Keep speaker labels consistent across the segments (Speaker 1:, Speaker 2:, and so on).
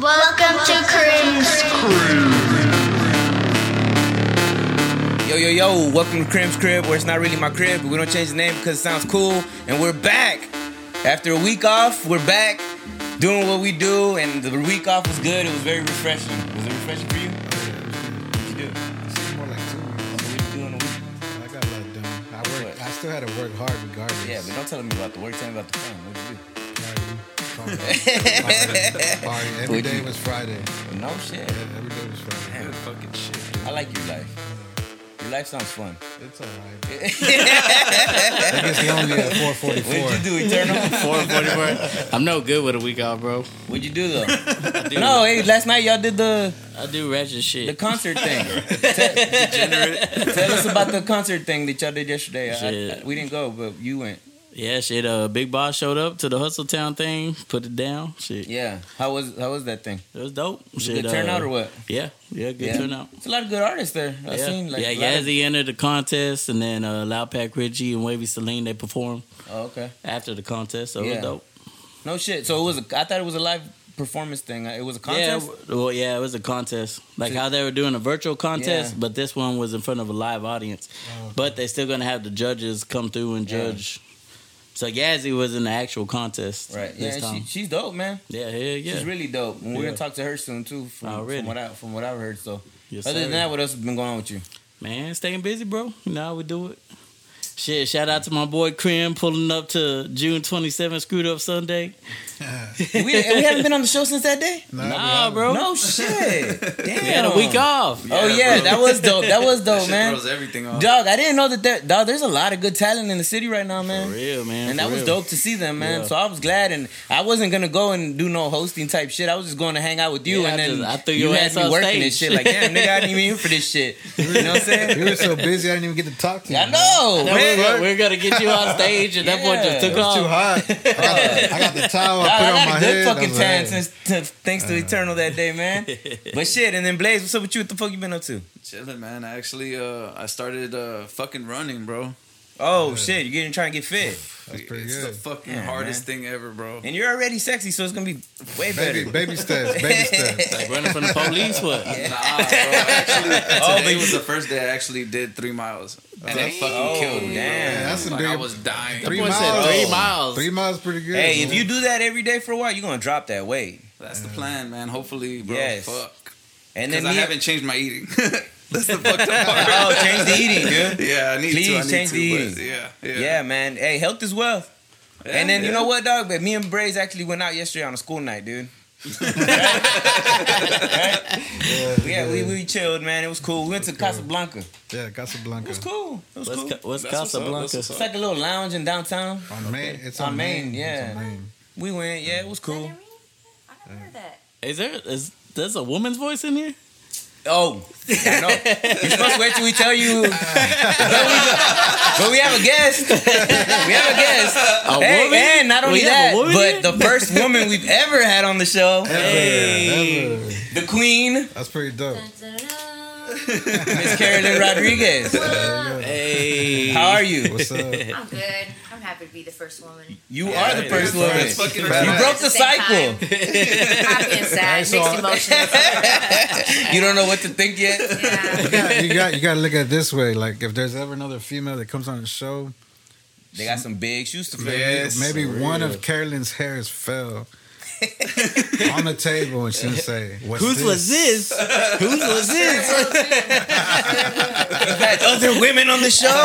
Speaker 1: Welcome to Crim's
Speaker 2: Yo, yo, yo, welcome to Crim's Crib, where it's not really my crib, but we don't change the name because it sounds cool. And we're back. After a week off, we're back doing what we do. And the week off was good. It was very refreshing. Was it refreshing for you? What you do?
Speaker 3: It's more like two weeks.
Speaker 2: What you do in a week?
Speaker 3: I got a lot done. I worked.
Speaker 2: What?
Speaker 3: I still had to work hard regardless.
Speaker 2: Yeah, but don't tell me about the work. Tell me about the fun. What you
Speaker 3: Party, party, party. Every
Speaker 2: Would
Speaker 3: day
Speaker 2: you-
Speaker 3: was Friday.
Speaker 2: do? No shit.
Speaker 3: Yeah, every day was Friday.
Speaker 2: Damn,
Speaker 4: Fucking shit.
Speaker 2: I like your life. Your life sounds fun.
Speaker 3: It's alright. I guess the only at
Speaker 2: What'd
Speaker 3: 4:44.
Speaker 2: you do, Eternal?
Speaker 5: 444. I'm no good with a week off, bro.
Speaker 2: What'd you do, though? No, hey, last night y'all did the,
Speaker 5: I do ratchet
Speaker 2: the
Speaker 5: shit.
Speaker 2: concert thing. Tell us about the concert thing that y'all did yesterday. I- I-
Speaker 5: Shit.
Speaker 2: we didn't go, but you went.
Speaker 5: Yeah, shit. Uh, Big Boss showed up to the Hustle Town thing, put it down. Shit,
Speaker 2: Yeah. How was how was that thing?
Speaker 5: it was dope.
Speaker 2: Was
Speaker 5: shit,
Speaker 2: it good turnout
Speaker 5: uh,
Speaker 2: or what?
Speaker 5: Yeah, yeah, good
Speaker 2: Yeah.
Speaker 5: turnout.
Speaker 2: It's a lot of good artists there. I
Speaker 5: yeah,
Speaker 2: seen like
Speaker 5: yeah.
Speaker 2: a lot of-
Speaker 5: Yazzie entered the contest, and then uh, Loud Pack Richie and Wavy Celine they performed
Speaker 2: Oh, okay.
Speaker 5: after the contest, so it
Speaker 2: Yeah.
Speaker 5: was dope.
Speaker 2: No shit. So it was a I thought it was a live performance thing. Uh, It was a contest.
Speaker 5: Yeah, w- well, yeah, it was a contest. Like
Speaker 2: So-
Speaker 5: how they were doing a virtual contest,
Speaker 2: Yeah.
Speaker 5: but this one was in front of a live audience.
Speaker 3: Oh,
Speaker 5: But they're still gonna have the judges come through and
Speaker 2: Yeah.
Speaker 5: judge. So Yazzie was in the actual contest
Speaker 2: Right. Yeah,
Speaker 5: this
Speaker 2: and
Speaker 5: time.
Speaker 2: she, she's dope, man.
Speaker 5: yeah, yeah, yeah.
Speaker 2: She's really dope. And we're
Speaker 5: Yeah.
Speaker 2: gonna talk to her soon too from,
Speaker 5: Oh, really?
Speaker 2: from what I from what I've heard. So
Speaker 5: Yes,
Speaker 2: other than
Speaker 5: sir.
Speaker 2: that, what else has been going on with you?
Speaker 5: man, staying busy, bro. You know how we do it. Shit, shout out to my boy Krim pulling up to June 27th, screwed up Sunday.
Speaker 2: we, we haven't been on the show since that day?
Speaker 5: Nah, bro.
Speaker 2: No shit. Damn.
Speaker 5: We had a week off.
Speaker 2: Oh yeah, that was dope. That was dope, man.
Speaker 4: Throws everything off.
Speaker 2: Dog, I didn't know that there, dog, there's a lot of good talent in the city right now, man.
Speaker 5: For real, man.
Speaker 2: And
Speaker 5: for
Speaker 2: that was
Speaker 5: real.
Speaker 2: dope to see them, man.
Speaker 5: Yeah.
Speaker 2: So I was glad, and I wasn't gonna go and do no hosting type shit. I was just going to hang out with you,
Speaker 5: Yeah,
Speaker 2: and
Speaker 5: I
Speaker 2: then
Speaker 5: just- I threw
Speaker 2: you
Speaker 5: your
Speaker 2: had
Speaker 5: ass
Speaker 2: me
Speaker 5: off
Speaker 2: working
Speaker 5: stage.
Speaker 2: and shit. Like, damn, nigga, I didn't even here for this shit. You know what I'm
Speaker 3: You
Speaker 2: saying?
Speaker 3: were so busy, I didn't even get to talk to you.
Speaker 2: I know,
Speaker 5: That
Speaker 2: man.
Speaker 5: was- we're gonna get you on stage, and that boy just
Speaker 2: Yeah.
Speaker 5: took
Speaker 3: It's
Speaker 5: off.
Speaker 3: too hot. I got, the, I got the towel I
Speaker 2: Dog,
Speaker 3: put
Speaker 2: I
Speaker 3: on
Speaker 2: got
Speaker 3: my
Speaker 2: a good
Speaker 3: head. I
Speaker 2: fucking
Speaker 3: was like,
Speaker 2: tan
Speaker 3: hey.
Speaker 2: since to, thanks to Eternal that day, man. but shit, and then Blaze, what's up with you? What the fuck you been up to?
Speaker 4: Chilling, man. I actually, uh, I started uh, fucking running, bro.
Speaker 2: Oh shit, you're getting trying to get fit,
Speaker 3: That's pretty
Speaker 4: it's the
Speaker 3: good.
Speaker 4: fucking
Speaker 2: Yeah,
Speaker 4: hardest thing ever, bro.
Speaker 2: and you're already sexy, so it's gonna be way better.
Speaker 3: Baby, baby steps, baby steps.
Speaker 5: Like running from the police, what?
Speaker 4: Nah, bro. Actually, today was the first day I actually did three miles, and it fucking killed me.
Speaker 2: Oh, damn.
Speaker 4: bro.
Speaker 3: That's a
Speaker 4: like,
Speaker 3: big-
Speaker 4: I was dying.
Speaker 3: Three
Speaker 5: boy
Speaker 3: miles.
Speaker 5: said three miles.
Speaker 3: Oh. Three miles, is pretty good.
Speaker 2: Hey, if
Speaker 3: man.
Speaker 2: you do that every day for a while, you're gonna drop that weight.
Speaker 4: That's the plan, man. Hopefully, bro.
Speaker 2: Yes.
Speaker 4: Fuck.
Speaker 2: And
Speaker 4: Because
Speaker 2: then
Speaker 4: I
Speaker 2: me-
Speaker 4: haven't changed my eating. That's the fucked up part.
Speaker 2: oh, change the eating, dude.
Speaker 4: Yeah, I need to. I
Speaker 2: Please
Speaker 4: need
Speaker 2: change
Speaker 4: to,
Speaker 2: the
Speaker 4: but
Speaker 2: eating.
Speaker 4: Yeah, yeah,
Speaker 2: Yeah. man. Hey, health is wealth.
Speaker 4: Yeah,
Speaker 2: and then you
Speaker 4: yeah.
Speaker 2: know what, dog? But me and Braze actually went out yesterday on a school night, dude. right? Yeah, we, we chilled, man. It was cool. We went to Casablanca. It
Speaker 3: yeah, Casablanca.
Speaker 2: was cool. It was
Speaker 5: What's,
Speaker 2: cool.
Speaker 5: Ca- what's
Speaker 4: That's what's up,
Speaker 5: Casablanca?
Speaker 4: that's what's
Speaker 2: It's like a little lounge in downtown.
Speaker 3: On Maine, it's
Speaker 2: On
Speaker 3: on,
Speaker 2: Maine, yeah.
Speaker 3: It's on Maine.
Speaker 2: We went. Yeah, it was cool.
Speaker 1: I don't remember that.
Speaker 5: Is there is there's a woman's voice in here?
Speaker 2: Oh, I know. You're supposed to wait till we tell you. but, we, but we have a guest. We have a guest.
Speaker 5: A
Speaker 2: Hey,
Speaker 5: woman?
Speaker 2: and not only
Speaker 5: We have
Speaker 2: that,
Speaker 5: a woman
Speaker 2: but
Speaker 5: here?
Speaker 2: the first woman we've ever had on the show,
Speaker 3: Ever,
Speaker 5: Hey.
Speaker 3: ever.
Speaker 2: the Queen,
Speaker 3: That's pretty dope.
Speaker 1: Dun, dun, dun.
Speaker 2: Miss Carolyn Rodriguez.
Speaker 1: Whoa.
Speaker 5: Hey,
Speaker 2: How are you?
Speaker 3: What's up?
Speaker 1: I'm good. I'm happy to be the first woman.
Speaker 2: You
Speaker 4: Yeah,
Speaker 2: are the
Speaker 4: yeah,
Speaker 2: first
Speaker 4: yeah.
Speaker 2: woman.
Speaker 4: That's fucking
Speaker 2: You
Speaker 3: Badass.
Speaker 2: broke the
Speaker 1: At the same
Speaker 2: cycle.
Speaker 1: Happy and sad,
Speaker 3: Nice
Speaker 1: mixed
Speaker 3: one.
Speaker 1: emotions.
Speaker 2: You don't know what to think yet.
Speaker 1: Yeah.
Speaker 3: Yeah, you got you got to look at it this way. Like, if there's ever another female that comes on the show,
Speaker 2: They got some big shoes to fill.
Speaker 4: Yes.
Speaker 3: maybe one of Carolyn's hairs fell on the table, and she'll say, What's
Speaker 5: whose
Speaker 3: this?
Speaker 5: was this? Whose was this?
Speaker 2: You had other women on the show.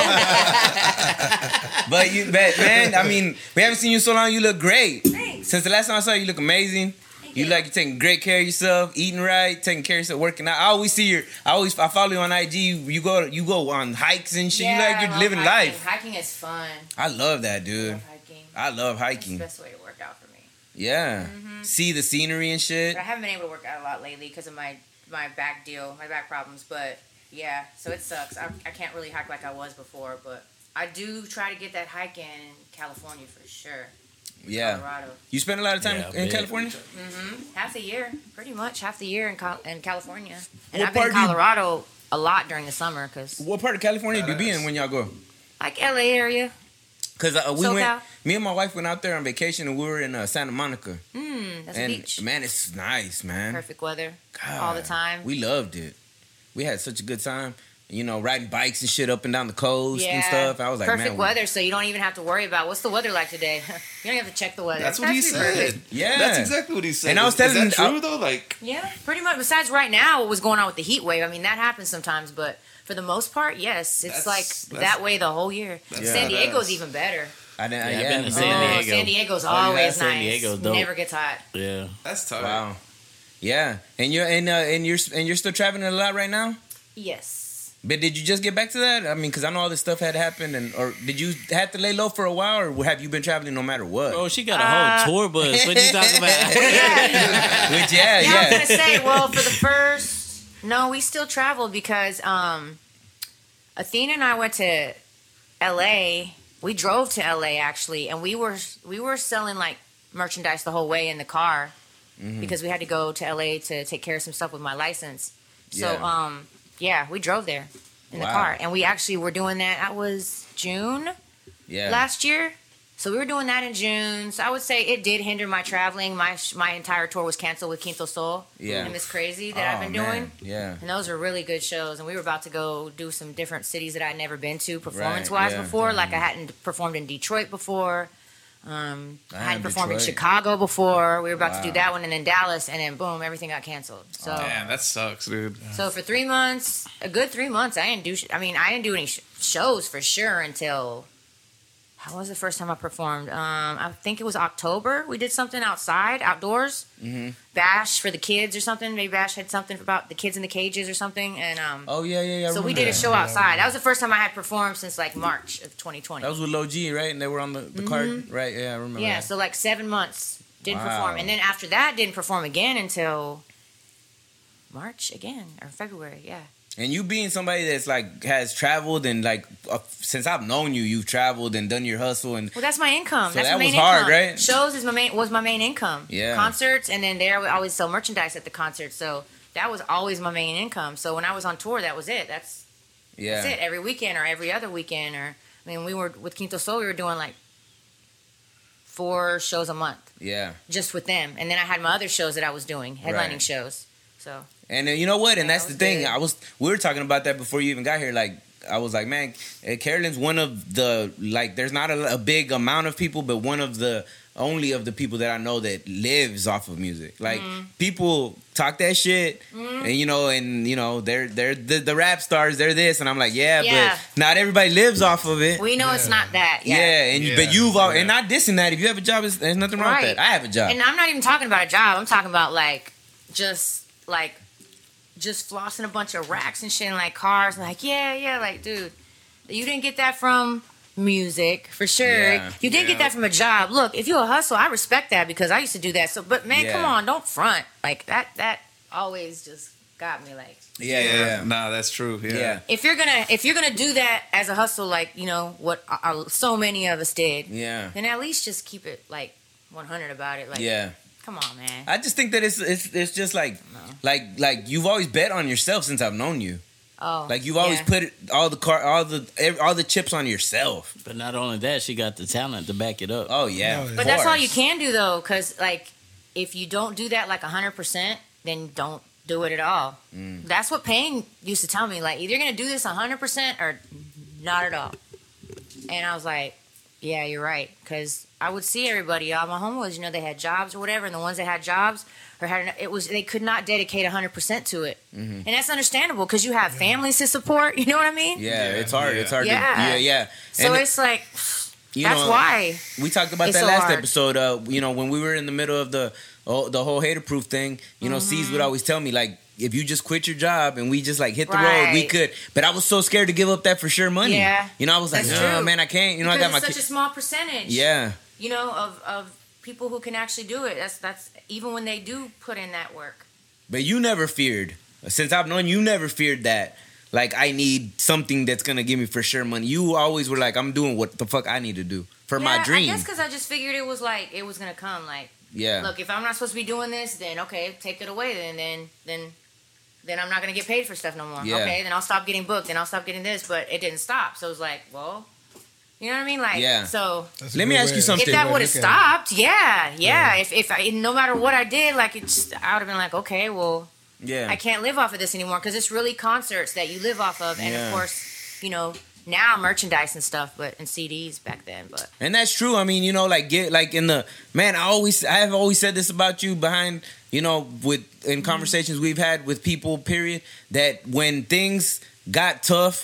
Speaker 2: but you bet, man. I mean, we haven't seen you so long. You look great.
Speaker 1: Thanks.
Speaker 2: Since the last time I saw you, you look amazing.
Speaker 1: Thank
Speaker 2: You like you taking great care of yourself, eating right, taking care of yourself, working out. I always see your, I always I follow you on IG. You, you go you go on hikes and shit.
Speaker 1: Yeah,
Speaker 2: you like
Speaker 1: I
Speaker 2: you're
Speaker 1: love
Speaker 2: living
Speaker 1: hiking.
Speaker 2: life.
Speaker 1: Hiking is fun.
Speaker 2: I love that,
Speaker 1: I
Speaker 2: dude.
Speaker 1: love hiking.
Speaker 2: I love
Speaker 1: It's the
Speaker 2: hiking.
Speaker 1: best way to work out for me.
Speaker 2: Yeah,
Speaker 1: Mm-hmm.
Speaker 2: see the scenery and shit.
Speaker 1: But I haven't been able to work out a lot lately because of my my back deal, my back problems. But yeah, so it sucks. I, I can't really hike like I was before, but I do try to get that hike in California for sure.
Speaker 2: Yeah,
Speaker 1: Colorado.
Speaker 2: you spend a lot of time
Speaker 5: Yeah,
Speaker 2: in
Speaker 5: big.
Speaker 2: California.
Speaker 1: Half the year, pretty much half the year in Col- in California, and
Speaker 2: What
Speaker 1: I've been
Speaker 2: part
Speaker 1: in
Speaker 2: do you-
Speaker 1: Colorado a lot during the summer because
Speaker 2: What part of California do you be in when y'all go?
Speaker 1: like LA area.
Speaker 2: Cause uh, we
Speaker 1: SoCal?
Speaker 2: went, me and my wife went out there on vacation, and we were in uh, Santa Monica.
Speaker 1: Mm, that's
Speaker 2: and
Speaker 1: a beach.
Speaker 2: man, it's nice, man.
Speaker 1: Perfect weather all the
Speaker 2: God,
Speaker 1: time.
Speaker 2: We loved it. We had such a good time. You know, riding bikes and shit up and down the coast
Speaker 1: yeah.
Speaker 2: and stuff. I was like,
Speaker 1: perfect
Speaker 2: man, we-
Speaker 1: weather, so you don't even have to worry about what's the weather like today. you don't have to check the weather.
Speaker 4: That's what he
Speaker 1: It's actually
Speaker 4: said.
Speaker 1: perfect.
Speaker 2: Yeah.
Speaker 4: That's exactly what he said.
Speaker 2: And I was
Speaker 4: Is-
Speaker 2: telling him-
Speaker 4: is that true though? Like,
Speaker 1: Yeah, pretty much. Besides, right now, what was going on with the heat wave? I mean, that happens sometimes, but for the most part, yes, it's
Speaker 4: That's-
Speaker 1: like
Speaker 4: that's-
Speaker 1: that way the whole year.
Speaker 4: That's
Speaker 1: San
Speaker 4: badass.
Speaker 1: Diego's even better.
Speaker 2: I didn't.
Speaker 5: Yeah,
Speaker 2: Yeah,
Speaker 5: I've been to
Speaker 1: Oh,
Speaker 5: San
Speaker 2: man.
Speaker 5: Diego.
Speaker 1: San Diego's
Speaker 5: Oh, yeah,
Speaker 1: always
Speaker 5: San
Speaker 1: nice.
Speaker 5: Diego's dope.
Speaker 1: Never gets hot.
Speaker 5: Yeah.
Speaker 4: that's tight.
Speaker 2: Wow. Yeah, and you're and uh, and you're and you're still traveling a lot right now.
Speaker 1: Yes.
Speaker 2: But did you just get back to that? I mean, because I know all this stuff had happened, and or did you have to lay low for a while, or have you been traveling no matter what?
Speaker 5: Bro, Oh, she got a whole tour bus. What you talking about?
Speaker 1: Yeah.
Speaker 2: Which, yeah,
Speaker 1: yeah, I was gonna
Speaker 2: yeah.
Speaker 1: say, well, for the first, no, we still traveled because um, Athena and I went to L.A. We drove to L.A. actually, and we were we were selling like merchandise the whole way in the car
Speaker 2: Mm-hmm.
Speaker 1: because we had to go to L.A. to take care of some stuff with my license. So,
Speaker 2: Yeah.
Speaker 1: um, yeah, we drove there in the
Speaker 2: Wow.
Speaker 1: car, and we actually were doing that. That was June
Speaker 2: yeah.
Speaker 1: last year. So we were doing that in June. So I would say it did hinder my traveling. My my entire tour was canceled with Quinto Sol
Speaker 2: Yeah.
Speaker 1: and Miss Crazy
Speaker 2: Oh,
Speaker 1: that I've been
Speaker 2: man.
Speaker 1: doing.
Speaker 2: Yeah.
Speaker 1: And those were really good shows. And we were about to go do some different cities that I'd never been to performance wise
Speaker 2: yeah, Mm-hmm.
Speaker 1: before. Like I hadn't performed in Detroit before. Um, I
Speaker 2: Damn,
Speaker 1: hadn't performed in
Speaker 2: Detroit.
Speaker 1: Chicago before. We were about to
Speaker 2: Wow.
Speaker 1: do that one and then Dallas. And then boom, everything got canceled. So
Speaker 4: Damn, that sucks, dude.
Speaker 1: so for three months, a good three months, I didn't do. Sh- I mean, I didn't do any sh- shows for sure until. How was the first time I performed? Um, I think it was October. We did something outside, outdoors,
Speaker 2: Mm-hmm.
Speaker 1: bash for the kids or something. Maybe Bash had something about the kids in the cages or something, and um,
Speaker 2: Oh yeah, yeah, yeah. I
Speaker 1: so we
Speaker 2: remember
Speaker 1: did a
Speaker 2: that.
Speaker 1: show outside. That was the first time I had performed since like March of 2020.
Speaker 2: That was with Low G, right? And they were on the, the
Speaker 1: Mm-hmm.
Speaker 2: card, right? Yeah, I remember.
Speaker 1: Yeah,
Speaker 2: that.
Speaker 1: so like seven months didn't
Speaker 2: Wow.
Speaker 1: perform, and then after that didn't perform again until March again or February. Yeah.
Speaker 2: And you being somebody that's like has traveled and like uh, since I've known you, you've traveled and done your hustle and
Speaker 1: Well, that's my income.
Speaker 2: So
Speaker 1: that's
Speaker 2: that
Speaker 1: my main
Speaker 2: was hard,
Speaker 1: income.
Speaker 2: right?
Speaker 1: Shows is my main was my main income.
Speaker 2: Yeah.
Speaker 1: Concerts, and then there we always sell merchandise at the concert, so that was always my main income. So when I was on tour, that was it. That's
Speaker 2: yeah,
Speaker 1: that's it. Every weekend or every other weekend, or I mean, we were with Quinto Sol, we were doing like four shows a month
Speaker 2: yeah.
Speaker 1: just with them, and then I had my other shows that I was doing, headlining
Speaker 2: Right.
Speaker 1: shows. So
Speaker 2: And uh, you know what? And
Speaker 1: Yeah,
Speaker 2: that's
Speaker 1: it
Speaker 2: the
Speaker 1: was
Speaker 2: thing.
Speaker 1: good.
Speaker 2: I was we were talking about that before you even got here. Like I was like, man, eh, Carolyn's one of the like. There's not a, a big amount of people, but one of the only of the people that I know that lives off of music. Like
Speaker 1: Mm-hmm.
Speaker 2: people talk that shit, and you know, and you know, they're they're the, the rap stars. They're this, and I'm like, yeah,
Speaker 1: Yeah.
Speaker 2: but not everybody lives off of it.
Speaker 1: we know it's not that.
Speaker 2: yeah. and you but
Speaker 4: Yeah,
Speaker 2: you've all,
Speaker 4: yeah.
Speaker 2: and not dissing that. If you have a job, it's, there's nothing wrong with
Speaker 1: Right.
Speaker 2: that. I have a job.
Speaker 1: And I'm not even talking about a job. I'm talking about like just like just flossing a bunch of racks and shit in like cars. Like yeah, yeah, like dude, you didn't get that from music for sure.
Speaker 2: Yeah.
Speaker 1: you didn't get
Speaker 4: Yeah.
Speaker 1: that from a job. Look, if you're a hustle, I respect that because I used to do that. So, but man,
Speaker 2: Yeah.
Speaker 1: come on, don't front like that. That always just got me like
Speaker 2: yeah, yeah, yeah.
Speaker 4: Nah, that's true. Yeah.
Speaker 2: Yeah.
Speaker 1: if you're gonna if you're gonna do that as a hustle like you know what uh, uh, so many of us did
Speaker 2: Yeah.
Speaker 1: then at least just keep it like 100 about it like
Speaker 2: yeah.
Speaker 1: come on man
Speaker 2: I just think that it's it's, it's just like like like you've always bet on yourself since I've known you.
Speaker 1: Oh,
Speaker 2: Like you've always
Speaker 1: yeah.
Speaker 2: put all the car all the ev- all the chips on yourself.
Speaker 5: But not only that, she got the talent to back it up.
Speaker 2: Oh yeah,
Speaker 3: Oh, yeah.
Speaker 2: of
Speaker 1: But that's all
Speaker 2: course.
Speaker 1: you can do though, because like if you don't do that like hundred percent, then don't do it at all.
Speaker 2: Mm.
Speaker 1: That's what Payne used to tell me. Like either you're gonna do this hundred percent or not at all. And I was like, yeah, you're right, because I would see everybody. All my homeboys, you know, they had jobs or whatever, and the ones that had jobs or had it was they could not dedicate hundred percent to it,
Speaker 2: Mm-hmm.
Speaker 1: and that's understandable because you have families to support. You know what I mean?
Speaker 2: Yeah,
Speaker 4: Yeah.
Speaker 2: it's hard. It's hard.
Speaker 1: Yeah.
Speaker 2: To, yeah, yeah.
Speaker 1: So
Speaker 2: And,
Speaker 1: it's like
Speaker 2: you
Speaker 1: that's
Speaker 2: know,
Speaker 1: why.
Speaker 2: we talked about
Speaker 1: It's
Speaker 2: that
Speaker 1: so
Speaker 2: last
Speaker 1: hard.
Speaker 2: episode. Uh, you know, when we were in the middle of the oh, the whole hater proof thing, you know, C's
Speaker 1: Mm-hmm.
Speaker 2: would always tell me like, if you just quit your job and we just like hit the road, we
Speaker 1: Right.
Speaker 2: could. But I was so scared to give up that for sure money.
Speaker 1: Yeah.
Speaker 2: you know, I was like,
Speaker 1: That's
Speaker 2: no,
Speaker 1: true.
Speaker 2: man, I can't. You know,
Speaker 1: because
Speaker 2: I got my
Speaker 1: it's such
Speaker 2: ki-
Speaker 1: a small percentage.
Speaker 2: yeah,
Speaker 1: you know, of of people who can actually do it. That's that's even when they do put in that work.
Speaker 2: But you never feared. Since I've known you, never feared that. Like I need something that's gonna give me for sure money. You always were like, I'm doing what the fuck I need to do for
Speaker 1: Yeah,
Speaker 2: my dream.
Speaker 1: I guess because I just figured it was like it was gonna come. Like,
Speaker 2: yeah,
Speaker 1: look, if I'm not supposed to be doing this, then okay, take it away. Then then then then I'm not gonna get paid for stuff no more.
Speaker 2: Yeah.
Speaker 1: Okay, then I'll stop getting booked. Then I'll stop getting this. But it didn't stop. So it was like, well, You know what I mean? Like,
Speaker 2: Yeah.
Speaker 1: so
Speaker 3: That's a
Speaker 2: Let me
Speaker 3: good
Speaker 2: ask you
Speaker 3: way-
Speaker 2: something.
Speaker 1: if that
Speaker 3: way
Speaker 1: would
Speaker 3: to
Speaker 1: have
Speaker 3: look at
Speaker 1: stopped, yeah, yeah. If if I, no matter what I did, like it's, I would have been like, okay, well,
Speaker 2: Yeah.
Speaker 1: I can't live off of this anymore because it's really concerts that you live off of, and
Speaker 2: Yeah.
Speaker 1: of course, you know, now merchandise and stuff, but and CDs back then, but
Speaker 2: And that's true. I mean, you know, like get like in the man. I always, I have always said this about you behind, you know, with
Speaker 1: Mm-hmm.
Speaker 2: in conversations we've had with people. Period. That when things got tough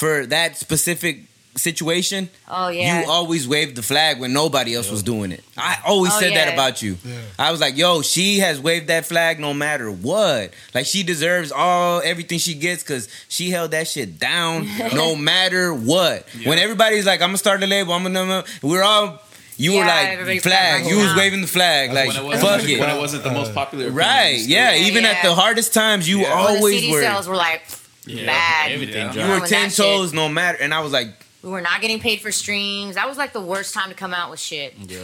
Speaker 2: for that specific situation,
Speaker 1: oh yeah,
Speaker 2: you always waved the flag when nobody else was doing it. I always
Speaker 1: Oh,
Speaker 2: said that
Speaker 1: yeah.
Speaker 2: about you.
Speaker 3: Yeah.
Speaker 2: I was like, yo, she has waved that flag no matter what. Like she deserves all everything she gets because she held that shit down no matter what. When everybody's like, I'm gonna start a label, I'm gonna we're all you
Speaker 1: Yeah,
Speaker 2: were like
Speaker 1: everybody's
Speaker 2: flag.
Speaker 1: like,
Speaker 2: You was
Speaker 1: "Nah."
Speaker 2: waving the flag,
Speaker 3: That's
Speaker 2: like
Speaker 4: when it wasn't,
Speaker 2: fuck
Speaker 4: when
Speaker 2: it,
Speaker 4: it wasn't the most popular. opinion,
Speaker 2: right?
Speaker 4: you still-
Speaker 2: Yeah,
Speaker 1: Yeah,
Speaker 2: even at
Speaker 1: yeah.
Speaker 2: the hardest times, you
Speaker 4: Yeah.
Speaker 1: All the
Speaker 2: always
Speaker 1: CD
Speaker 2: were.
Speaker 1: sales were like
Speaker 5: Yeah,
Speaker 1: bad.
Speaker 5: everything
Speaker 4: Yeah.
Speaker 5: dropped.
Speaker 2: You were
Speaker 1: with
Speaker 2: ten
Speaker 1: that shit.
Speaker 2: toes, no matter. And I was like,
Speaker 1: we were not getting paid for streams. That was like the worst time to come out with shit.
Speaker 5: Yeah.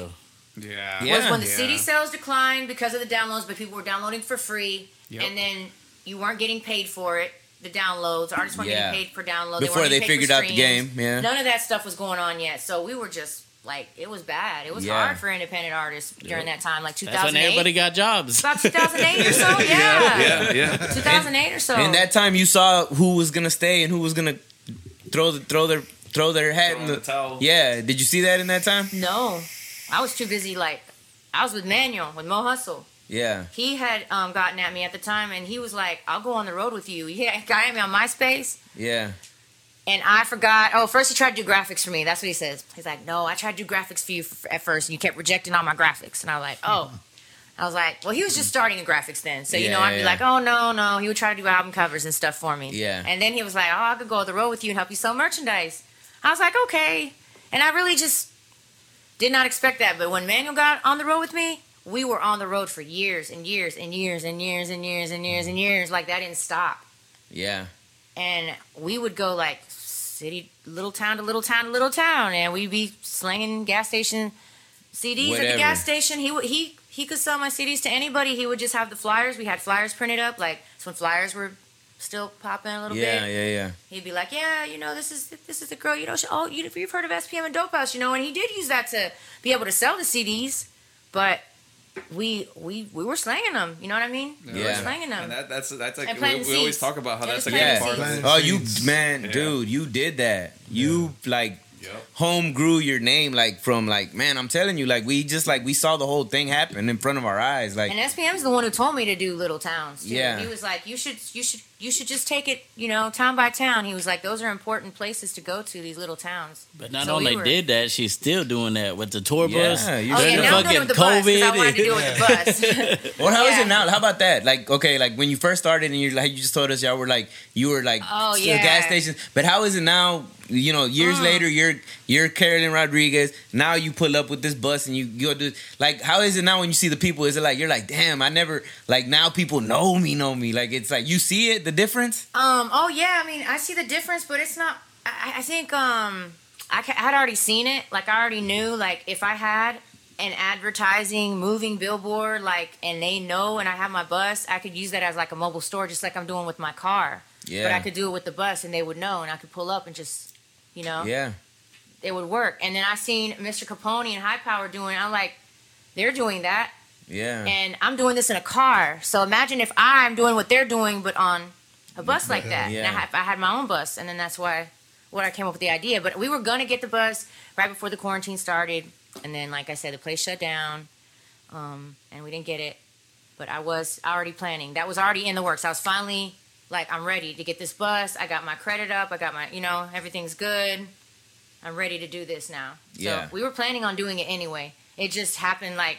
Speaker 4: Yeah.
Speaker 2: Mm. Yeah.
Speaker 1: was when the
Speaker 4: Yeah.
Speaker 1: CD sales declined because of the downloads, but people were downloading for free,
Speaker 4: Yep.
Speaker 1: and then you weren't getting paid for it. The downloads, artists weren't
Speaker 2: Yeah.
Speaker 1: getting paid for downloads.
Speaker 2: before
Speaker 1: weren't
Speaker 2: they
Speaker 1: getting paid for
Speaker 2: figured out the
Speaker 1: streams.
Speaker 2: game, yeah.
Speaker 1: None of that stuff was going on yet, so we were just like, it was bad. It was
Speaker 2: Yeah.
Speaker 1: hard for independent artists during that time, like
Speaker 5: That's when
Speaker 1: 2008,
Speaker 5: everybody got jobs.
Speaker 1: about 2008 or so, yeah,
Speaker 4: Yeah. Yeah.
Speaker 1: 2008 or so.
Speaker 2: And that time you saw who was gonna stay and who was gonna throw the throw their throw their hat
Speaker 4: Throw
Speaker 2: in
Speaker 4: in
Speaker 2: the,
Speaker 4: the towel.
Speaker 2: Yeah, did you see that in that time?
Speaker 1: no, I was too busy. Like, I was with Manuel with Mo Hustle.
Speaker 2: Yeah,
Speaker 1: he had um, gotten at me at the time and he was like, I'll go on the road with you. He had got at me on MySpace
Speaker 2: yeah.
Speaker 1: and I forgot. Oh, first he tried to do graphics for me. That's what he says. He's like, No, I tried to do graphics for you f- at first and you kept rejecting all my graphics. And I was like, Oh. I was like, Well, he was just starting the graphics then. So, you
Speaker 2: Yeah,
Speaker 1: know,
Speaker 2: yeah,
Speaker 1: I'd be
Speaker 2: yeah.
Speaker 1: like, Oh, no, no. He would try to do album covers and stuff for me.
Speaker 2: Yeah.
Speaker 1: And then he was like, Oh, I could go on the road with you and help you sell merchandise. I was like, Okay. And I really just did not expect that. But when Manuel got on the road with me, we were on the road for years and years and years and years and years and years and years. Like that didn't stop.
Speaker 2: Yeah.
Speaker 1: And we would go like city, little town to little town to little town, and we'd be slinging gas station CDs at
Speaker 2: Whatever.
Speaker 1: the gas station. He would he he could sell my CDs to anybody. He would just have the flyers. We had flyers printed up. Like that's when flyers were still popping a little bit
Speaker 2: Yeah, yeah, yeah.
Speaker 1: he'd be like, "Yeah, you know, this is this is the girl. You know, she, oh, you, you've heard of SPM and Dope House, you know." And he did use that to be able to sell the CDs, but we we we were slanging them. You know what I mean? We were
Speaker 2: Yeah.
Speaker 1: slanging them.
Speaker 4: And that, that's that's like
Speaker 1: And
Speaker 4: we,
Speaker 1: planting
Speaker 4: we always
Speaker 1: seeds.
Speaker 4: talk about how
Speaker 1: And
Speaker 4: that's
Speaker 1: just
Speaker 4: like a big
Speaker 2: planting
Speaker 4: part of
Speaker 3: seeds.
Speaker 4: it.
Speaker 2: Oh, you
Speaker 3: Seeds.
Speaker 2: man,
Speaker 4: Yeah.
Speaker 2: dude, you did that. You like
Speaker 4: Yep.
Speaker 2: home grew your name like from like man, I'm telling you, like we just like we saw the whole thing happen in front of our eyes. Like
Speaker 1: and SPM's the one who told me to do little towns. Too.
Speaker 2: Yeah.
Speaker 1: He was like, you should, you should, you should just take it, you know, town by town. He was like, those are important places to go to. These little towns.
Speaker 5: But not
Speaker 1: So we
Speaker 5: only
Speaker 1: were-
Speaker 5: did that, she's still doing that with the tour
Speaker 2: Yeah,
Speaker 5: bus.
Speaker 2: you
Speaker 1: Oh
Speaker 2: should
Speaker 1: yeah,
Speaker 5: During
Speaker 2: have.
Speaker 1: now I'm doing it with the bus because I wanted to do it with the bus.
Speaker 2: Or how is
Speaker 1: Yeah.
Speaker 2: it now? How about that? Like, okay, like when you first started and you're like, you just told us y'all were like, you were like,
Speaker 1: Oh,
Speaker 2: still
Speaker 1: yeah. Mm.
Speaker 2: gas stations. But how is it now? You know, years later, you're you're Carolyn Rodriguez. Now you pull up with this bus and you go do like, how is it now when you see the people? Is it like you're like, damn, I never like now people know me, know me. Like it's like you see it, the difference.
Speaker 1: Um. Oh yeah. I mean, I see the difference, but it's not. I, I think. Um. I ca- had already seen it. Like I already knew. Like if I had an advertising moving billboard, like and they know, and I have my bus, I could use that as like a mobile store, just like I'm doing with my car.
Speaker 2: Yeah,
Speaker 1: But I could do it with the bus, and they would know, and I could pull up and just, you know,
Speaker 2: yeah,
Speaker 1: it would work. And then I seen Mr. Capone and High Power doing. I'm like, they're doing that
Speaker 2: yeah,
Speaker 1: and I'm doing this in a car. So imagine if I'm doing what they're doing, but on a bus like that.
Speaker 2: Yeah.
Speaker 1: And I, had- I had my own bus, and then that's why what I came up with the idea. But we were gonna get the bus right before the quarantine started, and then like I said, the place shut down, um, and we didn't get it. But I was already planning. That was already in the works. I was finally like, I'm ready to get this bus. I got my credit up. I got my, you know, everything's good. I'm ready to do this now.
Speaker 2: Yeah.
Speaker 1: So we were planning on doing it anyway. It just happened like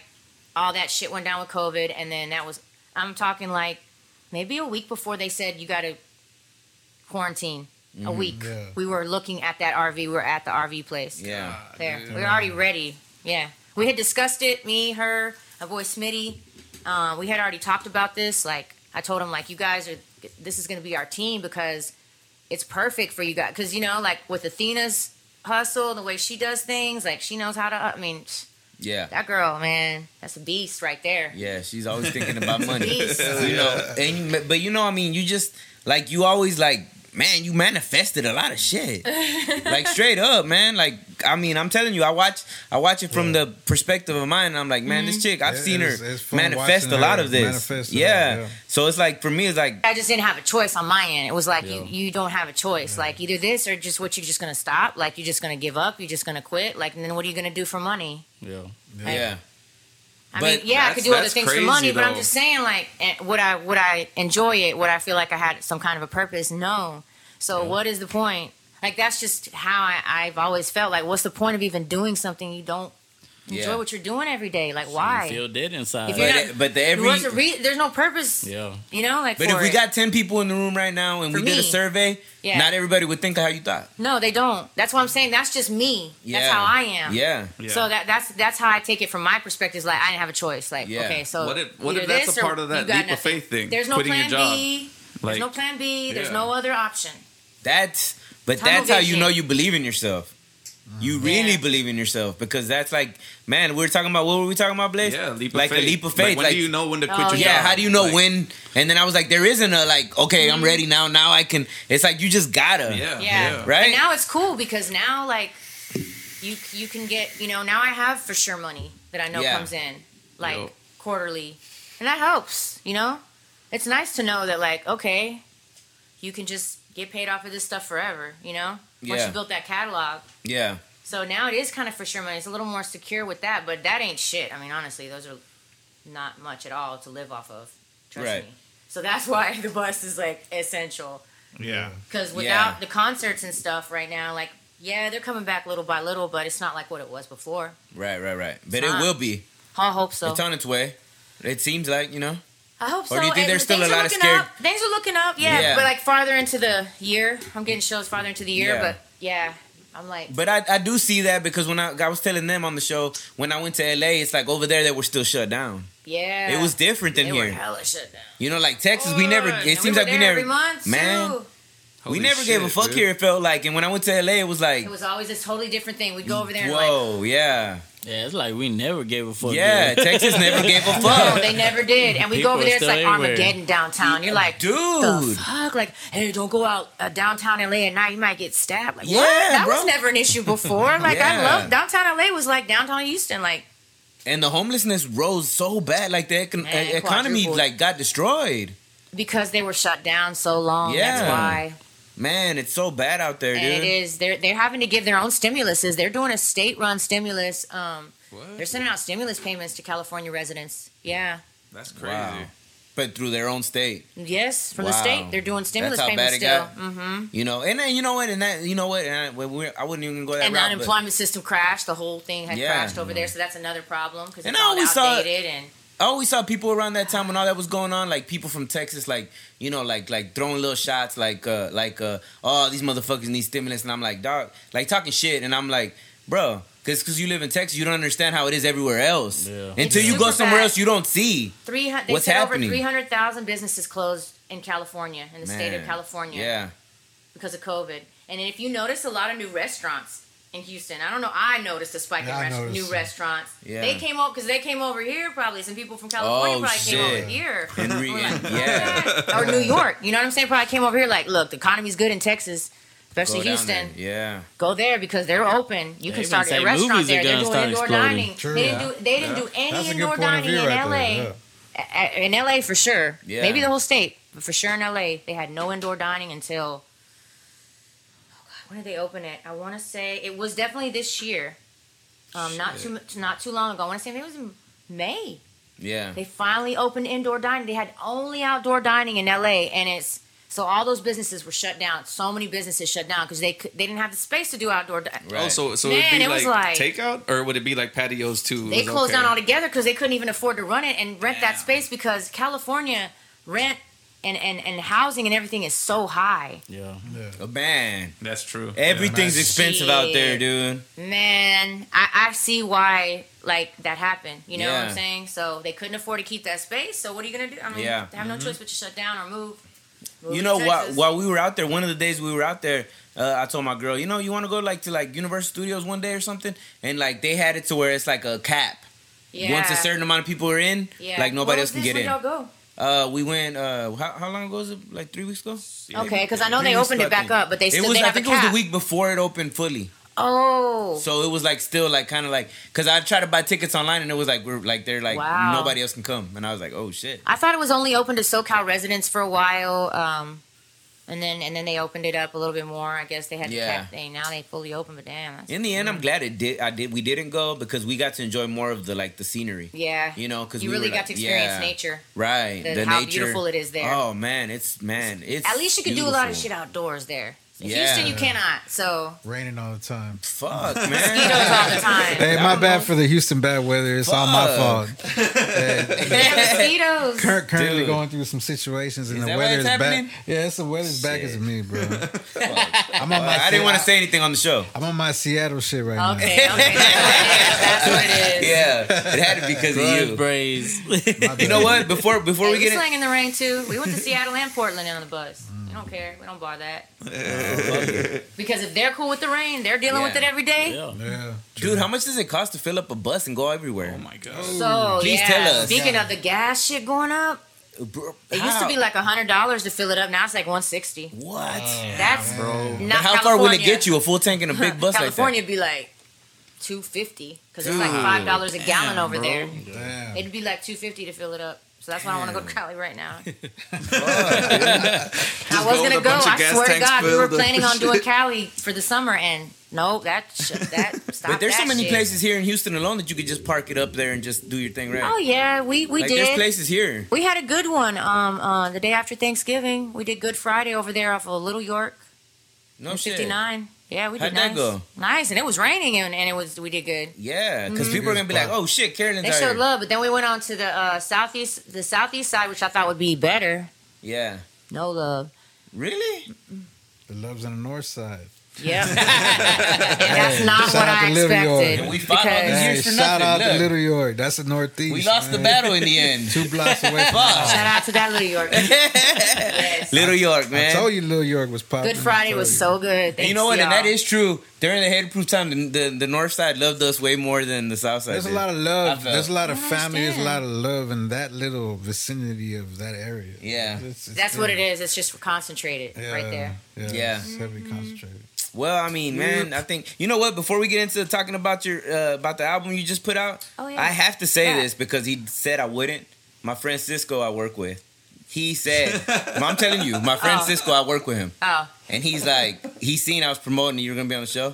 Speaker 1: all that shit went down with COVID, and then that was I'm talking like maybe a week before they said you got to quarantine. A week.
Speaker 3: yeah.
Speaker 1: We were looking at that RV. We were at the RV place.
Speaker 2: yeah.
Speaker 1: There. We were already ready. Yeah. We had discussed it, me, her, my boy Smitty. Uh, we had already talked about this. Like, I told him, like, you guys are, this is going to be our team because it's perfect for you guys. Because, you know, like with Athena's hustle, the way she does things, like, she knows how to, I mean,
Speaker 2: yeah.
Speaker 1: that girl, man, that's a beast right there.
Speaker 2: Yeah, she's always thinking about money.
Speaker 1: Beast.
Speaker 2: you know, and you, but you know, I mean, you just like you always like man, you manifested a lot of shit. like straight up, man. Like I mean, I'm telling you, I watch I watch it from the perspective of mine. And I'm like, man, this
Speaker 1: Mm-hmm.
Speaker 2: chick, I've
Speaker 3: It-
Speaker 2: seen
Speaker 3: it's-
Speaker 2: her
Speaker 3: it's fun
Speaker 2: manifest a
Speaker 3: watching
Speaker 2: lot
Speaker 3: her
Speaker 2: of this.
Speaker 3: manifest it,
Speaker 2: yeah.
Speaker 3: yeah.
Speaker 2: So it's like for me, it's like
Speaker 1: I just didn't have a choice on my end. It was like
Speaker 5: Yeah.
Speaker 1: you, you don't have a choice. Like either this or just what you're just gonna stop. Like you're just gonna give up. You're just gonna quit. Like and then what are you gonna do for money?
Speaker 5: Yeah.
Speaker 2: yeah.
Speaker 1: I
Speaker 2: But
Speaker 1: mean, yeah, I
Speaker 4: that's-
Speaker 1: could do other
Speaker 4: that's
Speaker 1: things for
Speaker 4: crazy,
Speaker 1: money, but I'm
Speaker 4: though.
Speaker 1: just saying, like, eh, would I would I enjoy it? Would I feel like I had some kind of a purpose? No. So what is the point? Like that's just how I, I've always felt. Like, what's the point of even doing something you don't enjoy
Speaker 2: Yeah.
Speaker 1: what you're doing every day? Like, why?
Speaker 5: You feel dead inside.
Speaker 1: If you're
Speaker 2: But
Speaker 1: not-
Speaker 2: it- but the
Speaker 1: There was a
Speaker 2: every
Speaker 1: re- there's no purpose.
Speaker 5: yeah.
Speaker 1: You know, like.
Speaker 2: but
Speaker 1: for
Speaker 2: if we
Speaker 1: it.
Speaker 2: got ten people in the room right now and
Speaker 1: For
Speaker 2: we did a
Speaker 1: me.
Speaker 2: survey,
Speaker 1: Yeah.
Speaker 2: not everybody would think how you thought.
Speaker 1: no, they don't. That's what I'm saying. That's just me.
Speaker 2: Yeah.
Speaker 1: That's how I am.
Speaker 2: Yeah.
Speaker 5: Yeah.
Speaker 1: So that that's that's how I take it from my perspective. is Like I didn't have a choice. Like
Speaker 2: Yeah.
Speaker 1: okay, so
Speaker 4: What if- what
Speaker 1: either
Speaker 4: if that's
Speaker 1: this
Speaker 4: a
Speaker 1: or
Speaker 4: part of that
Speaker 1: you got
Speaker 4: leap of
Speaker 1: nothing.
Speaker 4: faith thing,
Speaker 1: There's no
Speaker 4: quitting
Speaker 1: plan
Speaker 4: your job?
Speaker 1: B.
Speaker 4: Like-
Speaker 1: there's no plan B. There's
Speaker 4: Yeah.
Speaker 1: no other option.
Speaker 2: That's but
Speaker 1: Tunnel
Speaker 2: that's how you
Speaker 1: vision.
Speaker 2: know you believe in yourself. You
Speaker 4: Mm.
Speaker 2: really
Speaker 1: Yeah.
Speaker 2: believe in yourself because that's like, man, we were talking about what were we talking about, Blaze?
Speaker 4: Yeah, leap of
Speaker 2: like
Speaker 4: faith.
Speaker 2: a leap of
Speaker 4: Like,
Speaker 2: faith.
Speaker 4: when
Speaker 2: like,
Speaker 4: do you know when to quit
Speaker 1: Oh,
Speaker 4: your
Speaker 2: yeah,
Speaker 4: job?
Speaker 2: how do you know
Speaker 4: Like,
Speaker 2: when? And then I was like, there isn't a like, okay,
Speaker 1: Mm-hmm.
Speaker 2: I'm ready now. Now I can. It's like you just gotta.
Speaker 4: Yeah,
Speaker 1: Yeah.
Speaker 4: yeah.
Speaker 2: Right?
Speaker 1: And now it's cool because now like you you can get you know now I have for sure money that I know
Speaker 2: Yeah.
Speaker 1: comes in like
Speaker 4: Yep.
Speaker 1: quarterly, and that helps. You know, it's nice to know that like okay, you can just get paid off of this stuff forever. You know, once
Speaker 2: Yeah.
Speaker 1: you built that catalog.
Speaker 2: Yeah.
Speaker 1: So now it is kind of for sure money. It's a little more secure with that, but that ain't shit. I mean, honestly, those are not much at all to live off of. Trust
Speaker 2: Right.
Speaker 1: me. So that's why the bus is like essential.
Speaker 3: Yeah.
Speaker 1: Because without
Speaker 2: Yeah.
Speaker 1: the concerts and stuff right now, like, yeah, they're coming back little by little, but it's not like what it was before.
Speaker 2: Right. Right. Right. But
Speaker 1: It's
Speaker 2: it
Speaker 1: on.
Speaker 2: will be.
Speaker 1: I hope so.
Speaker 2: It's on its way. It seems like you know.
Speaker 1: I hope so.
Speaker 2: Or do you think
Speaker 1: And
Speaker 2: there's still
Speaker 1: things
Speaker 2: a
Speaker 1: are
Speaker 2: lot of
Speaker 1: looking
Speaker 2: scared-
Speaker 1: Up. Things are looking up, yeah,
Speaker 2: Yeah.
Speaker 1: But like farther into the year, I'm getting shows farther into the year,
Speaker 2: Yeah.
Speaker 1: but yeah, I'm like,
Speaker 2: But I, I do see that because when I, I was telling them on the show when I went to LA, it's like over there they were still shut down.
Speaker 1: yeah.
Speaker 2: It was different than
Speaker 1: They
Speaker 2: here.
Speaker 1: were hella shut down.
Speaker 2: You know, like Texas, we never.
Speaker 1: And
Speaker 2: It seems
Speaker 1: were
Speaker 2: like we
Speaker 1: there
Speaker 2: never.
Speaker 1: every month,
Speaker 2: man,
Speaker 1: too.
Speaker 2: we
Speaker 4: Holy
Speaker 2: never gave a
Speaker 4: shit,
Speaker 2: fuck
Speaker 4: dude.
Speaker 2: here. It felt like, and when I went to LA, it was like,
Speaker 1: It was always this totally different thing. We'd go over there and like,
Speaker 2: whoa, yeah,
Speaker 5: Yeah, it's like we never gave a fuck.
Speaker 2: yeah.
Speaker 5: dude.
Speaker 2: Texas never gave a
Speaker 1: no,
Speaker 2: fuck,
Speaker 1: Oh, they never did. And we
Speaker 5: People
Speaker 1: go over
Speaker 5: are
Speaker 1: there, it's
Speaker 5: still
Speaker 1: like
Speaker 5: everywhere.
Speaker 1: Armageddon downtown. You're like, the
Speaker 2: dude.
Speaker 1: fuck? Like, hey, don't go out uh, downtown LA at night. You might get stabbed. Like,
Speaker 2: Yeah,
Speaker 1: what? That
Speaker 2: bro.
Speaker 1: was never an issue before. Like,
Speaker 2: Yeah.
Speaker 1: I love downtown LA was like downtown Houston. Like,
Speaker 2: And the homelessness rose so bad, like the econ-
Speaker 1: Man,
Speaker 2: e- economy
Speaker 1: quadrupled.
Speaker 2: like got destroyed.
Speaker 1: because they were shut down so long.
Speaker 2: Yeah,
Speaker 1: That's why.
Speaker 2: Man, it's so bad out there,
Speaker 1: And it
Speaker 2: dude.
Speaker 1: is. They're, they're having to give their own stimuluses. They're doing a state run stimulus. Um,
Speaker 4: What?
Speaker 1: They're sending out stimulus payments to California residents. Yeah.
Speaker 4: That's crazy.
Speaker 2: Wow. But through their own state,
Speaker 1: Yes, from the
Speaker 2: Wow.
Speaker 1: state. They're doing stimulus
Speaker 2: how
Speaker 1: payments still.
Speaker 2: bad it
Speaker 1: hmm
Speaker 2: you know, and then you know what, and that you know what, and I, we're, I wouldn't even go that
Speaker 1: And the
Speaker 2: route. but-
Speaker 1: unemployment system crashed. The whole thing had
Speaker 2: Yeah.
Speaker 1: crashed over there. So that's another problem because
Speaker 2: And
Speaker 1: it's
Speaker 2: I
Speaker 1: all
Speaker 2: always saw-
Speaker 1: outdated and.
Speaker 2: I always saw people around that time when all that was going on, like people from Texas, like you know, like like throwing little shots, like uh, like uh, oh these motherfuckers need stimulus, and I'm like dog, like talking shit, and I'm like bro, because because you live in Texas, you don't understand how it is everywhere else.
Speaker 5: Yeah.
Speaker 2: Until
Speaker 1: It's
Speaker 2: you go
Speaker 1: super
Speaker 2: somewhere
Speaker 1: bad.
Speaker 2: else, you don't see.
Speaker 1: Three hundred. They
Speaker 2: What's
Speaker 1: said
Speaker 2: happening?
Speaker 1: over three hundred thousand businesses closed in California, in the state of
Speaker 2: Man.
Speaker 1: California,
Speaker 2: Yeah,
Speaker 1: because of COVID. And if you notice, a lot of new restaurants in Houston. I don't know. I noticed a spike
Speaker 3: Yeah, I
Speaker 1: in rest-
Speaker 3: noticed
Speaker 1: new
Speaker 3: that.
Speaker 1: restaurants.
Speaker 2: Yeah.
Speaker 1: They came over because they came over here. Probably some people from California
Speaker 2: Oh,
Speaker 1: probably came
Speaker 2: shit.
Speaker 1: over here.
Speaker 2: and re-
Speaker 1: We're
Speaker 2: and-
Speaker 1: like,
Speaker 2: yeah,
Speaker 1: "Okay." Or New York. You know what I'm saying? Probably came over here. Like, look, the economy's good in Texas, especially
Speaker 2: Go down
Speaker 1: Houston.
Speaker 2: there. Yeah,
Speaker 1: Go there because they're open. You
Speaker 5: They
Speaker 1: can
Speaker 5: even
Speaker 1: start
Speaker 5: say
Speaker 1: a restaurant
Speaker 5: movies are
Speaker 1: there. They're
Speaker 5: gonna
Speaker 1: doing
Speaker 5: start
Speaker 1: indoor
Speaker 5: exploding.
Speaker 1: dining.
Speaker 3: True.
Speaker 1: They didn't do. They didn't do any
Speaker 3: That's a good
Speaker 1: indoor
Speaker 3: point of
Speaker 1: dining
Speaker 3: view
Speaker 1: in
Speaker 3: right
Speaker 1: LA
Speaker 3: there. Yeah.
Speaker 1: a- in LA for sure.
Speaker 2: Yeah.
Speaker 1: Maybe the whole state, but for sure in LA, they had no indoor dining until. Oh God, when did they open it? I want to say it was definitely this year. Um, not too much, not too long ago. I want to say maybe it was in May.
Speaker 2: yeah,
Speaker 1: They finally opened indoor dining. They had only outdoor dining in LA, and it's so all those businesses were shut down. So many businesses shut down because they could, they didn't have the space to do outdoor dining.
Speaker 2: right.
Speaker 4: Oh, so so
Speaker 1: Man,
Speaker 4: it'd be
Speaker 1: it was
Speaker 4: like,
Speaker 1: like-
Speaker 4: takeout, or would it be like patios too?
Speaker 1: They
Speaker 4: It was
Speaker 1: closed
Speaker 4: okay.
Speaker 1: down altogether because they couldn't even afford to run it and rent that
Speaker 4: Damn.
Speaker 1: space because California rent and, and, and housing and everything is so high.
Speaker 5: yeah.
Speaker 2: Oh, man,
Speaker 4: That's true.
Speaker 2: everything's
Speaker 3: man.
Speaker 2: expensive out there, dude.
Speaker 1: Man, I, I see why like that happened. You know what
Speaker 2: Yeah.
Speaker 1: I'm saying? So they couldn't afford to keep that space. So what are you gonna do? I mean,
Speaker 2: Yeah. Mm-hmm.
Speaker 1: they have no choice but to shut down or move. Move
Speaker 2: You
Speaker 1: to
Speaker 2: know, while,
Speaker 1: Texas.
Speaker 2: while we were out there, one of the days we were out there, uh, I told my girl, you know, you want to go like to like Universal Studios one day or something, and like they had it to where it's like a cap.
Speaker 1: Yeah.
Speaker 2: Once a certain amount of people are in,
Speaker 1: Yeah.
Speaker 2: like
Speaker 1: When
Speaker 2: nobody else
Speaker 1: was
Speaker 2: can
Speaker 1: this?
Speaker 2: get
Speaker 1: Where'd
Speaker 2: in.
Speaker 1: Y'all go?
Speaker 2: Uh, we went. Uh, how, how long ago was it? Like three weeks ago.
Speaker 1: Okay, because I know they
Speaker 2: Three weeks
Speaker 1: opened
Speaker 2: ago,
Speaker 1: it
Speaker 2: I
Speaker 1: back
Speaker 2: think.
Speaker 1: up, but they
Speaker 2: It
Speaker 1: still
Speaker 2: was.
Speaker 1: they
Speaker 2: I
Speaker 1: have
Speaker 2: think
Speaker 1: a
Speaker 2: it was
Speaker 1: cap.
Speaker 2: the week before it opened fully.
Speaker 1: Oh,
Speaker 2: So it was like still like kind of like because I tried to buy tickets online and it was like we're like they're like
Speaker 1: Wow.
Speaker 2: nobody else can come and I was like oh shit
Speaker 1: I thought it was only open to SoCal residents for a while, um, and then and then they opened it up a little bit more. I guess they had the
Speaker 2: Yeah.
Speaker 1: cap thing. Now they fully open, but damn, that's,
Speaker 2: in the end I'm glad it did I did we didn't go because we got to enjoy more of the like the scenery
Speaker 1: yeah,
Speaker 2: you know because
Speaker 1: you
Speaker 2: we
Speaker 1: really
Speaker 2: were,
Speaker 1: got
Speaker 2: like,
Speaker 1: to experience
Speaker 2: yeah,
Speaker 1: nature.
Speaker 2: right
Speaker 1: the-
Speaker 2: the
Speaker 1: how
Speaker 2: nature
Speaker 1: beautiful it is there.
Speaker 2: oh man it's man it's
Speaker 1: At least you can do a lot of
Speaker 2: beautiful.
Speaker 1: shit outdoors there. In
Speaker 2: Yeah.
Speaker 1: Houston, you cannot. So
Speaker 3: Raining all the time.
Speaker 2: fuck
Speaker 1: you know it's
Speaker 2: man
Speaker 1: all the time.
Speaker 3: Hey, my bad for the Houston bad weather. It's all my
Speaker 2: Fuck.
Speaker 3: fault.
Speaker 1: They have mosquitoes.
Speaker 3: Cur- currently
Speaker 2: Dude.
Speaker 3: going through some situations, and
Speaker 2: Is
Speaker 3: the
Speaker 2: that why
Speaker 3: weather is
Speaker 2: it's
Speaker 3: back.
Speaker 2: happening?
Speaker 3: Yeah, it's the weather's back
Speaker 2: Shit.
Speaker 3: as me, bro. I'm on my.
Speaker 2: I didn't want
Speaker 3: to
Speaker 2: to say anything on the show
Speaker 3: I'm on my Seattle shit right
Speaker 1: Okay, okay, that's what it is. That's what it is.
Speaker 2: yeah it had to be because of
Speaker 5: Grudge
Speaker 2: you
Speaker 5: braids.
Speaker 3: now. My
Speaker 2: you know what before before
Speaker 1: Hey,
Speaker 2: we
Speaker 1: we
Speaker 2: get in,
Speaker 1: slang in the rain too. We went to Seattle and Portland on the bus. We don't care. We don't bar that. because if they're cool with the rain, they're dealing with
Speaker 2: Yeah.
Speaker 1: it every day.
Speaker 5: yeah.
Speaker 3: bad. Yeah.
Speaker 2: dude how much does it cost to fill up a bus and go everywhere
Speaker 4: Oh my god.
Speaker 1: So
Speaker 2: Please
Speaker 1: yeah.
Speaker 2: tell us.
Speaker 1: Speaking of the gas shit going up,
Speaker 2: Bro,
Speaker 1: it used to
Speaker 2: how?
Speaker 1: be like hundred dollars to fill it up. Now it's like one sixty.
Speaker 2: what
Speaker 1: That's not
Speaker 2: how far will it get you a full tank in a big bus like that
Speaker 1: California be like two fifty because it's like
Speaker 2: Dude,
Speaker 1: five dollars a gallon over there.
Speaker 3: Damn.
Speaker 1: It'd be like two fifty to fill it up. So that's why I want to go to Cali right now. I was
Speaker 4: go with
Speaker 1: gonna
Speaker 4: a
Speaker 1: go.
Speaker 4: bunch of
Speaker 1: I
Speaker 4: gas
Speaker 1: swear to
Speaker 4: tanks
Speaker 1: God, we were
Speaker 4: filled with
Speaker 1: planning on doing Cali for the summer, and no, that sh- that stopped.
Speaker 2: But there's so
Speaker 1: that
Speaker 2: many
Speaker 1: shit.
Speaker 2: places here in Houston alone that you could just park it up there and just do your thing, right?
Speaker 1: Oh yeah, we we
Speaker 2: like there's
Speaker 1: did.
Speaker 2: places here.
Speaker 1: we had a good one. Um, uh, the day after Thanksgiving, we did Good Friday over there off of Little York,
Speaker 2: No shit.
Speaker 1: 59. Yeah, we
Speaker 2: How'd
Speaker 1: did nice.
Speaker 2: that go?
Speaker 1: Nice, and it was raining, and, and it was we did good.
Speaker 2: Yeah, because people are gonna be like, "Oh shit, Carolyn's
Speaker 1: Mm-hmm. They
Speaker 2: out
Speaker 1: showed
Speaker 2: here."
Speaker 1: love, but then we went on to the uh, southeast, the southeast side, which I thought would be better.
Speaker 2: Yeah,
Speaker 1: No love.
Speaker 2: really?
Speaker 3: The love's on the north side.
Speaker 1: Yep. And that's not
Speaker 3: shout
Speaker 1: what
Speaker 3: out
Speaker 1: I
Speaker 3: to Little York.
Speaker 1: expected.
Speaker 2: And we fought on
Speaker 1: because-
Speaker 2: this
Speaker 3: Hey,
Speaker 2: Years for
Speaker 3: shout
Speaker 2: nothing,
Speaker 3: out to
Speaker 2: look.
Speaker 3: Little York. That's the northeast.
Speaker 2: We lost the
Speaker 3: man.
Speaker 2: battle in the end.
Speaker 3: Two blocks away. From
Speaker 2: Fuck.
Speaker 1: Shout out to that Little York. yes.
Speaker 2: Little York,
Speaker 3: I
Speaker 2: man.
Speaker 3: told you Little York was popping.
Speaker 1: Good Friday was so good.
Speaker 2: And
Speaker 1: Thanks,
Speaker 2: you know what?
Speaker 1: Y'all.
Speaker 2: And that is true. During the hate proof time, the, the the North Side loved us way more than the South Side.
Speaker 3: There's a
Speaker 2: did.
Speaker 3: lot of
Speaker 2: I
Speaker 3: love.
Speaker 2: felt-
Speaker 3: There's a lot of
Speaker 1: I
Speaker 3: family. There's a lot
Speaker 1: understand.
Speaker 3: of love in that little vicinity of that area.
Speaker 2: Yeah.
Speaker 3: It's- it's
Speaker 1: That's
Speaker 3: good.
Speaker 1: what it is. It's just concentrated right there.
Speaker 3: Yeah,
Speaker 2: Yeah.
Speaker 3: It's heavily concentrated.
Speaker 2: Well, I mean, man, I think you know what. Before we get into talking about your uh, about the album you just put out,
Speaker 1: Oh, yeah.
Speaker 2: I have to say
Speaker 1: Yeah.
Speaker 2: this because he said I wouldn't. My friend Cisco, I work with. He said, "I'm telling you, my friend
Speaker 1: Oh.
Speaker 2: Cisco, I work with him."
Speaker 1: Oh,
Speaker 2: And he's like, he seen I was promoting you were gonna be on the show,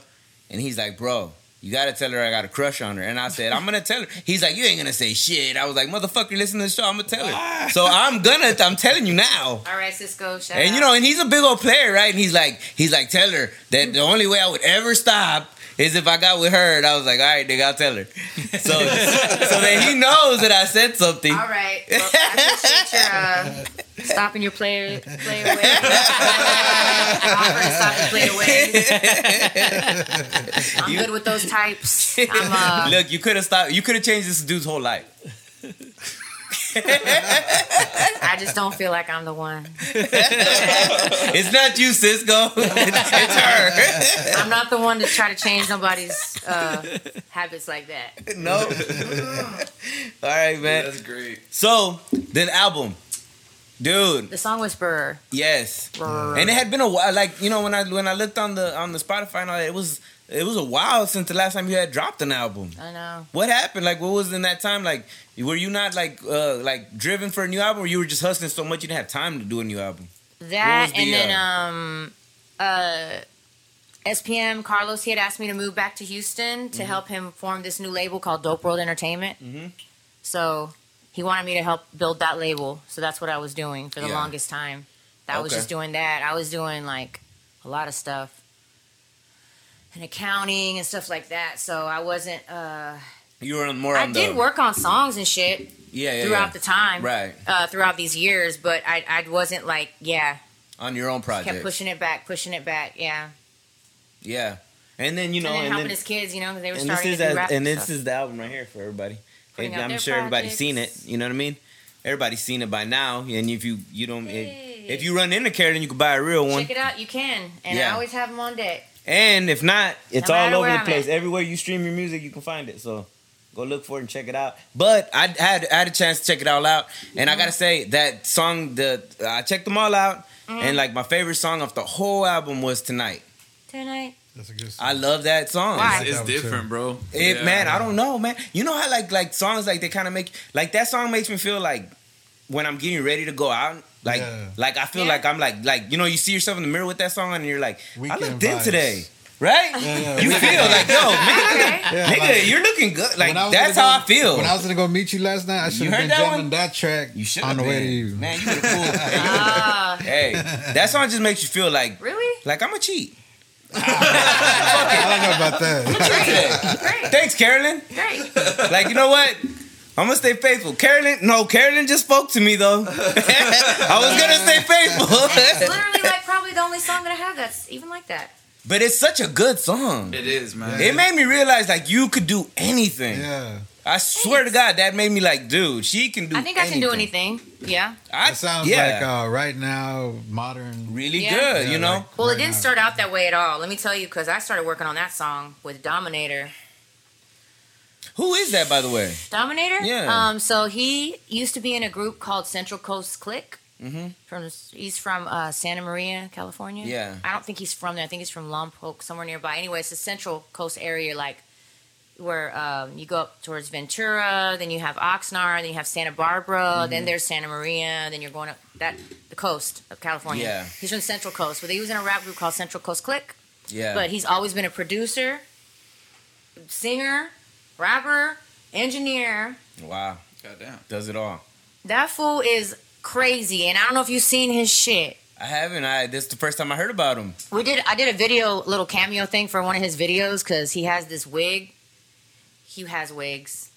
Speaker 2: and he's like, bro, you gotta tell her I got a crush on her. And I said, I'm gonna tell her. He's like, you ain't gonna say shit. I was like, motherfucker, listen to the show. I'm gonna tell her. So I'm gonna. I'm telling you now.
Speaker 1: all right, Cisco. Shout
Speaker 2: And
Speaker 1: out.
Speaker 2: you know, and he's a big old player, right? And he's like, he's like, tell her that the only way I would ever stop is if I got with her. And I was like, all right, nigga, I'll tell her. So, so that he knows that I said something.
Speaker 1: All right. Well, I appreciate your uh, stopping your play, play away. Offer to stop and play away. I'm good with those types. I'm, uh,
Speaker 2: Look, you could have stopped. You could have changed this dude's whole life.
Speaker 1: I just don't feel like I'm the one.
Speaker 2: It's not you, Cisco. it's her.
Speaker 1: I'm not the one to try to change nobody's uh, habits like that.
Speaker 2: no. All right, man.
Speaker 4: That's great.
Speaker 2: So the album, dude.
Speaker 1: The song whisperer.
Speaker 2: Yes.
Speaker 1: Brr.
Speaker 2: and it had been a while. Like you know, when I when I looked on the on the Spotify and all that, it was it was a while since the last time you had dropped an album.
Speaker 1: I know.
Speaker 2: What happened? Like, what was in that time? Like, were you not like uh like driven for a new album, or you were just hustling so much you didn't have time to do a new album?
Speaker 1: That
Speaker 2: was the,
Speaker 1: and then
Speaker 2: uh,
Speaker 1: um uh SPM Carlos he had asked me to move back to Houston to
Speaker 2: Mm-hmm.
Speaker 1: help him form this new label called Dope World Entertainment. So he wanted me to help build that label. So that's what I was doing for the
Speaker 2: Yeah.
Speaker 1: longest time. I was
Speaker 2: Okay.
Speaker 1: just doing that. I was doing like a lot of stuff and accounting and stuff like that. So I wasn't uh
Speaker 2: You were on more.
Speaker 1: I
Speaker 2: on
Speaker 1: did
Speaker 2: the,
Speaker 1: work on songs and shit
Speaker 2: Yeah, yeah,
Speaker 1: throughout
Speaker 2: yeah.
Speaker 1: the time.
Speaker 2: Right.
Speaker 1: Uh, throughout these years, but I I wasn't like, yeah,
Speaker 2: on your own project.
Speaker 1: kept pushing it back, pushing it back. Yeah,
Speaker 2: Yeah, and then you know,
Speaker 1: and then
Speaker 2: and,
Speaker 1: helping
Speaker 2: then,
Speaker 1: his kids, you know, because they were
Speaker 2: and this
Speaker 1: starting
Speaker 2: is
Speaker 1: to do
Speaker 2: that-
Speaker 1: rap
Speaker 2: and this
Speaker 1: stuff.
Speaker 2: is the album right here for everybody.
Speaker 1: Putting
Speaker 2: And
Speaker 1: out
Speaker 2: I'm
Speaker 1: their
Speaker 2: sure everybody's seen it.
Speaker 1: projects.
Speaker 2: You know what I mean? Everybody's seen it by now, and if you you don't
Speaker 1: Hey.
Speaker 2: if, if you run into Carolyn, you can buy a real one.
Speaker 1: Check it out, you can, and
Speaker 2: Yeah.
Speaker 1: I always have them on deck.
Speaker 2: And if not, it's
Speaker 1: No
Speaker 2: all
Speaker 1: matter
Speaker 2: over
Speaker 1: where
Speaker 2: the
Speaker 1: I'm
Speaker 2: place.
Speaker 1: at.
Speaker 2: Everywhere you stream your music, you can find it. So Go look for it and check it out. But I had I had a chance to check it all out, and I
Speaker 1: Mm-hmm.
Speaker 2: gotta say that song. The I checked them all out,
Speaker 1: Mm-hmm.
Speaker 2: and like my favorite song off the whole album was Tonight.
Speaker 1: Tonight.
Speaker 3: That's a good
Speaker 2: I love that song.
Speaker 1: Why?
Speaker 4: It's,
Speaker 3: That one too.
Speaker 4: different, bro.
Speaker 2: It,
Speaker 4: Yeah.
Speaker 2: Man, I don't know, man. You know how like like songs like they kind of make like that song makes me feel like when I'm getting ready to go out, like
Speaker 3: Yeah.
Speaker 2: like I feel
Speaker 1: Yeah.
Speaker 2: like I'm like like you know you see yourself in the mirror with that song on and you're like I
Speaker 3: Weekend
Speaker 2: look thin
Speaker 3: vibes.
Speaker 2: today, right?
Speaker 3: yeah,
Speaker 2: you feel like yo, nigga,
Speaker 1: Okay.
Speaker 3: Yeah,
Speaker 2: nigga,
Speaker 3: like,
Speaker 2: you're looking good. Like
Speaker 3: when I was
Speaker 2: that's
Speaker 3: gonna
Speaker 2: how I
Speaker 3: go-
Speaker 2: feel.
Speaker 3: When I was gonna go meet you last night, I should
Speaker 2: heard
Speaker 3: have been
Speaker 2: that
Speaker 3: jamming
Speaker 2: one?
Speaker 3: that track
Speaker 2: you should
Speaker 3: on the way to you.
Speaker 2: man. You would've pulled- hey, you would've-
Speaker 1: Ah,
Speaker 2: hey, that song just makes you feel like
Speaker 1: really?
Speaker 2: like I'm a cheat.
Speaker 3: I don't know about that.
Speaker 1: Great,
Speaker 2: Thanks, Carolyn.
Speaker 1: great.
Speaker 2: like you know what? I'm gonna stay faithful. Carolyn, no, Carolyn just spoke to me though. I was gonna stay
Speaker 1: It's
Speaker 2: faithful,
Speaker 1: literally like probably the only song that I have that's even like that.
Speaker 2: but it's such a good song.
Speaker 4: It is, man.
Speaker 2: It made me realize like you could do anything.
Speaker 3: yeah,
Speaker 2: I swear to God, that made me like, dude, she can do.
Speaker 1: I think I can do anything. Yeah.
Speaker 2: I,
Speaker 3: that sounds
Speaker 2: yeah,
Speaker 3: like uh, right now modern.
Speaker 2: really
Speaker 1: Yeah.
Speaker 2: good.
Speaker 3: Yeah,
Speaker 2: you know,
Speaker 3: like
Speaker 1: Well, it
Speaker 3: right
Speaker 1: didn't
Speaker 3: now.
Speaker 1: start out that way at all. Let me tell you, because I started working on that song with Dominator.
Speaker 2: who is that by the way?
Speaker 1: Dominator?
Speaker 2: Yeah.
Speaker 1: Um, so he used to be in a group called Central Coast Click.
Speaker 2: Mhm.
Speaker 1: From he's from uh, Santa Maria, California.
Speaker 2: Yeah.
Speaker 1: I don't think he's from there. I think he's from Lompoc, somewhere nearby. Anyway, it's the Central Coast area, like where um, you go up towards Ventura, then you have Oxnard, then you have Santa Barbara,
Speaker 2: Mm-hmm.
Speaker 1: then there's Santa Maria, then you're going up that the coast of California.
Speaker 2: Yeah.
Speaker 1: He's from Central Coast, but he was in a rap group called Central Coast Click
Speaker 2: Yeah,
Speaker 1: but he's always been a producer, singer, rapper, engineer.
Speaker 2: wow,
Speaker 4: Goddamn.
Speaker 2: does it all.
Speaker 1: That fool is crazy, and I don't know if you've seen his shit.
Speaker 2: I haven't. I this is the first time I heard about him.
Speaker 1: We did. I did a video, little cameo thing for one of his videos because he has this wig. He has wigs.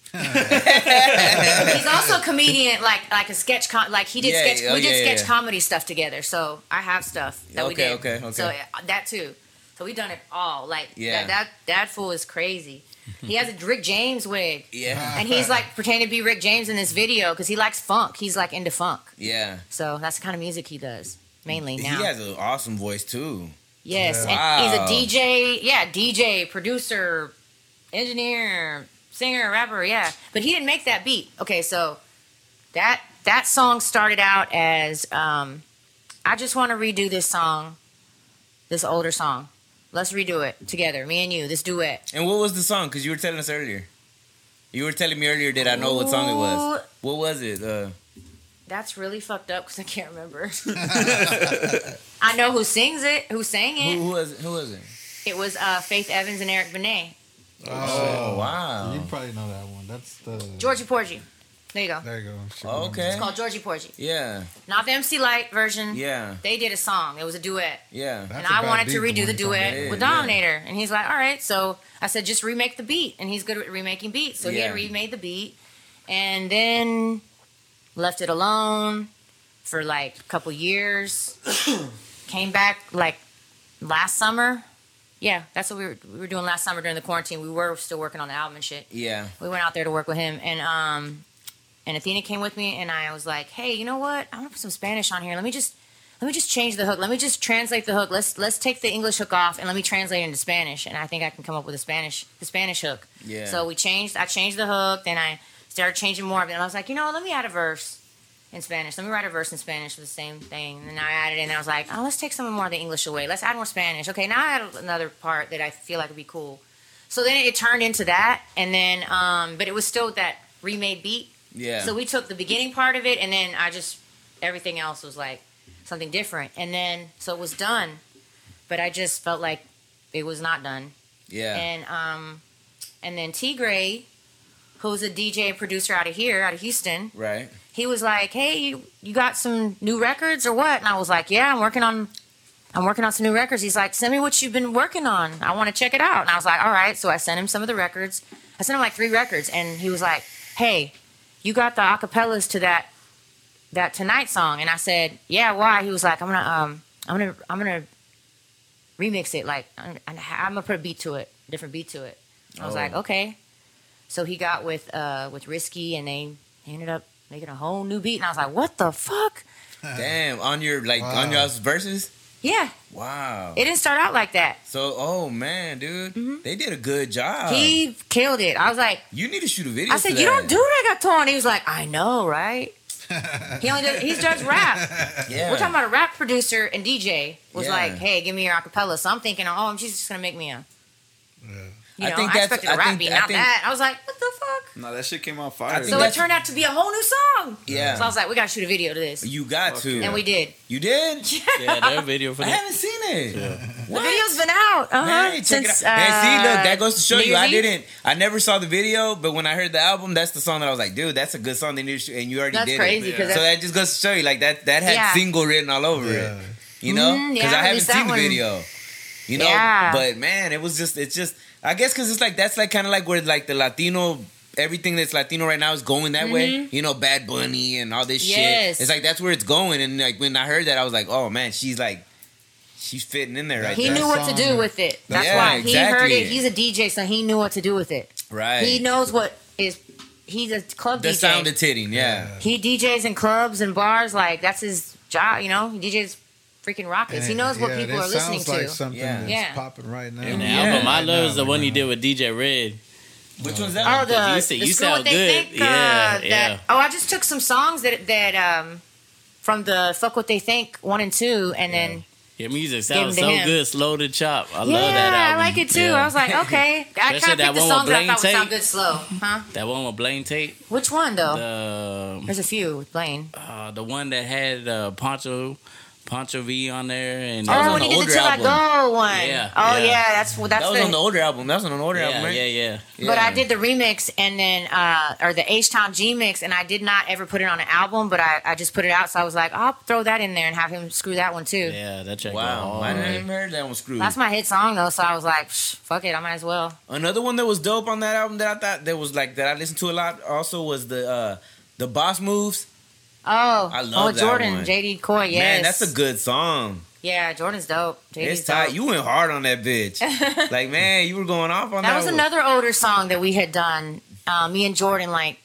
Speaker 1: He's also a comedian, like like a sketch com. Like he did
Speaker 2: Yeah,
Speaker 1: sketch.
Speaker 2: oh,
Speaker 1: we did
Speaker 2: yeah,
Speaker 1: sketch
Speaker 2: yeah.
Speaker 1: comedy stuff together, so I have stuff that we
Speaker 2: Okay,
Speaker 1: did.
Speaker 2: okay, okay.
Speaker 1: So uh, that too. So we done it all. Like
Speaker 2: Yeah.
Speaker 1: that, that that fool is crazy. He has a Rick James wig.
Speaker 2: Yeah,
Speaker 1: and he's like pretending to be Rick James in this video because he likes funk. He's like into funk,
Speaker 2: yeah.
Speaker 1: so that's the kind of music he does mainly now.
Speaker 2: He has an awesome voice too.
Speaker 1: yes,
Speaker 2: Wow.
Speaker 1: and he's a DJ. Yeah, DJ, producer, engineer, singer, rapper. Yeah, but he didn't make that beat. Okay, so that that song started out as um, I just want to redo this song, this older song. Let's redo it together, me and you. This duet.
Speaker 2: And what was the song? Because you were telling us earlier. You were telling me earlier that I know what song it was.
Speaker 1: Ooh,
Speaker 2: What was it? Uh,
Speaker 1: That's really fucked up because I can't remember. I know who sings it, who sang
Speaker 2: who,
Speaker 1: it.
Speaker 2: who was it? Who was it?
Speaker 1: It was uh, Faith Evans and Eric Benet.
Speaker 2: Oh, wow.
Speaker 3: You probably know that one. That's the
Speaker 1: Georgie Porgy. There you go.
Speaker 3: There you go. Should
Speaker 2: Oh,
Speaker 3: remember.
Speaker 2: okay.
Speaker 1: It's called Georgie Porgy.
Speaker 2: Yeah,
Speaker 1: Not the MC Light version.
Speaker 2: yeah,
Speaker 1: They did a song. It was a duet.
Speaker 2: yeah.
Speaker 3: That's
Speaker 1: and
Speaker 3: a
Speaker 1: I
Speaker 3: bad
Speaker 1: wanted
Speaker 3: beat,
Speaker 1: to redo
Speaker 3: one
Speaker 1: the
Speaker 3: you told me.
Speaker 1: duet
Speaker 2: Yeah,
Speaker 1: with
Speaker 2: yeah.
Speaker 1: Dominator. And he's like, all right. So I said, just remake the beat. And he's good at remaking beats. So he
Speaker 2: Yeah.
Speaker 1: had remade the beat and then left it alone for like a couple years. Came back like last summer. Yeah, that's what we were, we were doing last summer during the quarantine. We were still working on the album and shit
Speaker 2: Yeah,
Speaker 1: we went out there to work with him and um and athena came with me and i was like hey you know what i want to put some spanish on here let me just let me just change the hook let me just translate the hook let's let's take the english hook off and let me translate it into spanish and i think i can come up with a spanish the spanish hook
Speaker 2: yeah.
Speaker 1: so we changed i changed the hook then i started changing more of it and i was like you know what, let me add a verse in spanish let me write a verse in spanish for the same thing and then i added it and i was like oh let's take some more of the english away let's add more spanish okay now i add another part that i feel like would be cool so then it turned into that, and then um, but it was still that remade beat.
Speaker 2: yeah.
Speaker 1: So we took the beginning part of it, and then I just everything else was like something different, and then so it was done, but I just felt like it was not done,
Speaker 2: yeah.
Speaker 1: and um, and then T Gray, who's a DJ and producer out of here, out of Houston,
Speaker 2: Right.
Speaker 1: he was like, "Hey, you, you got some new records or what?" And I was like, "Yeah, I'm working on I'm working on some new records." He's like, "Send me what you've been working on. I want to check it out." And I was like, "All right." So I sent him some of the records. I sent him like three records and he was like, "Hey, you got the acapellas to that that tonight song." And I said, "Yeah, why?" He was like, "I'm going to um I'm going to I'm going to remix it like I'm, I'm going to put a beat to it, different beat to it." I was
Speaker 2: Oh.
Speaker 1: like, "Okay." So he got with uh with Risky and they they ended up making a whole new beat, and I was like, "What the fuck?"
Speaker 2: Damn. On your like on
Speaker 3: Wow.
Speaker 2: y'all's verses.
Speaker 1: Yeah,
Speaker 2: Wow.
Speaker 1: it didn't start out like that.
Speaker 2: So, oh man, dude, they did a good job.
Speaker 1: Mm-hmm. He killed it. I was like,
Speaker 2: you need to shoot a video.
Speaker 1: I said,
Speaker 2: for
Speaker 1: you
Speaker 2: that.
Speaker 1: don't do reggaeton. He was like, I know, right? he only does, he does rap.
Speaker 2: Yeah.
Speaker 1: We're talking about a rap producer and DJ was
Speaker 2: Yeah.
Speaker 1: like, hey, give me your acapella. So I'm thinking, oh, she's just gonna make me a. You
Speaker 2: I
Speaker 1: know, I,
Speaker 2: think that's-
Speaker 1: expected
Speaker 2: I
Speaker 1: a rap
Speaker 2: think-
Speaker 1: beat,
Speaker 2: I
Speaker 1: not
Speaker 2: think-
Speaker 1: that. I was like, what the fuck?
Speaker 4: No, that shit came out fire.
Speaker 2: think
Speaker 1: So it
Speaker 2: that's-
Speaker 1: turned out to be a whole new song.
Speaker 2: Yeah.
Speaker 1: So I was like, we gotta shoot a video to this,
Speaker 2: you got
Speaker 4: Fuck
Speaker 2: to.
Speaker 1: and we did.
Speaker 2: You did?
Speaker 5: Yeah, that video for
Speaker 2: I
Speaker 5: that.
Speaker 2: haven't seen it.
Speaker 1: The video's been out. Uh huh.
Speaker 2: Hey, check
Speaker 1: Since
Speaker 2: it out. and see, look,
Speaker 1: uh,
Speaker 2: that goes to show
Speaker 1: New
Speaker 2: you. I
Speaker 1: Year's Eve.
Speaker 2: didn't. I never saw the video, but when I heard the album, that's the song that I was like, dude, that's a good song. They need to shoot, and you already
Speaker 1: That's
Speaker 2: did it.
Speaker 1: crazy because
Speaker 2: So that just goes to show you, like that that had
Speaker 1: Yeah.
Speaker 2: single written all over
Speaker 3: Yeah.
Speaker 2: it. You know,
Speaker 1: Mhm,
Speaker 2: because
Speaker 1: yeah,
Speaker 2: I
Speaker 1: at
Speaker 2: haven't
Speaker 1: least that
Speaker 2: seen the
Speaker 1: one.
Speaker 2: video. You know,
Speaker 1: Yeah.
Speaker 2: but man, it was just it's just I guess because it's like that's like kind of like where like the Latino. Everything that's Latino right now is going that way, you know. Bad Bunny and all this
Speaker 1: Mm-hmm. Yes.
Speaker 2: shit. It's like that's where it's going, and like when I heard that, I was like, "Oh man, she's like, she's fitting in there right
Speaker 1: He
Speaker 2: there."
Speaker 1: knew what to do
Speaker 3: song.
Speaker 1: with it. That's
Speaker 2: Yeah,
Speaker 1: why he heard
Speaker 2: exactly.
Speaker 1: it. He's a DJ, so he knew what to do with it.
Speaker 2: right?
Speaker 1: He knows what is. He's a club
Speaker 2: the
Speaker 1: DJ.
Speaker 2: sound of titting, yeah.
Speaker 1: he DJs in clubs and bars. Like that's his job. You know, he DJs freaking rockets. He
Speaker 3: And
Speaker 1: knows
Speaker 3: it-
Speaker 1: what
Speaker 3: yeah,
Speaker 1: people
Speaker 3: that
Speaker 1: are listening
Speaker 3: sounds like
Speaker 1: to.
Speaker 3: Something
Speaker 2: Yeah.
Speaker 3: that's
Speaker 1: Yeah.
Speaker 3: popping right now.
Speaker 5: And the
Speaker 2: Yeah.
Speaker 5: album I love is
Speaker 3: Right
Speaker 5: the
Speaker 3: now,
Speaker 5: one he
Speaker 3: right
Speaker 5: did with DJ Red.
Speaker 2: Which one's that?
Speaker 1: Oh, the,
Speaker 5: You say-
Speaker 1: the
Speaker 5: you
Speaker 1: screw
Speaker 5: sound
Speaker 1: what they
Speaker 5: good.
Speaker 1: think. uh,
Speaker 5: Yeah,
Speaker 1: that,
Speaker 5: yeah.
Speaker 1: Oh, I just took some songs that that um from the fuck what they think one and two, and then
Speaker 5: Your music
Speaker 1: him
Speaker 5: sounds
Speaker 1: to
Speaker 5: so
Speaker 1: him.
Speaker 5: good, slow to chop. I
Speaker 1: yeah,
Speaker 5: love that album.
Speaker 1: I like it too.
Speaker 5: Yeah.
Speaker 1: I was like, okay, I
Speaker 5: Especially
Speaker 1: kind
Speaker 5: that
Speaker 1: of picked the
Speaker 5: one with
Speaker 1: songs that I
Speaker 5: Blaine
Speaker 1: thought would
Speaker 5: Tate.
Speaker 1: sound good slow, huh?
Speaker 5: that one with Blaine Tate.
Speaker 1: Which one though?
Speaker 5: The um,
Speaker 1: There's a few with Blaine.
Speaker 5: uh, the one that had uh, Poncho Poncho V on there and
Speaker 2: was on
Speaker 1: Oh, when
Speaker 2: the
Speaker 1: he did
Speaker 2: older
Speaker 1: the Till I
Speaker 2: album.
Speaker 1: Go one.
Speaker 5: Yeah,
Speaker 1: oh
Speaker 5: yeah.
Speaker 1: yeah, that's well, that's
Speaker 2: That was
Speaker 1: the,
Speaker 2: on the older album. That was on an older album,
Speaker 5: yeah,
Speaker 2: right?
Speaker 5: yeah, yeah.
Speaker 1: But
Speaker 2: Yeah.
Speaker 1: I did the remix and then uh or the H Town G mix and I did not ever put it on an album, but I, I just put it out so I was like, I'll throw that in there and have him screw that one too.
Speaker 5: Yeah, that track.
Speaker 2: Wow,
Speaker 5: was
Speaker 2: I
Speaker 5: hard.
Speaker 2: didn't
Speaker 1: Mm-hmm.
Speaker 2: even heard that one. Screwed.
Speaker 1: That's my hit song though, so I was like, "Psh, fuck it, I might as well.
Speaker 2: Another one that was dope on that album that I thought that was like that I listened to a lot also was the uh the Boss Moves.
Speaker 1: Oh,
Speaker 2: I love
Speaker 1: oh
Speaker 2: that
Speaker 1: Jordan,
Speaker 2: one.
Speaker 1: JD Coy, yes.
Speaker 2: Man, that's a good song.
Speaker 1: Yeah, Jordan's dope. JD's
Speaker 2: it's tight.
Speaker 1: dope.
Speaker 2: You went hard on that bitch. like man, you were going off on that.
Speaker 1: that was
Speaker 2: one.
Speaker 1: another older song that we had done, uh, me and Jordan like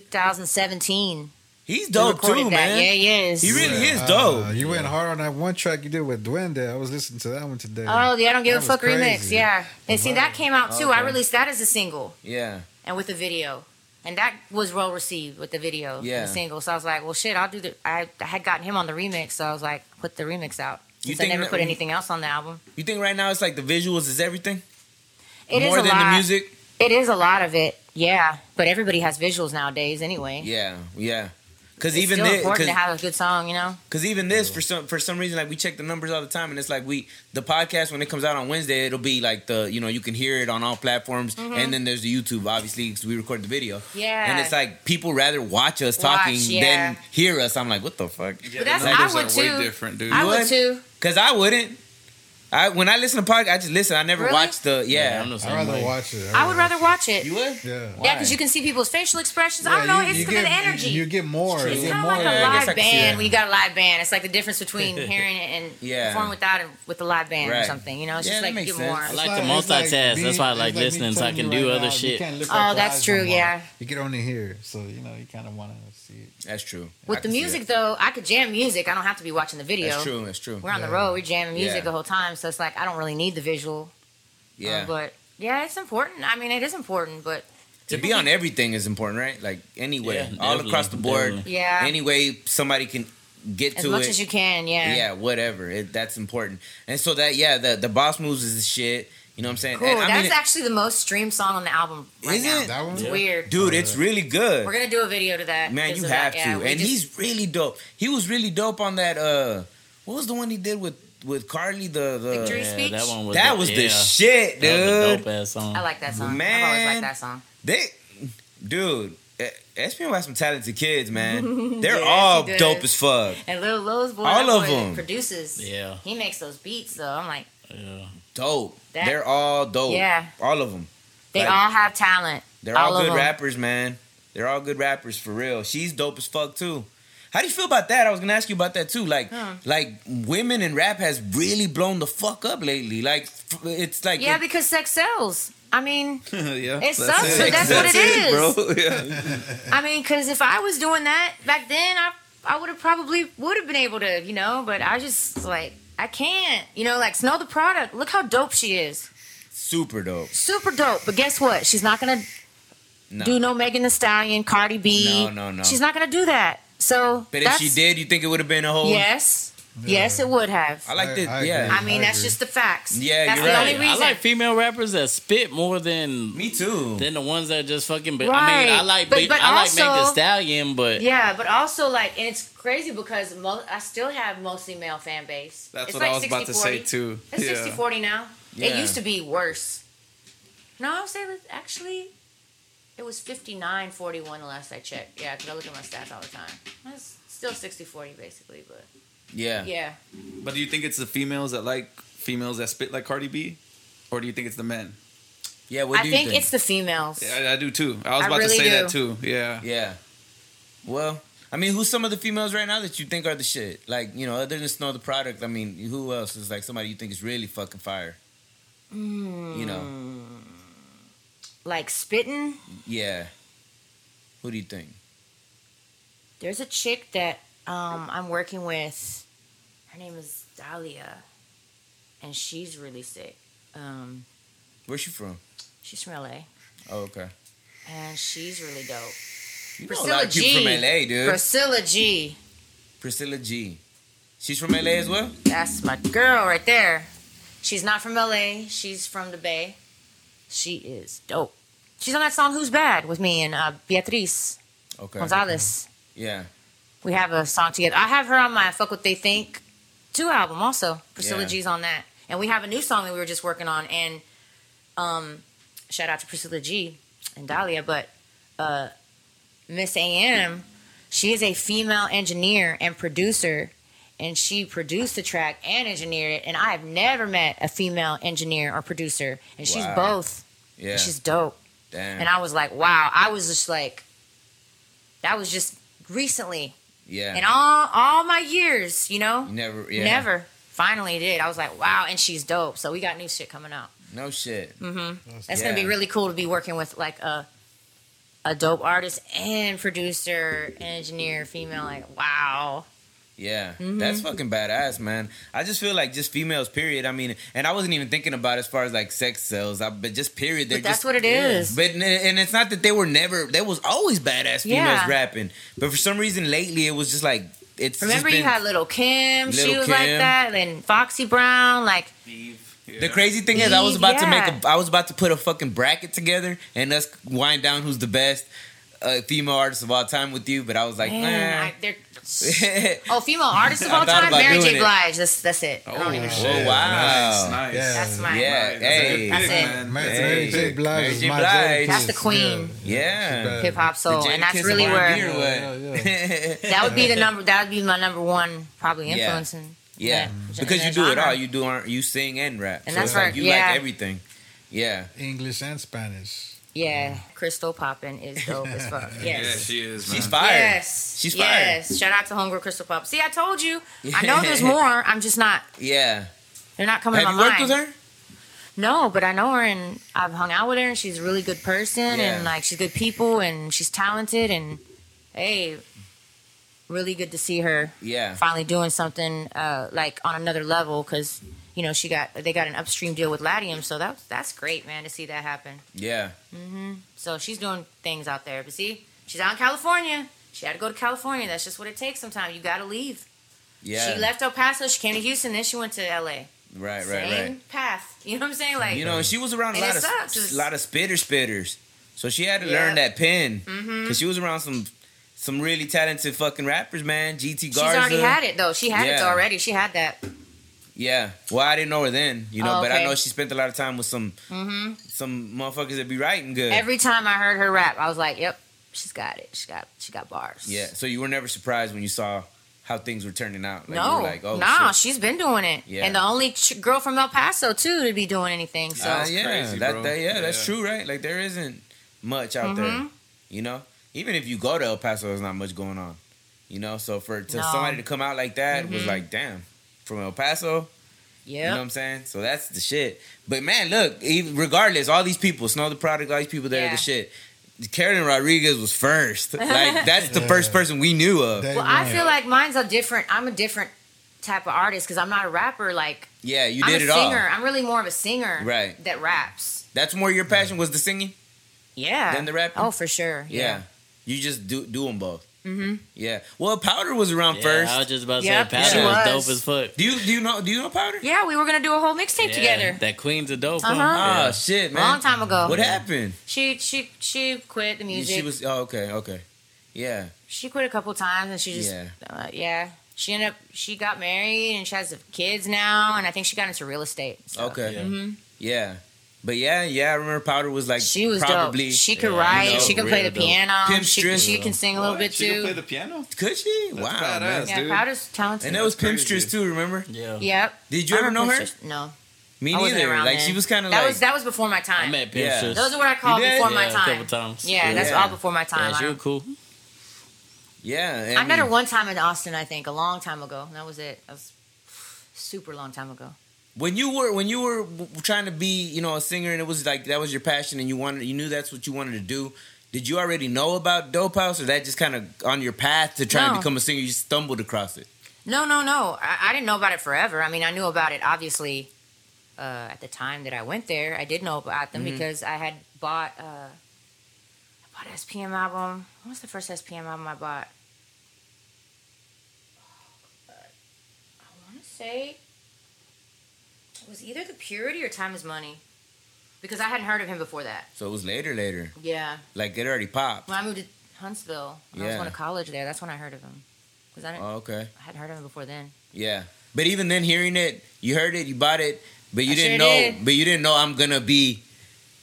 Speaker 1: 2017.
Speaker 2: He's
Speaker 1: We
Speaker 2: dope
Speaker 1: recorded
Speaker 2: too,
Speaker 1: that.
Speaker 2: man.
Speaker 1: Yeah, he is.
Speaker 2: He really
Speaker 3: Yeah,
Speaker 2: is
Speaker 3: uh,
Speaker 2: dope.
Speaker 3: you went hard on that one track you did with Duende. I was listening to that one today.
Speaker 1: Oh, the I Don't Give
Speaker 3: That was
Speaker 1: a Fuck remix.
Speaker 3: crazy.
Speaker 1: Yeah. And see, that came out too. I
Speaker 2: Okay.
Speaker 1: released that as a single
Speaker 2: yeah.
Speaker 1: and with a video. And that was well received with the video, yeah.
Speaker 2: Yeah.
Speaker 1: the single. So I was like, well, shit, I'll do the. I, I had gotten him on the remix, so I was like, put the remix out.
Speaker 2: You
Speaker 1: Since I
Speaker 2: think
Speaker 1: never
Speaker 2: that-
Speaker 1: put anything else on the album.
Speaker 2: You think right now it's like the visuals is everything?
Speaker 1: It is
Speaker 2: More
Speaker 1: a
Speaker 2: than
Speaker 1: lot.
Speaker 2: the music?
Speaker 1: It is a lot of it, yeah. But everybody has visuals nowadays anyway.
Speaker 2: Yeah, yeah. Cause
Speaker 1: It's
Speaker 2: even
Speaker 1: still
Speaker 2: thi-
Speaker 1: important
Speaker 2: 'cause-
Speaker 1: to have a good song, you know?
Speaker 2: Cause even this for some for some reason like we check the numbers all the time and it's like we the podcast when it comes out on Wednesday it'll be like the you know you can hear it on all platforms and then there's the YouTube obviously 'cause we record the video
Speaker 1: Mm-hmm. Yeah.
Speaker 2: and it's like people rather watch us
Speaker 1: Watch,
Speaker 2: talking
Speaker 1: yeah.
Speaker 2: than hear us I'm like what the fuck
Speaker 4: Yeah,
Speaker 1: that's-
Speaker 4: the
Speaker 1: I
Speaker 4: numbers
Speaker 1: would
Speaker 4: are way
Speaker 1: too.
Speaker 4: different, dude.
Speaker 1: I would
Speaker 2: would?
Speaker 1: too.
Speaker 2: cause I wouldn't I when I listen to podcast I just listen I never
Speaker 1: Really?
Speaker 2: watch the yeah,
Speaker 5: I'm the same
Speaker 3: I'd rather
Speaker 5: way.
Speaker 3: watch it.
Speaker 1: I would rather watch it.
Speaker 2: you would
Speaker 3: Yeah.
Speaker 1: yeah, because you can see people's facial expressions. I don't know. it's for
Speaker 3: get,
Speaker 1: the energy.
Speaker 3: You get more.
Speaker 1: It's
Speaker 3: You get
Speaker 1: kind of
Speaker 3: more.
Speaker 1: like
Speaker 2: yeah,
Speaker 1: a
Speaker 2: I guess I
Speaker 1: live
Speaker 2: can see that.
Speaker 1: band. When you got a live band, it's like the difference between hearing it and
Speaker 2: Yeah.
Speaker 1: performing without it with a live band or
Speaker 2: Right.
Speaker 1: something. You know, it's
Speaker 2: Yeah,
Speaker 1: just
Speaker 2: that
Speaker 1: like you
Speaker 2: makes
Speaker 1: get
Speaker 2: sense.
Speaker 1: more.
Speaker 5: I
Speaker 3: It's
Speaker 5: like to
Speaker 3: it's
Speaker 5: multitask.
Speaker 3: me-
Speaker 5: That's why I like
Speaker 3: it's me
Speaker 5: listening, so I
Speaker 3: telling
Speaker 5: can
Speaker 3: you
Speaker 5: do
Speaker 3: right
Speaker 5: other
Speaker 3: now, you
Speaker 5: shit.
Speaker 3: can't look
Speaker 1: Oh,
Speaker 3: at your
Speaker 1: that's
Speaker 3: eyes
Speaker 1: true,
Speaker 3: more.
Speaker 1: yeah.
Speaker 3: You can only hear, so you know you kind of want to see it.
Speaker 2: that's true I
Speaker 1: With the
Speaker 2: can see
Speaker 1: music
Speaker 2: that.
Speaker 1: though, I could jam music. I don't have to be watching the video.
Speaker 2: that's true that's true
Speaker 1: We're on the
Speaker 3: Yeah.
Speaker 1: road. We're jamming music
Speaker 2: Yeah.
Speaker 1: the whole time, so it's like I don't really need the visual. uh,
Speaker 2: yeah
Speaker 1: but yeah, it's important. I mean, it is important, but
Speaker 2: to be on everything is important right like anyway
Speaker 5: Yeah,
Speaker 2: all
Speaker 5: definitely,
Speaker 2: across the board
Speaker 5: definitely.
Speaker 1: yeah,
Speaker 2: any way somebody can get
Speaker 1: as
Speaker 2: to
Speaker 1: much
Speaker 2: it
Speaker 1: as you can. Yeah.
Speaker 2: yeah, whatever. It, that's important. And so that yeah, the the boss moves is the shit. You know what I'm saying?
Speaker 1: Cool.
Speaker 2: And I
Speaker 1: that's
Speaker 2: mean,
Speaker 1: actually the most streamed song on the album right
Speaker 2: Is
Speaker 1: now.
Speaker 2: it?
Speaker 3: That one.
Speaker 1: It's weird.
Speaker 2: dude, it's really good.
Speaker 1: We're gonna do a video to that.
Speaker 2: Man,
Speaker 1: just
Speaker 2: you
Speaker 1: so
Speaker 2: have
Speaker 1: that-
Speaker 2: to.
Speaker 1: yeah, we
Speaker 2: and
Speaker 1: just-
Speaker 2: he's really dope. He was really dope on that. uh What was the one he did with with Carly? The the
Speaker 1: Victory
Speaker 5: Yeah,
Speaker 1: Speech?
Speaker 5: that one was
Speaker 2: that
Speaker 5: the,
Speaker 2: was
Speaker 5: yeah,
Speaker 2: the shit, dude.
Speaker 5: That was a dope ass song.
Speaker 1: I like that song. I've always
Speaker 2: Man.
Speaker 1: liked that song.
Speaker 2: They, dude. eh, SPN has some talented kids, man. They're
Speaker 1: Yes,
Speaker 2: all
Speaker 1: he does.
Speaker 2: dope as fuck.
Speaker 1: And Lil Lil's boy,
Speaker 2: All
Speaker 1: that
Speaker 2: of
Speaker 1: boy
Speaker 2: them.
Speaker 1: produces.
Speaker 5: Yeah.
Speaker 1: he makes those beats though. I'm like,
Speaker 5: yeah.
Speaker 2: Dope.
Speaker 1: That-
Speaker 2: They're all dope.
Speaker 1: Yeah.
Speaker 2: all of them.
Speaker 1: they
Speaker 2: Like-
Speaker 1: all have talent.
Speaker 2: They're
Speaker 1: All
Speaker 2: all,
Speaker 1: of
Speaker 2: good
Speaker 1: 'em.
Speaker 2: rappers, man. They're all good rappers for real. She's dope as fuck too. How do you feel about that? I was gonna ask you about that too. Like,
Speaker 1: Hmm.
Speaker 2: like women in rap has really blown the fuck up lately. Like, f- it's like
Speaker 1: Yeah, because sex sells. I mean,
Speaker 4: yeah,
Speaker 1: It sucks, but that's what it
Speaker 4: it,
Speaker 1: is.
Speaker 4: bro. Yeah.
Speaker 1: I mean, because if I was doing that back then, I I would have probably would have been able to, you know, but I just like I can't, you know, like smell the product. Look how dope she is,
Speaker 2: Super dope.
Speaker 1: super dope. But guess what? She's not gonna
Speaker 2: No.
Speaker 1: do no Megan Thee Stallion, Cardi B.
Speaker 2: No, no, no.
Speaker 1: She's not gonna do that. So,
Speaker 2: But if
Speaker 1: that's-
Speaker 2: she did, you think it would have been a whole.
Speaker 1: yes, yes, it would have.
Speaker 2: I like
Speaker 3: I-
Speaker 2: this.
Speaker 3: I
Speaker 2: yeah.
Speaker 3: agree.
Speaker 1: I mean,
Speaker 3: I
Speaker 1: that's
Speaker 3: agree.
Speaker 1: just the facts.
Speaker 2: Yeah,
Speaker 1: that's
Speaker 2: you're
Speaker 1: the
Speaker 2: right.
Speaker 1: only
Speaker 5: I
Speaker 1: reason.
Speaker 5: like female rappers that spit more than
Speaker 2: Me too.
Speaker 5: than the ones that just fucking. But I
Speaker 1: Right.
Speaker 5: mean, I like
Speaker 1: But-
Speaker 5: Big-
Speaker 1: but
Speaker 5: I like
Speaker 1: also-
Speaker 5: Megan Thee Stallion, but
Speaker 1: yeah, but also like, and it's crazy because mo- I still have mostly male fan base.
Speaker 4: That's
Speaker 1: it's
Speaker 4: what
Speaker 1: like
Speaker 4: I was about to say
Speaker 1: 60-40.
Speaker 4: too.
Speaker 1: It's
Speaker 4: Yeah.
Speaker 1: 60 40 now. It
Speaker 2: Yeah.
Speaker 1: used to be worse. No, I would say that actually it was 59 41 the last I checked. Yeah, because I look at my stats all the time. That's still 60 40 basically, but
Speaker 2: Yeah.
Speaker 1: yeah.
Speaker 4: But do you think it's the females that like females that spit like Cardi B, or do you think it's the men?
Speaker 2: Yeah. What
Speaker 1: I
Speaker 2: do you
Speaker 1: think,
Speaker 2: think?
Speaker 1: it's the females.
Speaker 4: Yeah, I, I do too. I was
Speaker 1: I
Speaker 4: about
Speaker 1: really
Speaker 4: to say that
Speaker 1: do.
Speaker 4: too. Yeah.
Speaker 2: Yeah. Well, I mean, who's some of the females right now that you think are the shit? Like, you know, other than Snow the Product, I mean, who else is like somebody you think is really fucking fire? You know?
Speaker 1: Hmm. Like spitting.
Speaker 2: Yeah. Who do you think?
Speaker 1: There's a chick that um, I'm working with. Her name is Dahlia, and she's really sick. Um,
Speaker 2: Where's she from?
Speaker 1: she's from LA,
Speaker 2: Oh, okay.
Speaker 1: and she's really dope.
Speaker 2: You know a
Speaker 1: Priscilla
Speaker 2: lot of people
Speaker 1: G.
Speaker 2: from LA, dude.
Speaker 1: Priscilla G.
Speaker 2: Priscilla G. She's from LA as well?
Speaker 1: That's my girl right there. She's not from LA. She's from the Bay. She is dope. She's on that song "Who's Bad" with me and uh, Beatriz
Speaker 2: Okay.
Speaker 1: Gonzalez.
Speaker 2: Yeah.
Speaker 1: We have a song together. I have her on my "Fuck What They Think" two album also. Priscilla
Speaker 2: Yeah.
Speaker 1: G's on that, and we have a new song that we were just working on. And um, shout out to Priscilla G and Dahlia, but uh, Miss AM, she is a female engineer and producer, and she produced the track and engineered it. And I have never met a female engineer or producer, and she's
Speaker 2: Wow.
Speaker 1: both.
Speaker 2: Yeah.
Speaker 1: She's dope.
Speaker 2: Damn.
Speaker 1: And I was like, wow. I was just like, that was just recently
Speaker 2: yeah.
Speaker 1: in all all my years, you know,
Speaker 2: You never. Yeah.
Speaker 1: never finally did. I was like, wow, and she's dope. So we got new shit coming out.
Speaker 2: No shit.
Speaker 1: That's gonna
Speaker 2: Mm-hmm. Yeah.
Speaker 1: be really cool to be working with like a a dope artist and producer, engineer, female. Like, wow,
Speaker 2: Yeah,
Speaker 1: Mm-hmm.
Speaker 2: that's fucking badass, man. I just feel like just females, period. I mean, and I wasn't even thinking about as far as like sex sells, I, but just period. They're
Speaker 1: but that's
Speaker 2: just,
Speaker 1: what it is.
Speaker 2: But n- and it's not that they were never. They was always badass females
Speaker 1: Yeah.
Speaker 2: rapping, but for some reason lately it was just like it's.
Speaker 1: Remember,
Speaker 2: just
Speaker 1: you
Speaker 2: been,
Speaker 1: had Little Kim. she
Speaker 2: Lil'
Speaker 1: was like
Speaker 2: Kim.
Speaker 1: that, and Foxy Brown. Like,
Speaker 2: the crazy thing is I was about to
Speaker 1: Yeah.
Speaker 2: make a. I was about to put a fucking bracket together and us wind down who's the best uh, female artist of all time with you, but I was like,
Speaker 1: man, I,
Speaker 2: man.
Speaker 1: they're. Oh, female artists of
Speaker 2: I
Speaker 1: all
Speaker 2: thought
Speaker 1: time,
Speaker 2: about
Speaker 1: Mary
Speaker 2: doing
Speaker 1: J.
Speaker 2: it.
Speaker 1: Blige. That's that's it. I don't even.
Speaker 3: Wow.
Speaker 2: oh
Speaker 3: Yeah,
Speaker 2: wow.
Speaker 4: Nice, nice.
Speaker 3: Yeah.
Speaker 1: That's my.
Speaker 2: Yeah,
Speaker 4: Nice.
Speaker 2: hey,
Speaker 4: That's a
Speaker 1: That's
Speaker 4: good
Speaker 1: it.
Speaker 4: pick, man.
Speaker 3: Ma-
Speaker 2: Hey.
Speaker 3: Mary J. Blige
Speaker 2: Mary
Speaker 3: is
Speaker 2: J.
Speaker 3: my
Speaker 2: Blige.
Speaker 3: favorite.
Speaker 1: That's the queen.
Speaker 2: Yeah.
Speaker 3: She bad.
Speaker 1: Hip hop soul,
Speaker 2: The
Speaker 1: Oh, and that's
Speaker 2: Jadakiss of
Speaker 1: really
Speaker 2: R&B
Speaker 1: where.
Speaker 2: or what?
Speaker 1: That would be the number. That would be my number one, probably
Speaker 2: Yeah.
Speaker 1: influencing.
Speaker 2: yeah,
Speaker 1: that-
Speaker 2: because you
Speaker 1: that
Speaker 2: do it
Speaker 1: genre.
Speaker 2: all. You do ar- you sing and rap,
Speaker 1: And
Speaker 2: so
Speaker 1: that's
Speaker 2: it's like
Speaker 1: right,
Speaker 2: you
Speaker 1: yeah.
Speaker 2: like everything. Yeah,
Speaker 3: English and Spanish.
Speaker 1: Yeah, Crystal Poppin is dope as fuck.
Speaker 4: Yeah,
Speaker 1: Yes.
Speaker 4: she is. Man.
Speaker 2: she's fire.
Speaker 1: Yes.
Speaker 2: She's fire.
Speaker 1: Yes. Shout out to Homegirl Crystal Pop. See, I told you. I know there's more. I'm just not.
Speaker 2: Yeah.
Speaker 1: They're not coming
Speaker 2: Have
Speaker 1: to
Speaker 2: you
Speaker 1: my
Speaker 2: worked
Speaker 1: mind.
Speaker 2: with her?
Speaker 1: No, but I know her and I've hung out with her and she's a really good person
Speaker 2: Yeah.
Speaker 1: and like she's good people and she's talented and hey, really good to see her
Speaker 2: Yeah.
Speaker 1: finally doing something uh, like on another level because you know she got they got an upstream deal with Latium, so that that's great, man, to see that happen. Mm-hmm.
Speaker 2: Yeah.
Speaker 1: So she's doing things out there. But see, she's out in California. She had to go to California. That's just what it takes sometimes. You got to leave.
Speaker 2: Yeah.
Speaker 1: She left El Paso. She came to Houston. Then she went to LA.
Speaker 2: Right. Right.
Speaker 1: Same
Speaker 2: Right.
Speaker 1: path. You know what I'm saying? Like,
Speaker 2: You know, she was around a
Speaker 1: And
Speaker 2: lot
Speaker 1: it
Speaker 2: of
Speaker 1: sucks. It's-
Speaker 2: a lot of spitter spitters, so she had to
Speaker 1: Yeah.
Speaker 2: learn that pen because
Speaker 1: mm-hmm.
Speaker 2: she was around some some really talented fucking rappers, man. GT
Speaker 1: she's
Speaker 2: Garza.
Speaker 1: already had it, though. She had it
Speaker 2: Yeah.
Speaker 1: already. She had that.
Speaker 2: Yeah. Well, I didn't know her then, you know,
Speaker 1: Oh,
Speaker 2: but I
Speaker 1: okay.
Speaker 2: know she spent a lot of time with some some motherfuckers that be writing good.
Speaker 1: Mm-hmm. Every time I heard her rap, I was like, yep, she's got it. She got she got bars.
Speaker 2: yeah. So you were never surprised when you saw how things were turning out. Like, you
Speaker 1: no,
Speaker 2: were like, oh,
Speaker 1: nah,
Speaker 2: shit.
Speaker 1: she's been doing it,
Speaker 2: Yeah.
Speaker 1: and the only ch- girl from El Paso too to be doing anything. So
Speaker 2: Uh,
Speaker 4: That's
Speaker 2: yeah,
Speaker 4: crazy,
Speaker 2: that,
Speaker 4: bro.
Speaker 2: that- yeah, that's
Speaker 4: Yeah.
Speaker 2: true, right? Like there isn't much out
Speaker 1: Mm-hmm.
Speaker 2: there, you know. Even if you go to El Paso, there's not much going on, you know. So for to
Speaker 1: No. Mm-hmm.
Speaker 2: somebody to come out like that was like, damn, from El Paso, You know what
Speaker 1: yeah,
Speaker 2: I'm saying? So that's e, the shit. But man, look, even regardless, all these people, Snow the Product, all these people, they're
Speaker 1: Yeah.
Speaker 2: the shit. Karen Rodriguez was first. Like that's the first person we knew of.
Speaker 3: Day
Speaker 1: Well, I
Speaker 3: one.
Speaker 1: feel like mine's a different. I'm a different type of artist because I'm not a rapper. Like
Speaker 2: yeah, you
Speaker 1: I'm
Speaker 2: did
Speaker 1: a
Speaker 2: it all.
Speaker 1: singer. I'm really more of a singer.
Speaker 2: Right.
Speaker 1: That raps.
Speaker 2: That's more your passion was the singing.
Speaker 1: Yeah.
Speaker 2: Than the rapping?
Speaker 1: Oh, for sure.
Speaker 2: Yeah. You just do do them both. Mm-hmm. Yeah. Well, Powder was around
Speaker 5: Yeah,
Speaker 2: first.
Speaker 5: I was just about to
Speaker 1: Yep,
Speaker 5: say, Powder
Speaker 2: she
Speaker 5: was
Speaker 1: was.
Speaker 5: dope as fuck.
Speaker 2: do you do you know do you know Powder?
Speaker 1: Yeah, we were gonna do a whole mixtape
Speaker 5: Yeah,
Speaker 1: together.
Speaker 5: That Queen's a dope
Speaker 1: Uh-huh.
Speaker 5: one.
Speaker 2: Oh
Speaker 5: Yeah.
Speaker 2: shit, man.
Speaker 1: Long time ago.
Speaker 2: What happened?
Speaker 1: She she she quit the music.
Speaker 2: She was oh okay okay. Yeah.
Speaker 1: she quit a couple times and she just
Speaker 2: Yeah.
Speaker 1: yeah. Uh, yeah she ended up she got married and she has kids now and i think she got into real estate so.
Speaker 2: Okay. Yeah.
Speaker 5: Yeah.
Speaker 2: But yeah, yeah, I remember Powder was like
Speaker 1: she was
Speaker 2: probably
Speaker 1: dope she could
Speaker 5: yeah,
Speaker 1: write
Speaker 2: you know,
Speaker 1: she could play
Speaker 5: real
Speaker 1: the
Speaker 5: dope.
Speaker 1: piano
Speaker 2: Pimp
Speaker 1: she,
Speaker 2: Strip.
Speaker 1: she can sing a little bit
Speaker 4: She can play
Speaker 1: too
Speaker 4: the piano.
Speaker 2: could she?
Speaker 4: That's
Speaker 2: wow.
Speaker 4: badass,
Speaker 2: Man.
Speaker 1: yeah
Speaker 4: dude.
Speaker 1: Powder's talented
Speaker 2: And that was
Speaker 4: That's
Speaker 2: Pimpstress
Speaker 4: crazy.
Speaker 2: too, remember?
Speaker 5: Yeah.
Speaker 1: yep
Speaker 2: Did you
Speaker 1: I
Speaker 2: ever
Speaker 1: remember
Speaker 2: know her?
Speaker 1: Princess- no
Speaker 2: Me
Speaker 1: I wasn't
Speaker 2: neither.
Speaker 1: around
Speaker 2: Like
Speaker 1: then.
Speaker 2: she was kind of
Speaker 1: that
Speaker 2: like
Speaker 1: was that was before my
Speaker 5: I
Speaker 1: time
Speaker 5: met
Speaker 2: Yeah.
Speaker 5: Pinterest.
Speaker 1: those are what i call
Speaker 2: did?
Speaker 1: before
Speaker 5: yeah,
Speaker 1: my
Speaker 5: a
Speaker 1: time
Speaker 5: couple times.
Speaker 1: yeah, that's
Speaker 2: Yeah.
Speaker 1: all before my time
Speaker 5: Yeah,
Speaker 1: I
Speaker 5: she
Speaker 1: don't-
Speaker 5: was cool.
Speaker 2: yeah. and
Speaker 1: I met her one time in austin i think a long time ago that was it that was super long time ago
Speaker 2: when you were when you were w- trying to be you know a singer and it was like that was your passion and you wanted you knew that's what you wanted to do. Did you already know about Dope House or that just kind of on your path to try and
Speaker 1: No.
Speaker 2: become a singer? You stumbled across it.
Speaker 1: No, no, no. I, I didn't know about it forever. I mean, I knew about it obviously uh, at the time that I went there. I did know about
Speaker 2: Mm-hmm.
Speaker 1: them because I had bought uh, I bought an SPM album. What was the first SPM album I bought? I want to say it was either The Purity or Time Is Money because I hadn't heard of him before that.
Speaker 2: So it was later, later.
Speaker 1: Yeah,
Speaker 2: Like it already popped.
Speaker 1: when I moved to Huntsville, when I was
Speaker 2: Yeah.
Speaker 1: going to college there. That's when I heard of him because I didn't.
Speaker 2: Oh, okay.
Speaker 1: I hadn't heard of him before then.
Speaker 2: Yeah. But even then, hearing it, you heard it, you bought it, but you
Speaker 1: I
Speaker 2: didn't
Speaker 1: sure
Speaker 2: know.
Speaker 1: did.
Speaker 2: But you didn't know I'm gonna be.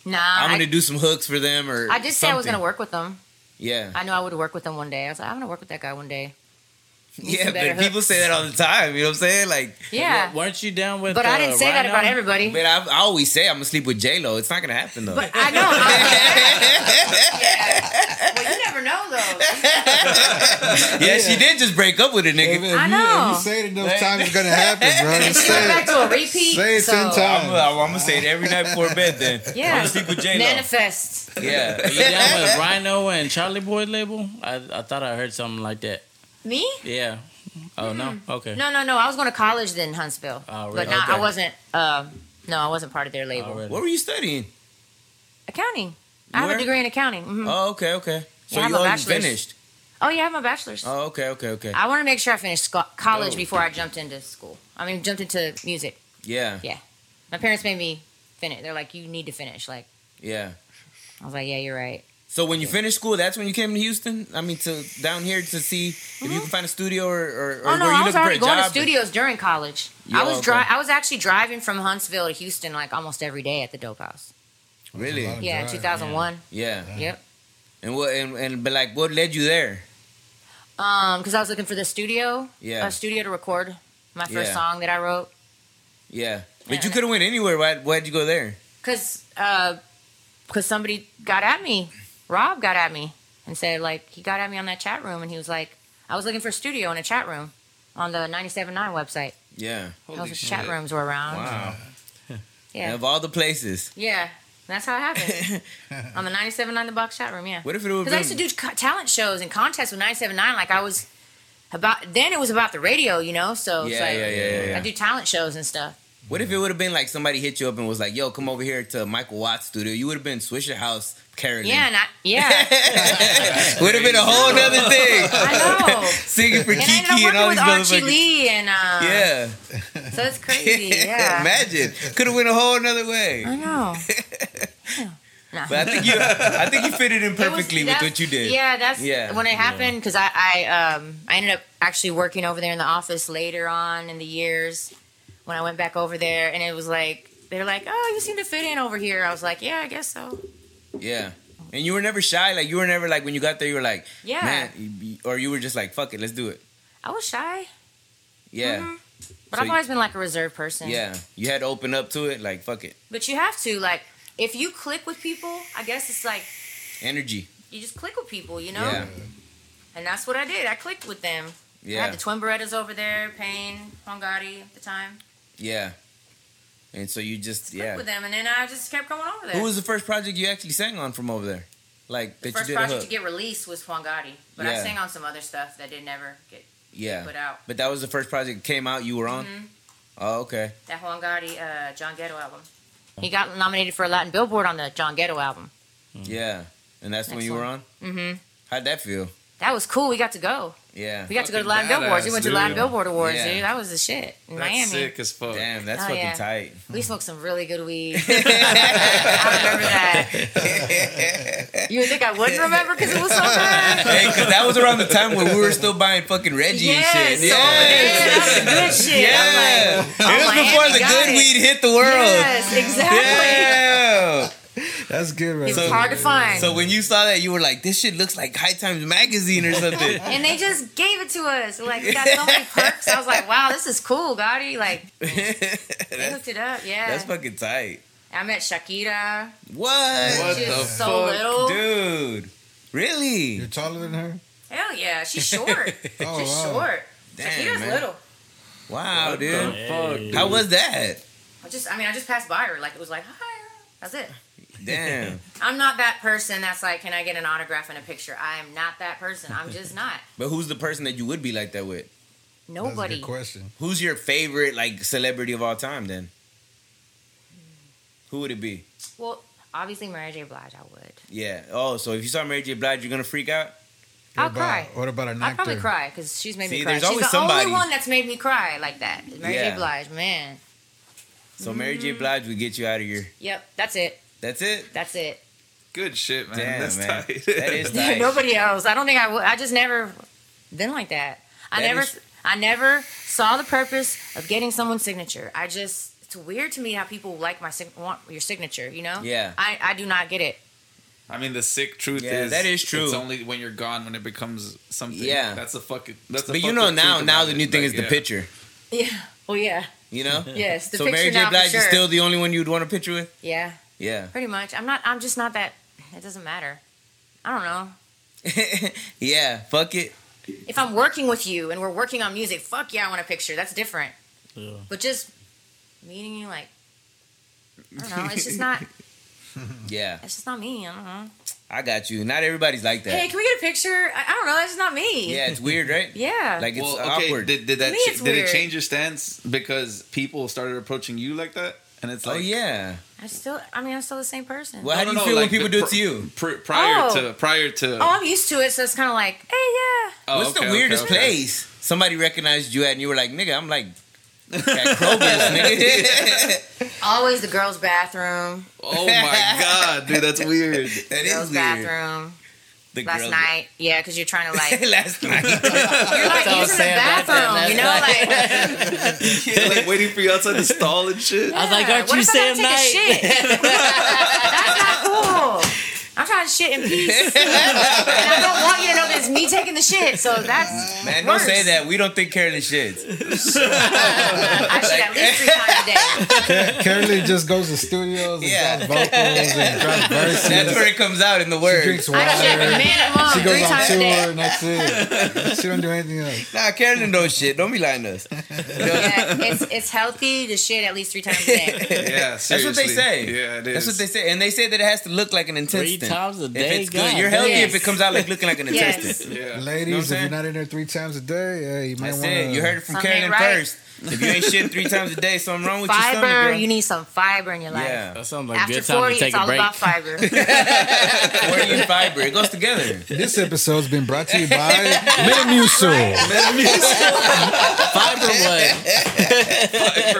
Speaker 1: Nah,
Speaker 2: I'm
Speaker 1: I-
Speaker 2: gonna do some hooks for them or.
Speaker 1: I did say I was gonna
Speaker 2: something.
Speaker 1: work with them.
Speaker 2: Yeah.
Speaker 1: I knew I would work with them one day. I was like, I'm gonna work with that guy one day. need
Speaker 2: Yeah,
Speaker 1: some better
Speaker 2: but people say that all the time. You know what I'm saying? Like,
Speaker 1: Yeah,
Speaker 5: W- weren't you down with?
Speaker 1: but I
Speaker 5: uh,
Speaker 1: didn't say that
Speaker 5: Rhino?
Speaker 1: about everybody.
Speaker 2: man, I, I always say I'm gonna sleep with J Lo. It's not gonna happen though.
Speaker 1: But I know. I- yeah. Well, you never know though.
Speaker 2: yeah, she did just break up with a
Speaker 3: If, if
Speaker 2: nigga.
Speaker 3: you,
Speaker 1: I
Speaker 3: If
Speaker 1: know.
Speaker 3: you say it enough times, it's gonna happen, bro. Just
Speaker 1: You went
Speaker 3: say
Speaker 1: back
Speaker 3: it.
Speaker 1: to a repeat.
Speaker 3: Say it
Speaker 1: so,
Speaker 3: ten times.
Speaker 2: I'm, I'm gonna say it every night before bed. Then
Speaker 1: Yeah.
Speaker 2: I'm gonna sleep with J Lo.
Speaker 1: Manifest.
Speaker 2: Yeah,
Speaker 5: You down with Rhino and Charlie Boy label? I I thought I heard something like that.
Speaker 1: Me?
Speaker 5: Yeah. Oh no. Okay.
Speaker 1: No, no, no. I was going to college then, Huntsville.
Speaker 5: Oh, really? Oh,
Speaker 1: But not,
Speaker 2: Okay.
Speaker 1: I wasn't. Um, no, I wasn't part of their label.
Speaker 5: Already.
Speaker 2: what were you studying?
Speaker 1: Accounting. I have
Speaker 2: Were?
Speaker 1: a degree in accounting. Mhm.
Speaker 2: Oh, okay, okay. So
Speaker 1: Yeah, I have
Speaker 2: you
Speaker 1: a
Speaker 2: already
Speaker 1: bachelor's.
Speaker 2: finished.
Speaker 1: Oh yeah, I have my bachelor's.
Speaker 2: Oh, okay, okay, okay.
Speaker 1: I want to make sure I finish sco- college
Speaker 2: Dope.
Speaker 1: before I jumped into school. I mean, jumped into music.
Speaker 2: Yeah,
Speaker 1: Yeah. My parents made me finish. They're like, you need to finish. Like,
Speaker 2: yeah.
Speaker 1: I was like, yeah, you're right.
Speaker 2: So when you finished school, that's when you came to Houston. I mean, to down here to see if you can find a studio or or, or
Speaker 1: Mm-hmm. Oh no,
Speaker 2: were you
Speaker 1: I was
Speaker 2: looking
Speaker 1: already
Speaker 2: for a
Speaker 1: going
Speaker 2: job?
Speaker 1: to studios during college.
Speaker 2: Yeah,
Speaker 1: I was
Speaker 2: okay.
Speaker 1: dri- I was actually driving from Huntsville to Houston like almost every day at the Dope House.
Speaker 2: Really?
Speaker 3: Drive,
Speaker 1: Yeah, in
Speaker 3: yeah.
Speaker 1: 2001.
Speaker 2: Yeah.
Speaker 1: Yep.
Speaker 2: And what and, and but like what led you there?
Speaker 1: Um, because I was looking for the studio,
Speaker 2: Yeah.
Speaker 1: a studio to record my first
Speaker 2: Yeah.
Speaker 1: song that I wrote.
Speaker 2: Yeah.
Speaker 1: Yeah.
Speaker 2: But you could have went anywhere. Why why'd you go there?
Speaker 1: Cause, uh, cause somebody got at me. Rob got at me and said like he got at me on that chat room and he was like, I was looking for a studio in a chat room on the 97.9 website.
Speaker 2: Yeah.
Speaker 1: Those chat rooms were around.
Speaker 2: Wow.
Speaker 1: Yeah.
Speaker 2: Of all the places.
Speaker 1: Yeah, that's how it happened. on the 97.9 The Box chat room, yeah.
Speaker 2: What if it would
Speaker 1: Because I used to do co- talent shows and contests with 97.9. Like, I was about, then it was about the radio, you know? So it's
Speaker 2: Yeah,
Speaker 1: like,
Speaker 2: yeah, yeah, yeah, yeah.
Speaker 1: I do talent shows and stuff.
Speaker 2: What if it would have been like somebody hit you up and was like, "Yo, come over here to Michael Watts studio." You would have been Swisher House, Carolyn.
Speaker 1: Yeah, and I, yeah,
Speaker 2: would have been a whole nother thing.
Speaker 1: I know.
Speaker 2: Singing for
Speaker 1: And I ended up
Speaker 2: Kiki and all these
Speaker 1: working with Archie
Speaker 2: motherfuckers.
Speaker 1: Lee, and uh,
Speaker 2: Yeah.
Speaker 1: so it's crazy. Yeah,
Speaker 2: Imagine. Could have went a whole nother way.
Speaker 1: I know. Yeah. Nah.
Speaker 2: But I think you, I think you fitted in
Speaker 1: It was-
Speaker 2: perfectly with
Speaker 1: that's-
Speaker 2: what you did.
Speaker 1: Yeah, that's
Speaker 2: Yeah.
Speaker 1: when it happened because I I um I ended up actually working over there in the office later on in the years when I went back over there and it was like they're like oh you seem to fit in over here I was like yeah I guess so
Speaker 2: Yeah. And you were never shy. Like you were never like when you got there, you were like,
Speaker 1: yeah
Speaker 2: man, you- or you were just like, fuck it, let's do it.
Speaker 1: I was shy
Speaker 2: Yeah.
Speaker 1: Mhm. but
Speaker 2: So
Speaker 1: I've
Speaker 2: you-
Speaker 1: always been like a reserved person
Speaker 2: Yeah. You had to open up to it. Like fuck it,
Speaker 1: but you have to like if you click with people I guess it's like
Speaker 2: energy.
Speaker 1: you just click with people you know
Speaker 2: Yeah.
Speaker 1: and that's what I did I clicked with them I
Speaker 2: Yeah.
Speaker 1: had the twin Berettas over there Payne Hongari at the time
Speaker 2: Yeah. And so you just
Speaker 1: clicked
Speaker 2: yeah.
Speaker 1: with them and then I just kept going over there
Speaker 2: Who was the first project you actually sang on from over there? Like that
Speaker 1: First
Speaker 2: you did a
Speaker 1: project
Speaker 2: hook.
Speaker 1: to get released was Juan Gotti, but I
Speaker 2: Yeah.
Speaker 1: sang on some other stuff that did never get
Speaker 2: yeah.
Speaker 1: put out.
Speaker 2: But that was the first project that came out you were on? Oh, okay.
Speaker 1: That Juan Gotti, uh, John Ghetto album. He got nominated for a Latin Billboard on the John Ghetto album.
Speaker 2: Yeah. And that's when you were on?
Speaker 1: Mhm.
Speaker 2: How'd that feel?
Speaker 1: That was cool. We got to go.
Speaker 2: Yeah.
Speaker 1: We got to go to
Speaker 4: Fucking
Speaker 1: Latin Billboards. We
Speaker 4: badass,
Speaker 1: went to Latin
Speaker 4: dude.
Speaker 1: Billboard Awards,
Speaker 2: Yeah.
Speaker 1: dude. That was the shit in
Speaker 4: That's
Speaker 1: Miami.
Speaker 4: sick as fuck.
Speaker 2: Damn, that's
Speaker 1: Oh,
Speaker 2: fucking
Speaker 1: yeah.
Speaker 2: tight.
Speaker 1: We smoked some really good weed. I remember that. You would think I wouldn't remember because it was so bad.
Speaker 2: Hey, cause that was around the time when we were still buying fucking Reggie
Speaker 1: Yeah,
Speaker 2: and shit.
Speaker 1: so yeah, that was the good shit. I'm
Speaker 2: Yeah. it
Speaker 1: like, oh,
Speaker 2: was
Speaker 1: Miami
Speaker 2: before the
Speaker 1: got
Speaker 2: good
Speaker 1: it.
Speaker 2: weed hit the world.
Speaker 1: Yes, exactly.
Speaker 2: Yeah.
Speaker 3: That's good, right?
Speaker 1: It's
Speaker 3: there.
Speaker 1: hard to find.
Speaker 2: So when you saw that, you were like, "This shit looks like High Times magazine or something."
Speaker 1: and they just gave it to us. Like, we got so many perks. I was like, wow, this is cool, Gotti. Like, they
Speaker 2: that's,
Speaker 1: hooked it up. Yeah.
Speaker 2: that's fucking tight.
Speaker 1: I met Shakira.
Speaker 2: What,
Speaker 4: What
Speaker 1: She
Speaker 4: the
Speaker 1: was so
Speaker 4: fuck,
Speaker 1: little.
Speaker 2: dude? Really?
Speaker 3: You're taller than her.
Speaker 1: Hell yeah. She's short.
Speaker 3: Oh,
Speaker 1: She's
Speaker 3: wow.
Speaker 1: short.
Speaker 2: Damn,
Speaker 1: Shakira's
Speaker 2: man.
Speaker 1: little.
Speaker 2: Wow,
Speaker 4: What
Speaker 2: dude.
Speaker 4: the
Speaker 5: Hey.
Speaker 4: fuck, dude.
Speaker 2: How was that?
Speaker 1: I just, I mean, I just passed by her. Like, it was like, hi. That's it.
Speaker 2: Damn.
Speaker 1: I'm not that person that's like, can I get an autograph and a picture? I am not that person. I'm just not.
Speaker 2: But who's the person that you would be like that with?
Speaker 3: That's a
Speaker 1: Nobody.
Speaker 3: good question.
Speaker 2: Who's your favorite like celebrity of all time? Then who would it be?
Speaker 1: Well, obviously, Mary J. Blige, I would.
Speaker 2: Yeah. Oh, so if you saw Mary J. Blige, you're gonna freak out.
Speaker 3: What
Speaker 1: I'll
Speaker 3: about,
Speaker 1: cry.
Speaker 3: What about an actor?
Speaker 1: I'd probably cry because she's made
Speaker 2: See,
Speaker 1: me cry.
Speaker 2: there's
Speaker 1: She's
Speaker 2: always
Speaker 1: the
Speaker 2: somebody.
Speaker 1: only one that's made me cry like that. Mary
Speaker 2: Yeah.
Speaker 1: J. Blige, man.
Speaker 2: So Mary
Speaker 1: Mm-hmm.
Speaker 2: J. Blige would get you out of here.
Speaker 1: Yep, that's it.
Speaker 2: That's it.
Speaker 1: That's it.
Speaker 4: Good shit, man.
Speaker 2: Damn,
Speaker 4: that's
Speaker 2: man.
Speaker 4: tight.
Speaker 2: That is
Speaker 1: Yeah,
Speaker 2: tight.
Speaker 1: nobody else. I don't think I would. I just never been like that. I
Speaker 2: That
Speaker 1: never.
Speaker 2: is-
Speaker 1: I never saw the purpose of getting someone's signature. I just. It's weird to me how people like my sig- want your signature. You know.
Speaker 2: Yeah.
Speaker 1: I I do not get it.
Speaker 4: I mean, the sick truth
Speaker 2: Yeah,
Speaker 4: is
Speaker 2: that is true.
Speaker 4: It's only when you're gone when it becomes something.
Speaker 2: Yeah.
Speaker 4: that's a fucking. That's a
Speaker 2: But you
Speaker 4: fucking
Speaker 2: know now,
Speaker 4: truth
Speaker 2: now
Speaker 4: about
Speaker 2: the
Speaker 4: it.
Speaker 2: new thing
Speaker 4: Like,
Speaker 2: is the
Speaker 4: yeah.
Speaker 2: picture.
Speaker 1: Yeah. Well, Oh, yeah.
Speaker 2: You know.
Speaker 1: Yes. The
Speaker 2: so
Speaker 1: picture
Speaker 2: Mary J.
Speaker 1: now
Speaker 2: Blige
Speaker 1: for sure.
Speaker 2: is still the only one you'd want a picture with.
Speaker 1: Yeah.
Speaker 2: Yeah.
Speaker 1: Pretty much. I'm not. I'm just not that. It doesn't matter. I don't know.
Speaker 2: yeah. Fuck it.
Speaker 1: If I'm working with you and we're working on music, fuck yeah, I want a picture. That's different.
Speaker 5: Yeah.
Speaker 1: But just meeting you, like, I don't know. It's just not.
Speaker 2: Yeah.
Speaker 1: It's just not me. I don't know.
Speaker 2: I got you. Not everybody's like that.
Speaker 1: Hey, can we get a picture? I, I don't know. That's just not me.
Speaker 2: yeah, it's weird, right?
Speaker 1: Yeah.
Speaker 2: Like it's
Speaker 4: well, okay.
Speaker 2: awkward.
Speaker 4: Did, did that?
Speaker 1: me,
Speaker 4: ch-
Speaker 1: it's
Speaker 4: did
Speaker 1: weird.
Speaker 4: it change your stance because people started approaching you like that? And it's
Speaker 2: oh
Speaker 4: like,
Speaker 2: yeah.
Speaker 1: I still. I mean, I'm still the same person.
Speaker 2: Well,
Speaker 4: No,
Speaker 2: how
Speaker 4: no,
Speaker 2: do you
Speaker 4: no,
Speaker 2: feel
Speaker 4: like
Speaker 2: when people
Speaker 4: the
Speaker 2: do it
Speaker 4: pr-
Speaker 2: to you?
Speaker 4: pr- prior
Speaker 1: Oh.
Speaker 4: to prior to.
Speaker 1: Oh, I'm used to it, so it's kind of like, hey, yeah.
Speaker 4: Oh,
Speaker 2: What's
Speaker 4: okay,
Speaker 2: the weirdest
Speaker 4: okay, okay.
Speaker 2: place somebody recognized you at and you were like, nigga, I'm like at Kroger's, nigga.
Speaker 1: Always the girls' bathroom.
Speaker 4: Oh my god, dude, that's weird.
Speaker 2: that
Speaker 1: girls'
Speaker 2: is weird.
Speaker 1: bathroom.
Speaker 2: The
Speaker 1: Last
Speaker 2: girls-
Speaker 1: night. Yeah, because you're trying to like.
Speaker 2: last night.
Speaker 1: You're like
Speaker 5: all
Speaker 1: using the
Speaker 5: sad about that
Speaker 1: bathroom,
Speaker 5: last
Speaker 1: you know,
Speaker 5: night.
Speaker 1: like
Speaker 4: Yeah, like waiting for you outside the stall and shit.
Speaker 5: I was like,
Speaker 1: Yeah,
Speaker 5: aren't
Speaker 1: what
Speaker 5: you
Speaker 1: if I gotta
Speaker 5: saying
Speaker 1: take
Speaker 5: night?
Speaker 1: a shit? That's not cool. I'm trying to shit in peace. and I don't want you to know that it's me taking the shit. So that's
Speaker 2: Man, don't
Speaker 1: worse.
Speaker 2: say that. We don't think careless shits.
Speaker 1: I shit at least three times a day.
Speaker 3: Curly just goes to studios and
Speaker 2: Yeah.
Speaker 3: does vocals and drops verses.
Speaker 2: That's where it comes out in the
Speaker 3: she
Speaker 2: word.
Speaker 3: drinks
Speaker 1: I shit
Speaker 3: water.
Speaker 1: minimum
Speaker 3: She
Speaker 1: three
Speaker 3: goes on
Speaker 1: times a
Speaker 3: tour
Speaker 1: day.
Speaker 3: and that's it. She don't do anything else.
Speaker 2: Nah, Carolyn knows shit. Don't be lying to us.
Speaker 1: Yeah, it's it's healthy to shit at least three times a day.
Speaker 4: Yeah,
Speaker 2: That's what they
Speaker 4: seriously.
Speaker 2: say.
Speaker 4: Yeah, it is.
Speaker 2: That's what they say. And they say that it has to look like an intestine.
Speaker 5: times a
Speaker 2: If
Speaker 5: day?
Speaker 2: it's good.
Speaker 5: God
Speaker 2: You're healthy
Speaker 1: damn.
Speaker 2: if it comes out like looking like an
Speaker 1: Yes.
Speaker 2: intestine.
Speaker 4: Yeah.
Speaker 2: Know what I'm
Speaker 3: Ladies, if
Speaker 2: saying?
Speaker 3: you're not in there three times a day, yeah, you might
Speaker 2: That's
Speaker 3: want
Speaker 2: it.
Speaker 3: to.
Speaker 2: You heard it from
Speaker 1: Something
Speaker 2: Carolyn
Speaker 1: right.
Speaker 2: first. If you ain't shit three times a day, something wrong with your stomach,
Speaker 1: Fiber,
Speaker 2: bro.
Speaker 1: you need some fiber in your life.
Speaker 2: yeah.
Speaker 5: That sounds like a
Speaker 1: After
Speaker 5: good time
Speaker 1: 40,
Speaker 5: to take
Speaker 1: it's
Speaker 5: a
Speaker 1: all
Speaker 5: break.
Speaker 1: about fiber.
Speaker 2: Where you fiber? It goes together.
Speaker 3: This episode's been brought to you by Metamucil.
Speaker 5: Fiber what?
Speaker 4: For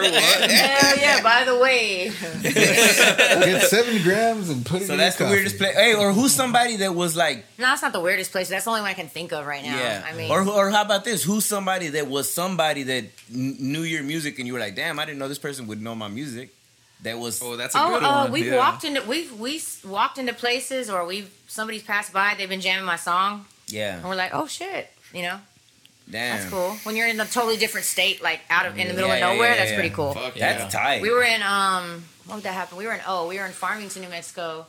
Speaker 4: what?
Speaker 1: Hell yeah, by the way.
Speaker 3: Get seven grams and put it
Speaker 2: So
Speaker 3: in
Speaker 2: that's the
Speaker 3: your coffee.
Speaker 2: weirdest place. Hey, or who's somebody that was like,
Speaker 1: No, it's not the weirdest place. That's the only one I can think of right now.
Speaker 2: yeah.
Speaker 1: I mean,
Speaker 2: or or how about this? Who's somebody that was somebody that kn- knew your music and you were like, damn, I didn't know this person would know my music. That was
Speaker 4: Oh, that's a
Speaker 1: Oh,
Speaker 4: good
Speaker 1: uh,
Speaker 4: one.
Speaker 1: we've
Speaker 4: yeah.
Speaker 1: walked into we've we s- walked into places or we've somebody's passed by. They've been jamming my song, and
Speaker 2: yeah,
Speaker 1: we're like, oh shit, you know,
Speaker 2: damn,
Speaker 1: that's cool. When you're in a totally different state, like out of in the middle
Speaker 2: Yeah,
Speaker 1: of
Speaker 2: yeah,
Speaker 1: nowhere,
Speaker 2: yeah,
Speaker 1: that's
Speaker 2: yeah.
Speaker 1: pretty cool.
Speaker 4: Fuck yeah.
Speaker 2: that's tight.
Speaker 1: We were in um, what did that happen? We were in oh, we were in Farmington, New Mexico.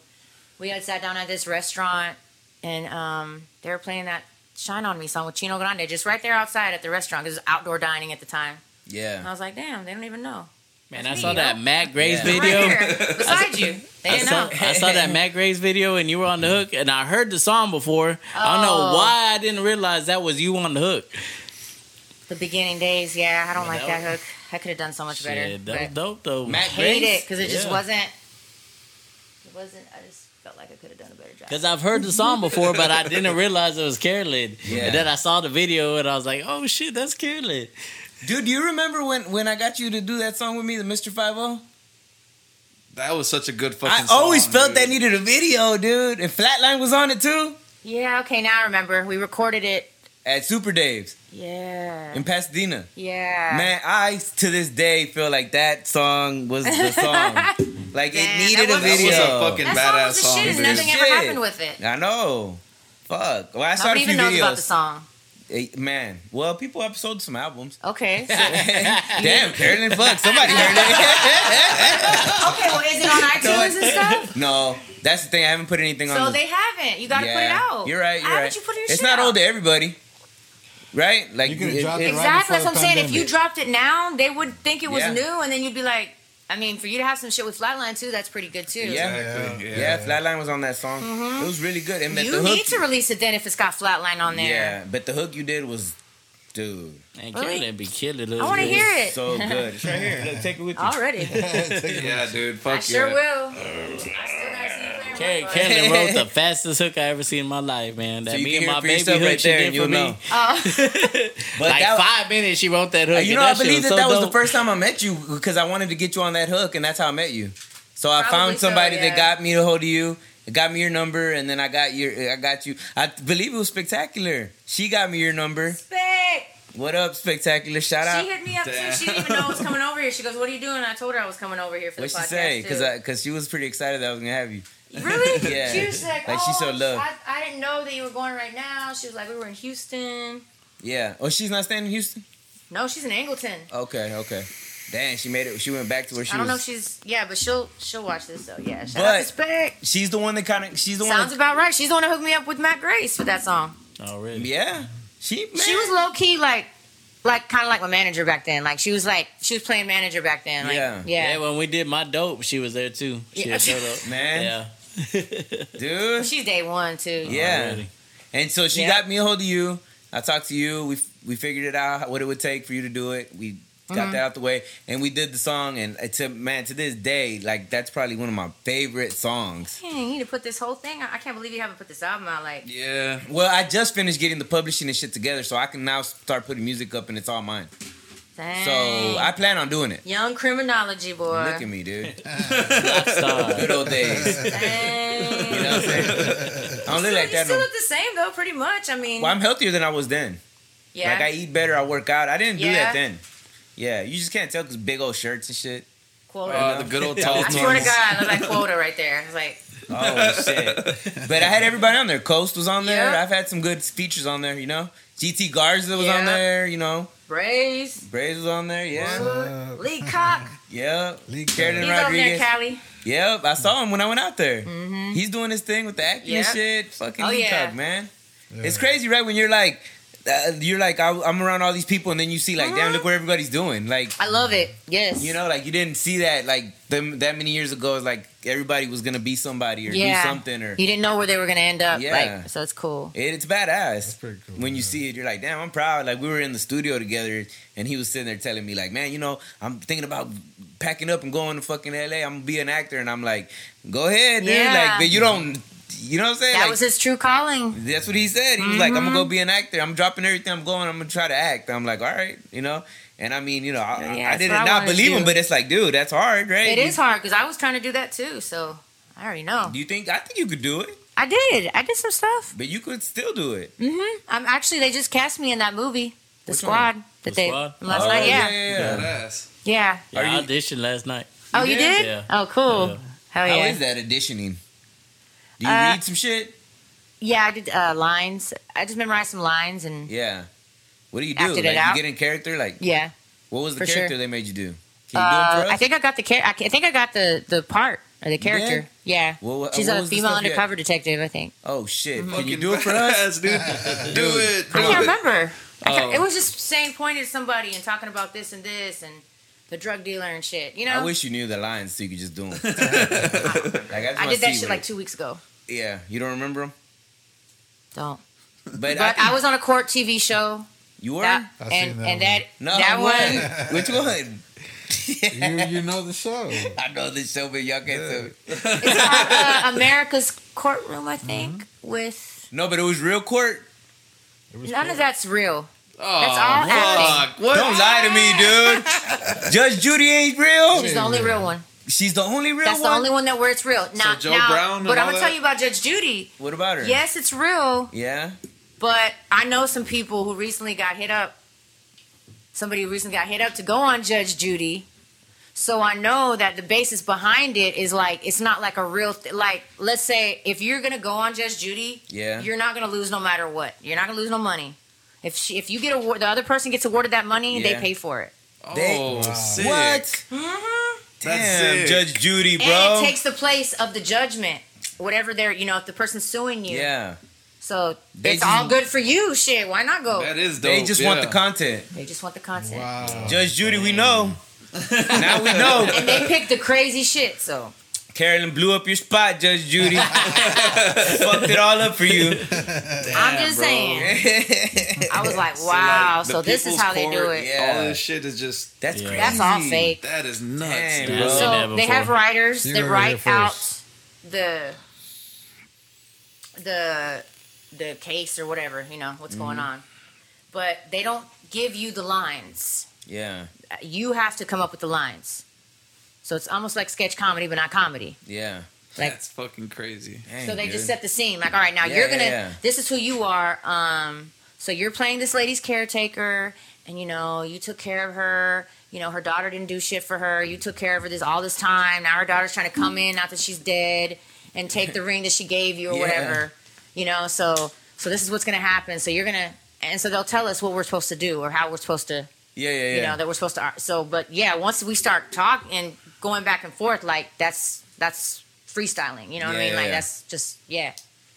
Speaker 1: We had sat down at this restaurant, and um, they were playing that "Shine on Me" song with Chino Grande, just right there outside at the restaurant. 'cause it was outdoor dining at the time. And
Speaker 2: yeah,
Speaker 1: I was like, damn, they don't even know.
Speaker 5: Man, I
Speaker 1: That's
Speaker 5: saw
Speaker 1: me,
Speaker 5: that
Speaker 1: yo.
Speaker 5: Matt Grace
Speaker 2: Yeah.
Speaker 5: video.
Speaker 1: Right here, beside you. They
Speaker 5: I
Speaker 1: didn't
Speaker 5: saw,
Speaker 1: know.
Speaker 5: I saw that Matt Graves video and you were on the hook, and I heard the song before. I don't know
Speaker 1: Oh.
Speaker 5: why I didn't realize that was you on the hook.
Speaker 1: The beginning days, yeah, I don't like
Speaker 5: that
Speaker 1: that hook. I could have done so much better.
Speaker 5: Shit, that was
Speaker 1: but
Speaker 5: dope though.
Speaker 1: I
Speaker 2: Matt
Speaker 1: hate
Speaker 2: Grace?
Speaker 1: it because it just
Speaker 5: Yeah.
Speaker 1: wasn't. It wasn't. I just felt like I could have done a better job.
Speaker 5: Because I've heard the song before, but I didn't realize it was Carolyn.
Speaker 2: Yeah.
Speaker 5: And then I saw the video and I was like, oh shit, that's Carolyn.
Speaker 2: Dude, do you remember when when I got you to do that song with me, the Mr. Five O?
Speaker 4: That was such a good
Speaker 2: I
Speaker 4: fucking.
Speaker 2: always
Speaker 4: song,
Speaker 2: felt
Speaker 4: dude.
Speaker 2: that needed a video, dude. And Flatline was on it too
Speaker 1: Yeah. Okay. Now I remember. We recorded it.
Speaker 2: at Super Dave's
Speaker 1: Yeah.
Speaker 2: in Pasadena.
Speaker 1: yeah.
Speaker 2: Man, I to this day feel like that song was the song. like
Speaker 1: Man,
Speaker 2: it needed
Speaker 1: that
Speaker 2: a
Speaker 1: was the
Speaker 2: video.
Speaker 1: shit.
Speaker 4: That was a fucking
Speaker 1: that song
Speaker 4: badass
Speaker 1: was the
Speaker 4: song,
Speaker 1: shit, and
Speaker 4: dude.
Speaker 1: nothing ever
Speaker 2: Shit.
Speaker 1: happened with it.
Speaker 2: I know. Fuck. Well, I saw a
Speaker 1: Nobody
Speaker 2: few
Speaker 1: even knows about the
Speaker 2: videos.
Speaker 1: song.
Speaker 2: Eh, Man, well, people have sold some albums.
Speaker 1: Okay. so-
Speaker 2: Damn, Carolyn, fuck, somebody heard it.
Speaker 1: okay. Well, is it on iTunes and stuff?
Speaker 2: no, that's the thing. I haven't put anything on.
Speaker 1: So
Speaker 2: the-
Speaker 1: they haven't. You gotta put it
Speaker 2: Yeah,
Speaker 1: out.
Speaker 2: You're right. You're
Speaker 1: How
Speaker 2: right.
Speaker 1: would you put your
Speaker 2: it's
Speaker 1: shit
Speaker 2: not
Speaker 1: out?
Speaker 2: old to everybody, right? Like
Speaker 3: You could've
Speaker 2: it-
Speaker 3: dropped
Speaker 2: it-
Speaker 3: it right
Speaker 1: Exactly.
Speaker 3: before
Speaker 1: That's what I'm
Speaker 3: the
Speaker 1: saying. If you
Speaker 3: pandemic.
Speaker 1: dropped it now, they would think it was
Speaker 2: Yeah.
Speaker 1: new, and then you'd be like, I mean, for you to have some shit with Flatline too, that's pretty good too.
Speaker 2: Yeah.
Speaker 3: Exactly,
Speaker 2: yeah,
Speaker 3: yeah.
Speaker 2: Flatline was on that song. It was really good. And but
Speaker 1: Mm-hmm. You
Speaker 2: the hook,
Speaker 1: need to release it then if it's got Flatline on there.
Speaker 2: yeah, but the hook you did was, dude,
Speaker 5: And
Speaker 1: Really?
Speaker 5: Carolyn be killing us.
Speaker 1: I want to
Speaker 5: dude.
Speaker 1: hear it
Speaker 2: so good. It's right here. Look, take it with you.
Speaker 1: already.
Speaker 4: Yeah, dude. Fuck
Speaker 1: I sure
Speaker 2: Uh,
Speaker 4: yeah.
Speaker 1: will. I still gotta see you play
Speaker 5: Car-
Speaker 1: Rumble.
Speaker 5: Carolyn wrote the fastest hook I ever seen in my life, man. That
Speaker 2: So you
Speaker 5: me
Speaker 2: can
Speaker 5: and
Speaker 2: hear
Speaker 5: my
Speaker 2: it for
Speaker 5: baby
Speaker 2: yourself
Speaker 5: hook
Speaker 2: right
Speaker 5: she
Speaker 2: there,
Speaker 5: did
Speaker 2: and
Speaker 5: for
Speaker 2: you'll
Speaker 5: me.
Speaker 2: know. But
Speaker 5: Like
Speaker 2: that, Uh,
Speaker 5: five minutes she wrote that hook.
Speaker 2: you
Speaker 5: and
Speaker 2: know, I
Speaker 5: shit
Speaker 2: believe that
Speaker 5: so
Speaker 2: that was the
Speaker 5: dope.
Speaker 2: first time I met you because I wanted to get you on that hook, and that's how I met you. So I
Speaker 1: Probably
Speaker 2: found
Speaker 1: so,
Speaker 2: somebody
Speaker 1: yeah.
Speaker 2: that got me a hold of you, got me your number, and then I got your, I got you. I believe it was spectacular. She got me your number.
Speaker 1: Spec.
Speaker 2: What up, spectacular? Shout out.
Speaker 1: She hit me up too. She didn't even know I was coming over here. She goes, "What are you doing?" I told her I was coming over here for
Speaker 2: What'd
Speaker 1: the
Speaker 2: she
Speaker 1: podcast
Speaker 2: say? Because
Speaker 1: too.
Speaker 2: because she was pretty excited that I was gonna have you.
Speaker 1: Really?
Speaker 2: Yeah.
Speaker 1: She was like,
Speaker 2: Like,
Speaker 1: oh,
Speaker 2: she so loved.
Speaker 1: I, I didn't know that you were going right now. She was like, we were in Houston.
Speaker 2: Yeah. Oh, she's not staying in Houston.
Speaker 1: No, she's in Angleton.
Speaker 2: Okay. Okay. Dang, she made it. She went back to where she
Speaker 1: I don't know if
Speaker 2: was.
Speaker 1: she's yeah, but she'll she'll watch this though. Yeah, shout out
Speaker 2: But-
Speaker 1: to Spec.
Speaker 2: she's the one that kind of. She's the
Speaker 1: Sounds
Speaker 2: one.
Speaker 1: about right. She's the one that hooked me up with Matt Grace with that song.
Speaker 5: Oh,
Speaker 2: That,
Speaker 5: really?
Speaker 2: yeah. She. Man,
Speaker 1: She was low key like like kind of like my manager back then. Like she was like she was playing manager back then. Like,
Speaker 2: Yeah.
Speaker 1: yeah,
Speaker 5: Yeah,
Speaker 1: yeah.
Speaker 5: when we did my dope, she was there too. She
Speaker 1: Yeah.
Speaker 5: was so dope.
Speaker 2: Man,
Speaker 5: Yeah.
Speaker 2: dude.
Speaker 1: She's day one too.
Speaker 2: Yeah.
Speaker 5: Oh, really?
Speaker 2: And so she
Speaker 1: Yeah.
Speaker 2: got me a hold of you. I talked to you. We we figured it out what it would take for you to do it. We got
Speaker 1: Mm-hmm.
Speaker 2: that out the way, and we did the song. And it's a, man, to this day, like that's probably one of my favorite songs.
Speaker 1: Dang, you need to put this whole thing. I I can't believe you haven't put this album out. Like,
Speaker 4: Yeah.
Speaker 2: Well, I just finished getting the publishing and shit together, so I can now start putting music up, and it's all mine.
Speaker 1: dang.
Speaker 2: So I plan on doing it.
Speaker 1: young criminology boy.
Speaker 2: Look at me, dude.
Speaker 5: Stop.
Speaker 2: Good old days.
Speaker 1: Dang.
Speaker 2: You know what I'm saying? I don't look like
Speaker 1: you
Speaker 2: that no
Speaker 1: still look the same though, pretty much. I mean,
Speaker 2: Well, I'm healthier than I was then.
Speaker 1: yeah.
Speaker 2: Like I eat better, I work out. I didn't do
Speaker 1: Yeah.
Speaker 2: that then. Yeah, you just can't tell because big old shirts and shit.
Speaker 1: quota.
Speaker 4: Uh, the good old tall
Speaker 1: I swear to
Speaker 4: times.
Speaker 1: God, I look like quota right there. I was like,
Speaker 2: Oh shit! But I had everybody on there. Coast was on there.
Speaker 1: Yeah.
Speaker 2: I've had some good features on there. You know, GT Garza was on
Speaker 1: Yeah.
Speaker 2: there. You know,
Speaker 1: Braves,
Speaker 2: Braves was on there. Yeah,
Speaker 1: uh,
Speaker 3: Uh,
Speaker 1: Lee Cock.
Speaker 2: yeah.
Speaker 3: Lee
Speaker 2: Carolyn
Speaker 1: He's over there,
Speaker 2: Rodriguez. Mm-hmm.
Speaker 1: Cali.
Speaker 2: Yep, I saw him when I went out there. He's doing his thing with the acting and
Speaker 1: Yeah.
Speaker 2: shit. Fucking
Speaker 1: Oh,
Speaker 2: Lee
Speaker 1: yeah.
Speaker 2: Cock, man.
Speaker 3: Yeah.
Speaker 2: It's crazy, right? When you're like, uh, you're like, I, I'm around all these people, and then you see like, damn,
Speaker 1: Mhm.
Speaker 2: look what everybody's doing. Like,
Speaker 1: I love it. Yes.
Speaker 2: you know, like you didn't see that like them that many years ago. It's like everybody was gonna be somebody or
Speaker 1: Yeah.
Speaker 2: do something or
Speaker 1: you didn't know where they were gonna end up.
Speaker 2: Yeah.
Speaker 1: Like, so it's cool.
Speaker 2: It, it's badass.
Speaker 3: pretty cool,
Speaker 2: When you
Speaker 3: yeah.
Speaker 2: see it, you're like, damn, I'm proud. Like we were in the studio together, and he was sitting there telling me, like, man, you know, I'm thinking about packing up and going to fucking LA. I'm gonna be an actor, and I'm like, go ahead, dude.
Speaker 1: Yeah.
Speaker 2: Like, but you don't, you know what I'm saying?
Speaker 1: That
Speaker 2: Like,
Speaker 1: was his true calling.
Speaker 2: that's what he said. He was like, I'm gonna
Speaker 1: Mm-hmm.
Speaker 2: go be an actor. I'm dropping everything. I'm going. I'm gonna try to act. I'm like, all right, you know. And I mean, you know, I,
Speaker 1: Yeah,
Speaker 2: I
Speaker 1: that's
Speaker 2: didn't
Speaker 1: what I
Speaker 2: not
Speaker 1: wanted to
Speaker 2: believe him,
Speaker 1: do.
Speaker 2: but it's like, dude, that's hard, right?
Speaker 1: It is hard because I was trying to do that too. So I already know.
Speaker 2: Do you think? I think you could do it,
Speaker 1: I did. I did some stuff.
Speaker 2: but you could still do it.
Speaker 1: Mm-hmm. I'm actually they just cast me in that movie, The
Speaker 2: Which
Speaker 1: Squad.
Speaker 5: The
Speaker 1: That they
Speaker 5: Squad?
Speaker 1: last
Speaker 2: Oh,
Speaker 1: night.
Speaker 2: yeah,
Speaker 1: Yeah.
Speaker 2: yeah, yeah.
Speaker 4: Badass.
Speaker 1: Yeah.
Speaker 5: Yeah,
Speaker 2: Are
Speaker 5: I
Speaker 2: you-
Speaker 5: auditioned last night.
Speaker 1: Oh, you
Speaker 2: did?
Speaker 1: did?
Speaker 5: Yeah.
Speaker 1: Oh, cool.
Speaker 5: Yeah.
Speaker 1: Hell yeah.
Speaker 2: How is that auditioning? Do you
Speaker 1: Uh,
Speaker 2: read some shit?
Speaker 1: Yeah, I did uh, lines. I just memorized some lines and
Speaker 2: Yeah. What do you do?
Speaker 1: Acted it
Speaker 2: like
Speaker 1: out.
Speaker 2: you get in character? Like
Speaker 1: yeah.
Speaker 2: what was the
Speaker 1: For sure.
Speaker 2: character they made you do? Can you do it
Speaker 1: Uh,
Speaker 2: for us?
Speaker 1: I think I got the char- I ca- I think I got the the part or the character. Yeah.
Speaker 2: Well, what-
Speaker 1: She's
Speaker 2: Uh, what
Speaker 1: a
Speaker 2: was the
Speaker 1: female
Speaker 2: stuff you had-
Speaker 1: undercover Mm-hmm. detective, I think.
Speaker 2: oh shit! Can you
Speaker 4: Fucking
Speaker 2: do it for us?
Speaker 4: badass, dude. do it. do
Speaker 1: I
Speaker 4: it.
Speaker 1: can't remember. I can't-
Speaker 2: Oh.
Speaker 1: It was just saying, pointing at somebody and talking about this and this and the drug dealer and shit. You know,
Speaker 2: I wish you knew the lines so you could just do them. like, I, just
Speaker 1: I
Speaker 2: wanna
Speaker 1: did that
Speaker 2: see
Speaker 1: shit
Speaker 2: when-
Speaker 1: like two weeks ago.
Speaker 2: Yeah, you don't remember them?
Speaker 1: Don't.
Speaker 2: But, can-
Speaker 1: But I was on a court TV show.
Speaker 2: You were?
Speaker 1: That,
Speaker 3: I've seen
Speaker 1: and
Speaker 3: that one.
Speaker 1: and that
Speaker 2: no,
Speaker 1: that
Speaker 2: I
Speaker 1: one.
Speaker 2: wasn't. Which one?
Speaker 3: You, you know the show.
Speaker 2: I know this show, but y'all can't tell me.
Speaker 1: It's called uh, America's Courtroom, I think.
Speaker 2: Mm-hmm.
Speaker 1: With
Speaker 2: No, but it was real court.
Speaker 1: none of that's real.
Speaker 4: Oh,
Speaker 1: That's all acting.
Speaker 4: What?
Speaker 2: Don't lie to me, dude. Judge Judy ain't real.
Speaker 1: She's the only real one.
Speaker 2: She's the only real
Speaker 1: That's
Speaker 2: one.
Speaker 1: the only one that where it's real. Now,
Speaker 4: Joe
Speaker 1: now-
Speaker 4: Brown and
Speaker 1: but I'm
Speaker 4: all that?
Speaker 1: gonna tell you about Judge Judy.
Speaker 2: What about her?
Speaker 1: Yes, it's real.
Speaker 2: Yeah.
Speaker 1: But I know some people who recently got hit up. Somebody who recently got hit up to go on Judge Judy. So I know that the basis behind it is like it's not like a real th- like. Let's say if you're gonna go on Judge Judy,
Speaker 2: Yeah.
Speaker 1: you're not gonna lose no matter what. You're not gonna lose no money. If she, if you get award, the other person gets awarded that money,
Speaker 2: Yeah.
Speaker 1: they pay for it.
Speaker 4: Oh,
Speaker 2: They-
Speaker 4: sick.
Speaker 2: What? Damn,
Speaker 4: sick.
Speaker 2: Judge Judy, bro.
Speaker 1: And it takes the place of the judgment. Whatever they're, you know, if the person's suing you,
Speaker 2: yeah.
Speaker 1: so
Speaker 2: They
Speaker 1: it's
Speaker 2: just-
Speaker 1: all good for you. Shit, why not go?
Speaker 4: That is dope.
Speaker 2: They just want the
Speaker 4: yeah. Oh,
Speaker 2: content.
Speaker 1: they just want the content,
Speaker 3: Wow.
Speaker 2: Judge Judy, we know. now we know.
Speaker 1: and they pick the crazy shit. So
Speaker 2: Carolyn blew up your spot, Judge Judy. Fucked it all up for you.
Speaker 1: I'm just saying. I was like, wow.
Speaker 4: like,
Speaker 1: So,
Speaker 4: the
Speaker 1: this is
Speaker 4: people's
Speaker 1: how they do
Speaker 4: court,
Speaker 1: it.
Speaker 2: Yeah.
Speaker 4: All this shit is just
Speaker 2: That's
Speaker 5: Yeah.
Speaker 2: crazy.
Speaker 1: That's all fake.
Speaker 4: that is nuts.
Speaker 2: Damn,
Speaker 4: dude.
Speaker 2: bro.
Speaker 5: I've seen that
Speaker 1: So they
Speaker 5: before.
Speaker 1: have writers
Speaker 3: You
Speaker 1: that
Speaker 3: heard it
Speaker 1: write
Speaker 3: here
Speaker 1: out
Speaker 3: first.
Speaker 1: the the the case or whatever, you know, what's
Speaker 3: Mm-hmm.
Speaker 1: going on. But they don't give you the lines.
Speaker 2: Yeah.
Speaker 1: You have to come up with the lines. So it's almost like sketch comedy but not comedy.
Speaker 2: Yeah.
Speaker 1: Like
Speaker 4: That's fucking crazy.
Speaker 1: so they just
Speaker 2: said.
Speaker 1: set the scene like all right now
Speaker 2: Yeah,
Speaker 1: you're
Speaker 2: yeah,
Speaker 1: gonna
Speaker 2: yeah.
Speaker 1: this is who you are um so you're playing this lady's caretaker and you know you took care of her you know her daughter didn't do shit for her you took care of her this all this time now her daughter's trying to come in not that she's dead and take the ring that she gave you or
Speaker 2: Yeah.
Speaker 1: whatever you know so so this is what's gonna happen so you're gonna and so they'll tell us what we're supposed to do or how we're supposed to
Speaker 2: Yeah, yeah, yeah.
Speaker 1: you know that we're supposed to so but yeah once we start talking and going back and forth like that's that's freestyling you know what
Speaker 2: Yeah,
Speaker 1: i mean
Speaker 2: yeah,
Speaker 1: like
Speaker 2: yeah.
Speaker 1: that's just yeah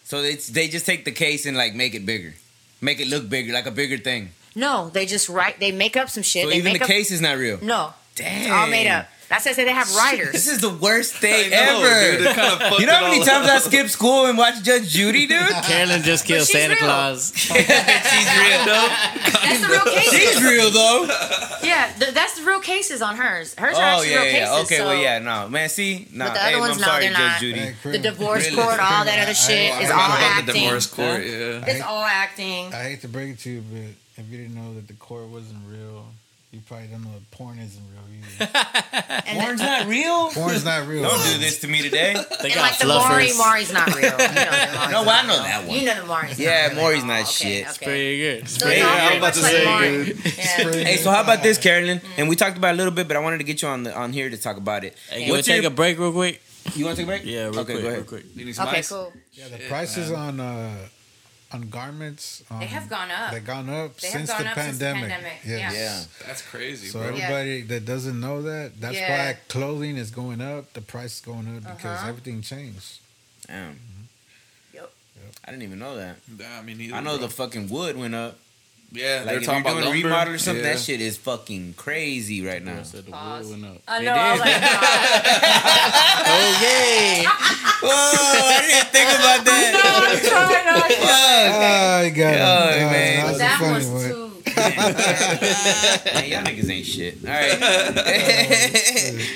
Speaker 2: so it's, they just take the case and like make it bigger. Make it look bigger, like a bigger thing.
Speaker 1: no they just write they make up some shit
Speaker 2: So
Speaker 1: they
Speaker 2: even
Speaker 1: make
Speaker 2: the
Speaker 1: up
Speaker 2: case is not real.
Speaker 1: no
Speaker 2: Damn.
Speaker 1: it's all made up that's why i say they have
Speaker 2: This
Speaker 1: writers
Speaker 2: is the worst
Speaker 4: I
Speaker 2: thing
Speaker 4: know,
Speaker 2: ever.
Speaker 4: dude. It kinda fucked
Speaker 2: you know how
Speaker 4: it
Speaker 2: many
Speaker 4: all
Speaker 2: times
Speaker 4: up.
Speaker 2: I skip school and watch Judge Judy, dude?
Speaker 5: Carolyn just killed
Speaker 1: she's
Speaker 5: Santa
Speaker 1: real.
Speaker 5: Claus.
Speaker 2: She's real.
Speaker 1: that's the real cases
Speaker 2: She's real though.
Speaker 1: yeah th- that's the real cases on hers hers
Speaker 2: Oh
Speaker 1: are actually
Speaker 2: yeah,
Speaker 1: real
Speaker 2: yeah.
Speaker 1: cases
Speaker 2: okay,
Speaker 1: so
Speaker 2: well, yeah, no, man. See, no.
Speaker 1: But the
Speaker 2: hey,
Speaker 1: other ones,
Speaker 2: I'm
Speaker 1: no,
Speaker 2: sorry,
Speaker 1: they're
Speaker 2: Judge
Speaker 1: not.
Speaker 2: Judy.
Speaker 3: Hey,
Speaker 1: the
Speaker 3: Chris,
Speaker 1: divorce
Speaker 2: Really?
Speaker 1: court all that other
Speaker 3: I-
Speaker 1: shit
Speaker 3: I
Speaker 1: is all
Speaker 3: forgot about
Speaker 4: About the
Speaker 1: acting
Speaker 4: divorce court, yeah.
Speaker 1: it's all acting
Speaker 3: I hate to break it to you, but if you didn't know that the court wasn't real, you probably don't know that porn isn't real either.
Speaker 1: and,
Speaker 2: Porn's
Speaker 1: the,
Speaker 2: not real.
Speaker 3: Porn's not real.
Speaker 2: Don't do this to me today.
Speaker 5: They
Speaker 1: and
Speaker 5: got
Speaker 1: like the Maury
Speaker 5: fluffers.
Speaker 1: Maury's not real you know the Maury's
Speaker 2: No, well, I
Speaker 1: not
Speaker 2: know
Speaker 1: real.
Speaker 2: that one.
Speaker 1: you know the Maury's
Speaker 2: Yeah,
Speaker 1: not real.
Speaker 2: Maury's
Speaker 1: Oh,
Speaker 2: not
Speaker 1: okay,
Speaker 2: shit.
Speaker 1: okay.
Speaker 5: Pretty good.
Speaker 1: So it's
Speaker 2: Yeah,
Speaker 1: all
Speaker 2: I'm
Speaker 1: pretty
Speaker 2: about
Speaker 1: much
Speaker 2: to
Speaker 1: like
Speaker 2: say,
Speaker 1: Lauren. Yeah.
Speaker 2: Hey, so how about this, Carolyn? And we talked about it a little bit, but I wanted to get you on the on here to talk about it.
Speaker 5: Hey, you want to take a break real quick?
Speaker 2: you want to take a break?
Speaker 5: Yeah, real
Speaker 2: okay,
Speaker 5: quick,
Speaker 2: go
Speaker 5: real
Speaker 2: ahead.
Speaker 5: quick.
Speaker 4: You need some
Speaker 1: Okay,
Speaker 4: ice?
Speaker 1: cool.
Speaker 3: Yeah, the prices on uh, on garments um,
Speaker 1: They have gone up.
Speaker 3: They've gone up,
Speaker 1: They have
Speaker 3: since,
Speaker 1: gone
Speaker 3: the
Speaker 1: up since the
Speaker 3: pandemic.
Speaker 1: pandemic,
Speaker 3: Yes.
Speaker 2: Yeah.
Speaker 4: That's crazy,
Speaker 3: So
Speaker 4: bro.
Speaker 1: Yeah.
Speaker 3: everybody that doesn't know that, that's
Speaker 1: Yeah.
Speaker 3: why clothing is going up, the price is going up because
Speaker 1: Uh-huh.
Speaker 3: everything changed.
Speaker 2: Damn.
Speaker 1: Yep.
Speaker 2: I didn't even know that.
Speaker 4: Nah, I mean, neither,
Speaker 2: I know
Speaker 4: bro.
Speaker 2: the fucking wood went up.
Speaker 4: yeah.
Speaker 2: Like
Speaker 4: they're
Speaker 2: if you're
Speaker 4: talking
Speaker 2: doing
Speaker 4: about
Speaker 2: a
Speaker 4: lumber.
Speaker 2: remodel or something,
Speaker 4: yeah.
Speaker 2: that shit is fucking crazy right now.
Speaker 5: the
Speaker 1: Pause. Oh,
Speaker 5: wheel went up.
Speaker 1: I
Speaker 2: They
Speaker 1: know. I was
Speaker 2: did.
Speaker 1: like, no.
Speaker 5: Okay.
Speaker 2: Whoa, Oh, I didn't think about that.
Speaker 1: I'm trying not to.
Speaker 2: Fuck.
Speaker 3: Oh, you got
Speaker 2: Oh,
Speaker 3: him. Oh,
Speaker 2: man.
Speaker 3: that was a
Speaker 1: That
Speaker 3: funny
Speaker 1: was
Speaker 3: one.
Speaker 1: too.
Speaker 2: Man, y'all niggas ain't shit. All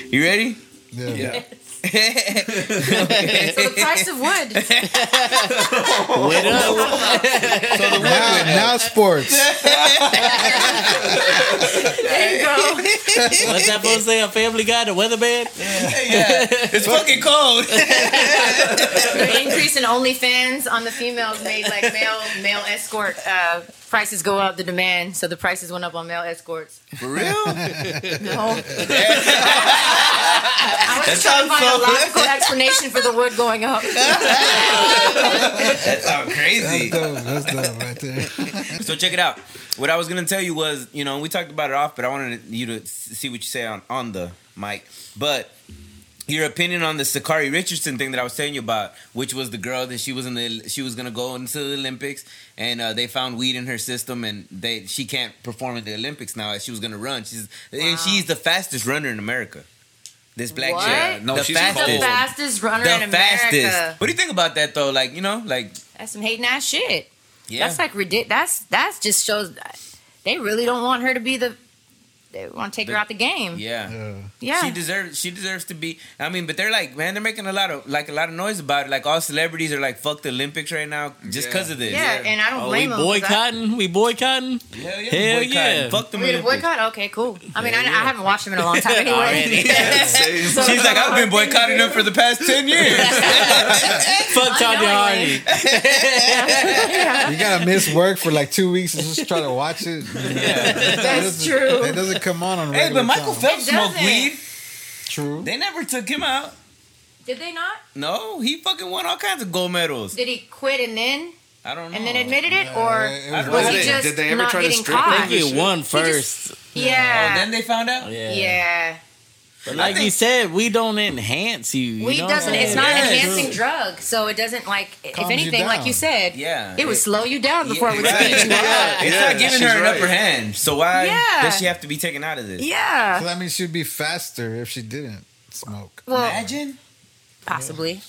Speaker 2: right. you ready?
Speaker 3: Yeah.
Speaker 4: Yeah.
Speaker 1: So the price of wood.
Speaker 5: Went up.
Speaker 3: Now, now sports.
Speaker 1: There you go.
Speaker 5: What's that supposed to say? A family guy, the weatherman?
Speaker 2: It's fucking cold.
Speaker 1: The increase in OnlyFans on the females made like male male escort uh, prices go up. The demand, so the prices went up on male escorts.
Speaker 2: For real?
Speaker 1: No. I was
Speaker 2: sounds
Speaker 1: trying to find
Speaker 2: so-
Speaker 1: a logical explanation for the wood going up.
Speaker 2: That sounds
Speaker 3: That's
Speaker 2: crazy.
Speaker 3: dope. That's dope right there.
Speaker 2: So check it out. What I was gonna tell you was, you know, we talked about it off, but I wanted you to s- see what you say on on the mic. But your opinion on the Sakari Richardson thing that I was telling you about, which was the girl that she was in the she was gonna go into the Olympics, and uh, they found weed in her system, and they she can't perform at the Olympics now. As she was gonna run, she's and she's the fastest runner in America. This black
Speaker 1: What?
Speaker 2: chick,
Speaker 1: Yeah,
Speaker 4: no,
Speaker 2: the
Speaker 4: she's
Speaker 1: The
Speaker 4: cold.
Speaker 2: fastest,
Speaker 1: fastest runner
Speaker 2: the
Speaker 1: in America.
Speaker 2: fastest. What do you think about that though? Like you know, like
Speaker 1: That's some hating ass shit.
Speaker 2: yeah,
Speaker 1: That's like ridiculous. That's that's just shows that they really don't want her to be the. They want to take her
Speaker 2: The-
Speaker 1: out the game.
Speaker 2: yeah.
Speaker 3: Yeah.
Speaker 1: Yeah.
Speaker 2: She deserves. She deserves to be. I mean, but they're like, man, they're making a lot of like a lot of noise about it. Like all celebrities are like, fuck the Olympics right now, just
Speaker 4: Yeah.
Speaker 2: because of this.
Speaker 1: yeah, and I don't
Speaker 5: Oh, we
Speaker 1: blame them. 'cause I-
Speaker 5: boycotting. We boycotting.
Speaker 2: Hell yeah,
Speaker 5: Hell
Speaker 2: boycott.
Speaker 5: yeah.
Speaker 2: Fuck the
Speaker 1: We did Oh, a
Speaker 2: Olympics.
Speaker 1: boycott? Okay, cool. I mean, I, I haven't watched them in a long time anyway.
Speaker 4: Same.
Speaker 1: So-
Speaker 2: She's like, I've been boycotting them for the past ten years.
Speaker 5: Fuck Tanya Harding.
Speaker 1: Unknowingly.
Speaker 3: You gotta miss work for like two weeks and just try to watch it.
Speaker 1: That's true.
Speaker 3: It doesn't come on on
Speaker 2: hey,
Speaker 3: regular
Speaker 2: but Michael
Speaker 3: time.
Speaker 2: Phelps
Speaker 1: It
Speaker 2: smoked
Speaker 1: doesn't.
Speaker 2: weed.
Speaker 3: True.
Speaker 2: They never took him out.
Speaker 1: Did they not?
Speaker 2: No, he fucking won all kinds of gold medals.
Speaker 1: Did he quit and then
Speaker 2: I don't know.
Speaker 1: and then admitted it, or
Speaker 3: Yeah, it was
Speaker 1: was
Speaker 2: Did
Speaker 1: he
Speaker 2: they-
Speaker 1: just
Speaker 4: did they ever
Speaker 1: not
Speaker 4: try to
Speaker 1: getting
Speaker 4: strip him?
Speaker 5: I
Speaker 1: caught?
Speaker 5: think we won
Speaker 1: He just-
Speaker 5: first.
Speaker 2: Oh,
Speaker 1: yeah.
Speaker 2: then they found out.
Speaker 5: yeah.
Speaker 1: yeah.
Speaker 5: But like
Speaker 2: I
Speaker 5: you
Speaker 2: think-
Speaker 5: said, we don't enhance you. you
Speaker 1: Weed
Speaker 5: know what I'm
Speaker 1: doesn't. It's
Speaker 5: saying?
Speaker 1: not
Speaker 2: Yeah,
Speaker 1: an
Speaker 2: it's
Speaker 1: enhancing drug, so it doesn't like. if
Speaker 3: Calms you
Speaker 1: anything, like you
Speaker 3: down.
Speaker 1: said,
Speaker 2: Yeah.
Speaker 1: it would slow you down before it would
Speaker 2: right.
Speaker 1: speed you up.
Speaker 2: It's
Speaker 4: Yeah,
Speaker 2: not giving
Speaker 4: she's
Speaker 2: her an
Speaker 4: right.
Speaker 2: upper hand. So why
Speaker 1: Yeah.
Speaker 2: does she have to be taken out of this?
Speaker 3: So
Speaker 1: Yeah,
Speaker 3: that means she'd be faster if she didn't smoke.
Speaker 1: well,
Speaker 2: Imagine.
Speaker 1: possibly.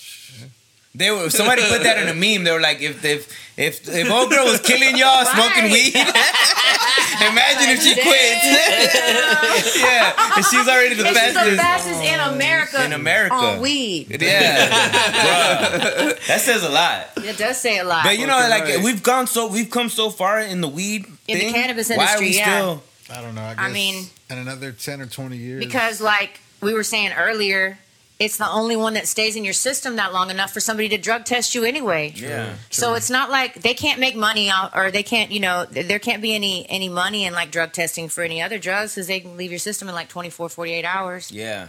Speaker 2: They were somebody put that in a meme. They were like, if if if if old girl was killing y'all smoking weed,
Speaker 1: Right.
Speaker 2: imagine if she quits. yeah, and she's already the
Speaker 1: It's just the
Speaker 2: fastest Oh,
Speaker 1: fastest in America.
Speaker 2: in America.
Speaker 1: On weed,
Speaker 2: Yeah, Bruh. that says a lot.
Speaker 1: it does say a lot.
Speaker 2: But you know,
Speaker 4: Fucking
Speaker 2: like
Speaker 4: right.
Speaker 2: we've gone so we've come so far in the weed
Speaker 1: In the
Speaker 2: thing.
Speaker 1: cannabis
Speaker 2: Why are we
Speaker 1: industry, yeah.
Speaker 2: still?
Speaker 3: I don't know. I, guess
Speaker 1: I mean-
Speaker 3: in another ten or twenty years,
Speaker 1: because like we were saying earlier it's the only one that stays in your system that long enough for somebody to drug test you anyway
Speaker 2: Yeah,
Speaker 1: so it's not like they can't make money off- or they can't you know th- there can't be any any money in like drug testing for any other drugs because they can leave your system in like 24 48 hours
Speaker 2: yeah,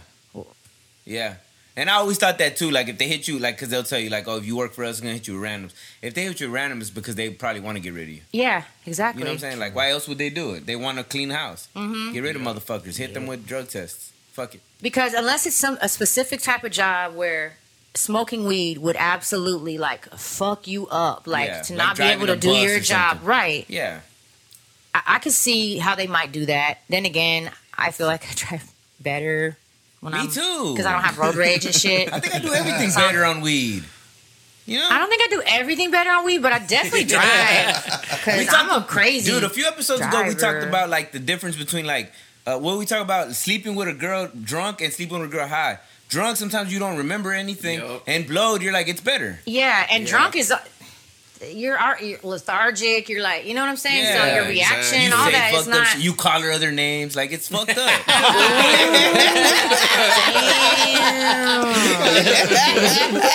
Speaker 2: yeah. And I always thought that too. Like if they hit you, like because they'll tell you, like, oh, if you work for us, we're gonna hit you with randoms. If they hit you with randoms, it's because they probably want to get rid of you.
Speaker 1: yeah exactly
Speaker 2: You know what I'm saying? Like, why else would they do it? They want a clean house.
Speaker 1: Mm-hmm.
Speaker 2: Get rid of motherfuckers. Hit them with drug tests. Fuck it.
Speaker 1: because unless it's some a specific type of job where smoking weed would absolutely like fuck you up like
Speaker 2: Yeah,
Speaker 1: to
Speaker 2: like
Speaker 1: not be
Speaker 2: driving
Speaker 1: able to
Speaker 2: a
Speaker 1: do
Speaker 2: bus
Speaker 1: your
Speaker 2: or
Speaker 1: job
Speaker 2: something.
Speaker 1: right
Speaker 2: Yeah.
Speaker 1: I, I could see how they might do that. Then again, I feel like I drive better when
Speaker 2: Me
Speaker 1: I'm
Speaker 2: too.
Speaker 1: because I don't have road rage and shit.
Speaker 2: I think I do everything better on weed. You know?
Speaker 1: I don't think I do everything better on weed, but I definitely drive
Speaker 2: We
Speaker 1: because
Speaker 2: talk-
Speaker 1: I'm a crazy
Speaker 2: Dude, a few episodes ago, we
Speaker 1: Driver.
Speaker 2: talked about, like, the difference between, like, uh, what we talk about sleeping with a girl drunk and sleeping with a girl high. Drunk, sometimes you don't remember anything.
Speaker 4: Yup.
Speaker 2: And blowed, you're like, it's better.
Speaker 1: yeah, and
Speaker 4: Yeah.
Speaker 1: drunk is. uh, You're, ar- you're lethargic. You're like, you know what I'm saying.
Speaker 2: Yeah,
Speaker 1: so your reaction,
Speaker 4: exactly.
Speaker 2: you
Speaker 1: all
Speaker 2: say
Speaker 1: that is
Speaker 2: fucked up
Speaker 1: not.
Speaker 2: shit. You call her other names. Like, it's fucked up.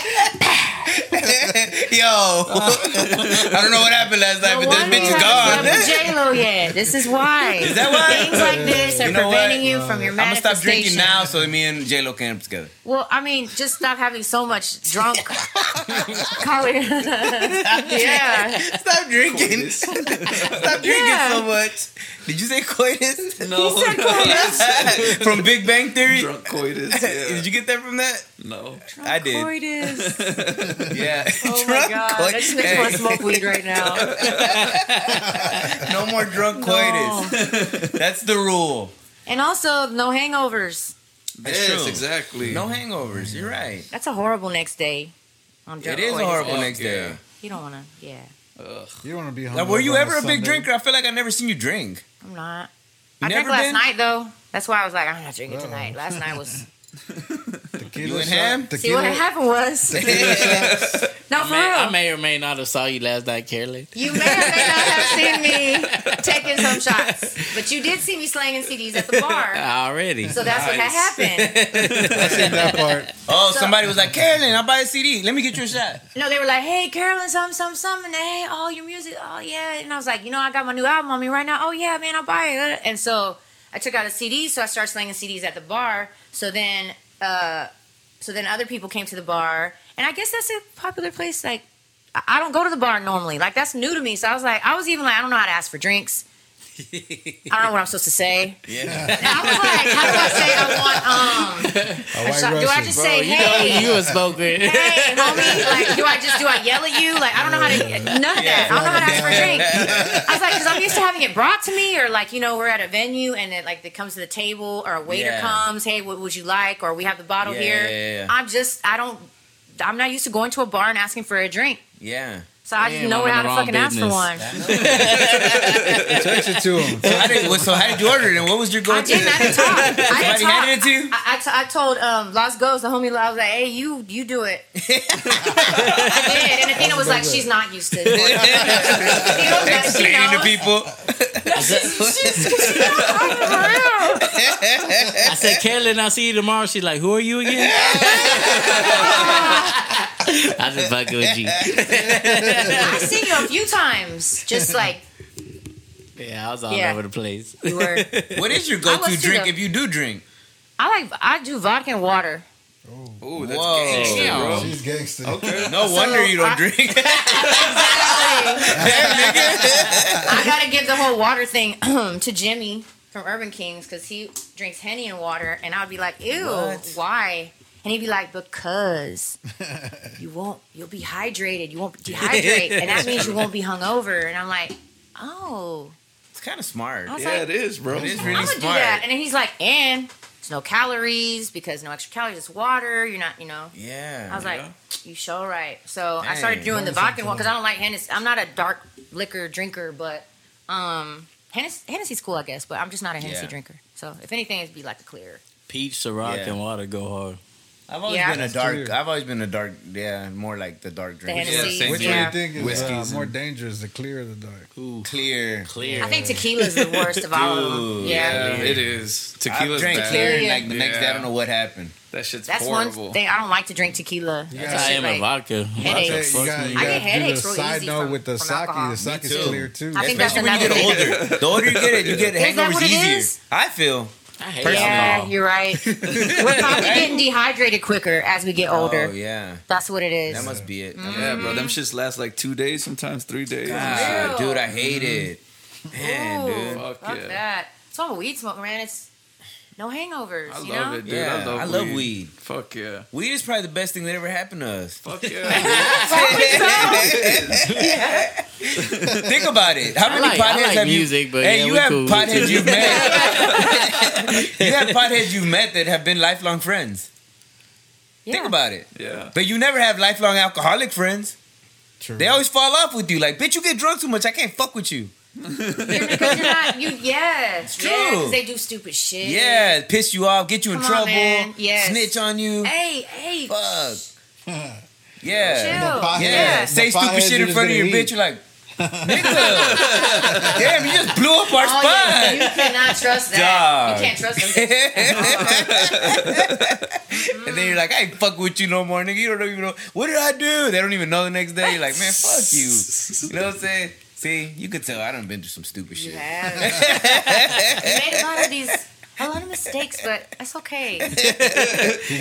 Speaker 2: Yo. I don't know what happened last night, but this bitch is gone.
Speaker 1: J Lo yet. This is why. Is
Speaker 2: that why?
Speaker 1: Things like this are
Speaker 2: You know what?
Speaker 1: preventing you from your
Speaker 2: I'm gonna
Speaker 1: manifestation.
Speaker 2: stop drinking now so that me and J Lo can end up together.
Speaker 1: Well, I mean, just stop having so much drunk color. yeah.
Speaker 2: Stop drinking.
Speaker 4: Coitus.
Speaker 2: stop drinking
Speaker 1: Yeah.
Speaker 2: so much. Did you say coitus?
Speaker 5: No.
Speaker 1: He said coitus.
Speaker 2: from Big Bang Theory.
Speaker 4: Drunk coitus. Yeah.
Speaker 2: Did you get that from that?
Speaker 4: no.
Speaker 2: I did.
Speaker 1: Coitus.
Speaker 2: Yeah.
Speaker 1: Oh my
Speaker 2: drunk
Speaker 1: god.
Speaker 2: coi-
Speaker 1: That just makes me want to smoke weed right now.
Speaker 2: Hey, no more drunk
Speaker 1: No.
Speaker 2: coitus. That's the rule.
Speaker 1: And also, no hangovers.
Speaker 2: That's
Speaker 4: yes,
Speaker 2: true.
Speaker 4: exactly.
Speaker 2: No hangovers. You're right.
Speaker 1: That's a horrible next day. On drunk
Speaker 2: It is a
Speaker 1: coitus.
Speaker 2: horrible
Speaker 4: Fuck
Speaker 2: next day.
Speaker 1: You don't want to. Yeah,
Speaker 4: Ugh.
Speaker 3: you don't want to be.
Speaker 2: Now,
Speaker 3: hungover
Speaker 2: were you
Speaker 3: on
Speaker 2: ever a
Speaker 3: Sunday.
Speaker 2: big drinker? I feel like I never seen you drink.
Speaker 1: I'm not.
Speaker 2: You
Speaker 1: I drank
Speaker 2: never
Speaker 1: last
Speaker 2: been?
Speaker 1: night though. That's why I was like, I'm not drinking
Speaker 3: Uh-oh.
Speaker 1: tonight. Last night was.
Speaker 3: Tequila
Speaker 2: You and
Speaker 3: shot-
Speaker 2: ham?
Speaker 1: See what
Speaker 3: tequila-
Speaker 1: happened was. no, for
Speaker 5: May- I
Speaker 1: real.
Speaker 5: may or may not have saw you last night, Carolyn.
Speaker 1: You may or may not have seen me taking some shots, but you did see me slanging CDs at the
Speaker 5: Ah,
Speaker 1: bar.
Speaker 5: Already.
Speaker 1: So that's what had happened.
Speaker 3: I seen that part.
Speaker 2: Oh,
Speaker 1: So-
Speaker 2: somebody was like, Carolyn, I'll buy a CD. Let me get you a shot.
Speaker 1: No, they were like, "Hey, Carolyn, some, some, some," and hey, all your music, oh yeah. And I was like, you know, I got my new album on me right now. Oh yeah, man, I'll buy it. And so I took out a CD, so I started slinging CDs at the bar. So then, uh, so then other people came to the bar, and I guess that's a popular place. Like, I I don't go to the bar normally. Like that's new to me. So I was like, I was even like, I don't know how to ask for drinks. I don't know what I'm supposed to say.
Speaker 2: Yeah.
Speaker 1: And I was like, how do I say I want um?
Speaker 3: A white
Speaker 1: So, do I
Speaker 3: Russian.
Speaker 1: just
Speaker 3: bro.
Speaker 1: say
Speaker 5: you know
Speaker 1: hey?
Speaker 5: you a spoken.
Speaker 1: hey, homie, like, do I just do I yell at you? Like, I don't know how to none of that. I don't know how to ask for a drink. I was like, because I'm used to having it brought to me, or like, you know, we're at a venue and it like it comes to the table, or a waiter
Speaker 2: Yeah.
Speaker 1: comes, hey, what would you like? Or we have the bottle
Speaker 2: Yeah,
Speaker 1: here.
Speaker 2: yeah, yeah.
Speaker 1: I'm just, I don't, I'm not used to going to a bar and asking for a drink,
Speaker 2: Yeah.
Speaker 1: so I
Speaker 5: Damn,
Speaker 1: just know
Speaker 5: I'm in the
Speaker 1: how to
Speaker 5: wrong
Speaker 1: fucking ask for
Speaker 5: business.
Speaker 1: one.
Speaker 3: Text it to him.
Speaker 2: So how did, so how did you order it? And what was your
Speaker 1: I
Speaker 2: going to?
Speaker 1: didn't, I didn't talk. I
Speaker 2: Somebody
Speaker 1: didn't
Speaker 2: handed it
Speaker 1: talk.
Speaker 2: to you?
Speaker 1: I, I, t- I told um, Las Ghost, the homie, I was like, hey, you you do it. I did. And Athena was like, she's not used to it.
Speaker 2: Explaining to people.
Speaker 1: "Oh,
Speaker 5: I said, Carolyn, I'll see you tomorrow. She's like, who are you again? I just fucking with you.
Speaker 1: I've seen you a few times. Just like
Speaker 5: Yeah, I was all
Speaker 1: Yeah.
Speaker 5: over the place.
Speaker 1: you were.
Speaker 2: What is your
Speaker 1: I
Speaker 2: go-to
Speaker 1: was
Speaker 2: drink
Speaker 1: too,
Speaker 2: if you do drink?
Speaker 1: I like I do vodka and water.
Speaker 4: Ooh, that's
Speaker 2: Whoa.
Speaker 4: gangster,
Speaker 2: Damn.
Speaker 4: bro.
Speaker 3: She's gangster.
Speaker 2: No wonder you don't
Speaker 1: I-
Speaker 2: drink.
Speaker 1: I gotta give the whole water thing to Jimmy from Urban Kings because he drinks henny and water, and I'd be like, ew, why? And he'd be like, because you won't, you'll be hydrated, you won't dehydrate, and that means you won't be hungover. And I'm like, oh,
Speaker 2: it's kind of smart.
Speaker 1: I was
Speaker 4: Yeah,
Speaker 1: like,
Speaker 4: it is, bro.
Speaker 2: It is
Speaker 1: I'm
Speaker 2: really
Speaker 1: gonna do
Speaker 2: smart.
Speaker 1: that. And then he's like, and it's no calories because no extra calories, it's water. You're not, you know.
Speaker 2: Yeah.
Speaker 1: I was like,
Speaker 4: Yeah.
Speaker 1: you sure right. So I
Speaker 2: Dang,
Speaker 1: started doing the
Speaker 3: learn
Speaker 1: vodka
Speaker 3: something.
Speaker 1: one because I don't like Hennessy. I'm not a dark liquor drinker, but um, Hennessy, Hennessy's cool, I guess. But I'm just not a Hennessy
Speaker 2: Yeah.
Speaker 1: drinker. So if anything, it'd be like a clear.
Speaker 5: Peach, Ciroc,
Speaker 2: Yeah.
Speaker 5: and water go hard.
Speaker 2: I've always
Speaker 1: Yeah.
Speaker 2: been a
Speaker 1: That's
Speaker 2: dark.
Speaker 3: true.
Speaker 2: I've always been a dark. Yeah, more like the dark
Speaker 1: The
Speaker 2: drink.
Speaker 4: Yeah,
Speaker 1: Hennessy,
Speaker 4: same
Speaker 3: Which
Speaker 4: here.
Speaker 3: one do
Speaker 1: yeah.
Speaker 3: you think is uh,
Speaker 4: Whiskeys
Speaker 3: more
Speaker 4: and-
Speaker 3: dangerous, the clear or the dark?
Speaker 2: Clear.
Speaker 5: Clear.
Speaker 1: I think tequila's the worst of all of them.
Speaker 2: Dude,
Speaker 1: Yeah.
Speaker 4: Yeah, it is.
Speaker 2: I
Speaker 4: Tequila's
Speaker 2: drank
Speaker 4: bad.
Speaker 2: clear, and like the
Speaker 4: Yeah.
Speaker 2: next day, I don't know what happened.
Speaker 4: That shit's
Speaker 1: That's
Speaker 4: horrible.
Speaker 1: one thing I don't like to drink tequila.
Speaker 3: Yeah.
Speaker 1: That
Speaker 5: I
Speaker 1: shit,
Speaker 5: am a
Speaker 1: like-
Speaker 5: vodka.
Speaker 1: Headaches.
Speaker 5: Vodka
Speaker 3: Hey, you
Speaker 5: fucks
Speaker 3: got, you
Speaker 5: me.
Speaker 1: I
Speaker 3: got
Speaker 1: get
Speaker 3: to do the
Speaker 1: headaches real
Speaker 3: side
Speaker 1: easy
Speaker 3: note
Speaker 1: from-
Speaker 3: with the
Speaker 1: from
Speaker 3: sake.
Speaker 1: alcohol.
Speaker 3: The sake
Speaker 2: too.
Speaker 3: is clear too.
Speaker 1: I think that's
Speaker 2: Especially when you
Speaker 1: another
Speaker 2: get older. The older you get, you get
Speaker 1: Is that
Speaker 2: hangovers
Speaker 1: what it
Speaker 2: easier.
Speaker 1: is?
Speaker 2: I feel.
Speaker 5: I hate
Speaker 1: Yeah,
Speaker 5: alcohol.
Speaker 1: you're right. We're probably getting dehydrated quicker as we get older.
Speaker 2: Oh yeah,
Speaker 1: That's what it is.
Speaker 2: that must be it. That must-
Speaker 4: Yeah, bro. Them shits last like two days, sometimes three days.
Speaker 2: Ah,
Speaker 1: Ew.
Speaker 2: dude, I hate
Speaker 4: Mm-hmm.
Speaker 2: it. Man,
Speaker 1: Ooh,
Speaker 2: dude.
Speaker 4: Fuck
Speaker 1: fuck
Speaker 4: yeah.
Speaker 1: that. It's all weed smoke, man. It's no hangovers.
Speaker 4: I
Speaker 1: you
Speaker 4: love
Speaker 1: know?
Speaker 4: it, dude.
Speaker 2: Yeah,
Speaker 4: I love,
Speaker 2: I love
Speaker 4: weed.
Speaker 2: weed.
Speaker 4: Fuck yeah.
Speaker 2: Weed is probably the best thing that ever happened to us.
Speaker 4: Fuck yeah.
Speaker 2: Think about it. How
Speaker 5: I
Speaker 2: many
Speaker 5: like,
Speaker 2: potheads
Speaker 5: I like
Speaker 2: have you?
Speaker 5: music, but
Speaker 2: hey,
Speaker 5: yeah,
Speaker 2: you
Speaker 5: we
Speaker 2: have
Speaker 5: cool.
Speaker 2: potheads you've met. you have potheads you've met that have been lifelong friends.
Speaker 1: Yeah.
Speaker 2: Think about it.
Speaker 4: yeah.
Speaker 2: But you never have lifelong alcoholic friends.
Speaker 3: True.
Speaker 2: They always fall off with you. Like, bitch, you get drunk too much. I can't fuck with you.
Speaker 1: You're- because you're not, you, yeah. It's
Speaker 2: true.
Speaker 1: they do stupid shit.
Speaker 2: Yeah, piss you off, get you in
Speaker 1: Come on,
Speaker 2: trouble,
Speaker 1: man. Yes.
Speaker 2: snitch on you.
Speaker 1: Hey, hey.
Speaker 2: Fuck.
Speaker 3: Yeah.
Speaker 1: Chill.
Speaker 2: Yeah.
Speaker 3: Mafia.
Speaker 2: Yeah.
Speaker 1: Yeah.
Speaker 2: Say
Speaker 3: Mafia
Speaker 2: stupid shit in
Speaker 3: is
Speaker 2: front of your
Speaker 3: gonna
Speaker 2: bitch.
Speaker 3: eat.
Speaker 2: You're like, nigga. damn, you just blew up our
Speaker 1: Oh, yeah,
Speaker 2: spine.
Speaker 1: you cannot trust that.
Speaker 2: Dog.
Speaker 1: You can't trust them.
Speaker 2: and then you're like, I ain't fuck with you no more, nigga. You don't even know. What did I do? They don't even know the next day. You're like, man, fuck you. You know what I'm saying? See, you could tell I done been through some stupid
Speaker 1: You
Speaker 2: shit.
Speaker 1: have. you made a lot of these, a lot of mistakes, but it's okay.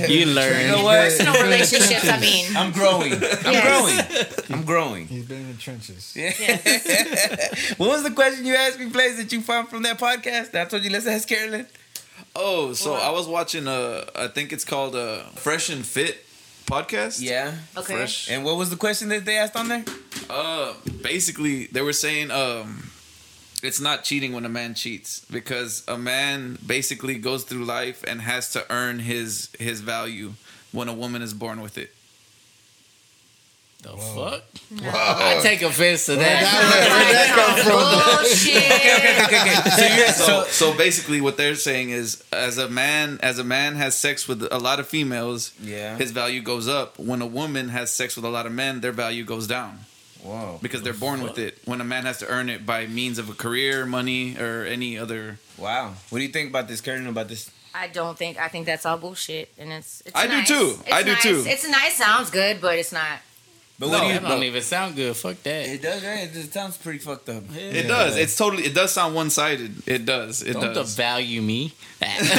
Speaker 5: You learn.
Speaker 2: You know what?
Speaker 1: Personal relationships, I mean.
Speaker 2: I'm growing. I'm
Speaker 1: Yes.
Speaker 2: growing. I'm growing.
Speaker 3: He's been in the trenches.
Speaker 2: What was the question you asked me, Blaze, that you found from that podcast? That I told you let's ask Carolyn.
Speaker 4: Oh, so I was watching uh I think it's called uh Fresh and Fit podcast.
Speaker 2: Yeah.
Speaker 1: Okay.
Speaker 4: Fresh.
Speaker 2: And what was the question that they asked on there?
Speaker 4: Uh basically they were saying um it's not cheating when a man cheats because a man basically goes through life and has to earn his his value when a woman is born with it.
Speaker 5: The fuck? I take offense to that.
Speaker 1: Bullshit.
Speaker 4: so, so basically what they're saying is as a man as a man has sex with a lot of females
Speaker 2: Yeah.
Speaker 4: his value goes up when a woman has sex with a lot of men their value goes down
Speaker 2: Whoa.
Speaker 4: because they're born with it when a man has to earn it by means of a career money or any other
Speaker 2: Wow. What do you think about this, Carolyn? About this?
Speaker 1: I don't think I think that's all bullshit, and it's. it's
Speaker 4: I do
Speaker 1: nice.
Speaker 4: too.
Speaker 1: It's
Speaker 4: I do
Speaker 1: nice.
Speaker 4: too.
Speaker 1: It's nice. Sounds good, but it's not.
Speaker 2: But
Speaker 4: No.
Speaker 2: what do you?
Speaker 5: That don't even sound good. Fuck that.
Speaker 2: It does. Right? It just sounds pretty fucked up.
Speaker 4: it does it's totally it does sound one-sided it does it
Speaker 5: Don't
Speaker 4: does
Speaker 5: devalue me.
Speaker 1: It's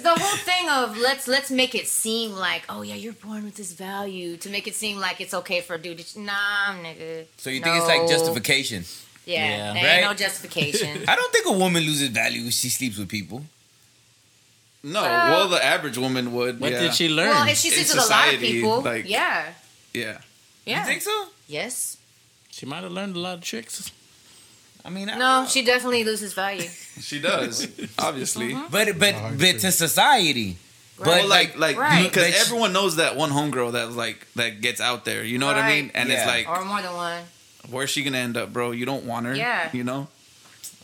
Speaker 1: the whole thing of let's let's make it seem like oh yeah you're born with this value to make it seem like it's okay for a dude. To, nah, nigga.
Speaker 2: So you think it's like
Speaker 1: No.
Speaker 2: justification?
Speaker 1: Yeah,
Speaker 5: Yeah.
Speaker 1: there ain't
Speaker 2: Right?
Speaker 1: no justification.
Speaker 2: I don't think a woman loses value when she sleeps with people.
Speaker 4: No,
Speaker 1: Well-
Speaker 4: well, the average woman would.
Speaker 5: What
Speaker 4: yeah.
Speaker 5: did she learn?
Speaker 1: well, if she
Speaker 4: In
Speaker 1: sleeps with a lot of
Speaker 4: society,
Speaker 1: people,
Speaker 4: like-
Speaker 1: yeah,
Speaker 4: Yeah.
Speaker 1: yeah,
Speaker 2: You think so?
Speaker 1: yes.
Speaker 5: she might have learned a lot of tricks.
Speaker 2: I mean, I,
Speaker 1: No, she definitely loses value.
Speaker 4: She does, obviously.
Speaker 1: Uh-huh.
Speaker 2: but but
Speaker 3: Oh,
Speaker 2: but
Speaker 3: true.
Speaker 2: to society,
Speaker 1: Right.
Speaker 2: but
Speaker 4: Well, like, like,
Speaker 1: Right.
Speaker 4: because
Speaker 2: Like-
Speaker 4: everyone knows that one homegirl that like that gets out there. You know what I mean?
Speaker 1: Right.
Speaker 4: And
Speaker 2: Yeah.
Speaker 4: it's like,
Speaker 1: or more than one.
Speaker 4: where's she gonna end up, bro? You don't want her.
Speaker 1: Yeah.
Speaker 4: You know.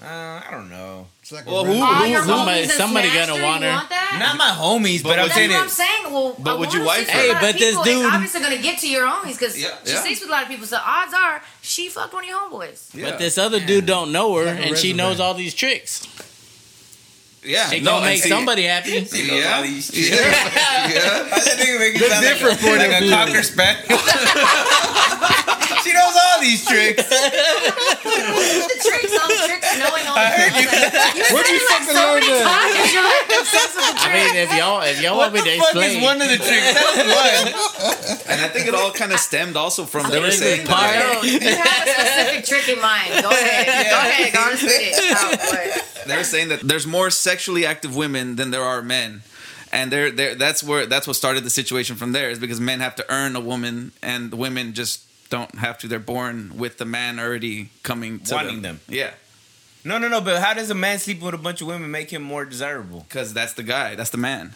Speaker 2: uh, I don't know.
Speaker 3: It's like
Speaker 4: Well,
Speaker 3: a
Speaker 4: who-
Speaker 3: red-
Speaker 1: All your
Speaker 5: somebody-
Speaker 1: homies and
Speaker 5: somebody
Speaker 1: smashed
Speaker 5: gotta
Speaker 1: her,
Speaker 5: want her.
Speaker 1: You want that?
Speaker 2: Not my homies, but I'm
Speaker 1: That's
Speaker 2: saying
Speaker 1: what I'm
Speaker 2: it.
Speaker 1: saying. Well,
Speaker 4: But
Speaker 1: I
Speaker 4: would you
Speaker 1: want to
Speaker 4: wife
Speaker 1: sleep
Speaker 4: her?
Speaker 1: with
Speaker 5: Hey,
Speaker 1: a lot of
Speaker 5: but this
Speaker 1: people. It's
Speaker 5: dude-
Speaker 1: obviously gonna get to your homies because
Speaker 4: Yeah.
Speaker 1: she
Speaker 4: Yeah.
Speaker 1: sleeps with a lot of people. So odds are she fucked one of your homeboys.
Speaker 4: Yeah.
Speaker 5: But this other dude don't know her,
Speaker 3: Like a
Speaker 5: and she
Speaker 3: resume.
Speaker 5: knows all these tricks.
Speaker 4: Yeah.
Speaker 5: She
Speaker 4: no,
Speaker 5: gonna
Speaker 4: and
Speaker 5: make
Speaker 4: see-
Speaker 5: somebody happy.
Speaker 4: Yeah.
Speaker 2: Why that nigga make you
Speaker 5: Look
Speaker 2: sound like
Speaker 5: different
Speaker 2: a-
Speaker 5: for
Speaker 2: like
Speaker 5: that
Speaker 2: a
Speaker 5: dude.
Speaker 2: cocker spaniel. she knows all these tricks.
Speaker 1: the tricks, all the tricks, knowing all the
Speaker 2: heard
Speaker 1: tricks. Like, you
Speaker 3: Where'd you fucking
Speaker 1: so
Speaker 3: learn
Speaker 1: many
Speaker 3: that?
Speaker 1: times. You're like the sense of the
Speaker 5: I mean, if y'all if y'all
Speaker 2: What
Speaker 5: want
Speaker 2: the
Speaker 5: me to
Speaker 2: fuck
Speaker 5: explain,
Speaker 2: is one of the tricks? That's one.
Speaker 4: And I think it all kind of stemmed also from they were
Speaker 5: There's a
Speaker 4: saying
Speaker 5: part-
Speaker 4: that,
Speaker 1: No, you have a specific trick in mind. Go ahead. Go ahead. Go on with it. Oh, boy.
Speaker 4: they were saying that there's more sexually active women than there are men. And they're, they're, that's where that's what started the situation from there is because men have to earn a woman and the women just don't have to. They're born with the man already coming to
Speaker 2: Wanting them.
Speaker 4: Yeah,
Speaker 2: No, no, no. But how does a man sleeping with a bunch of women make him more desirable?
Speaker 4: because that's the guy. That's the man.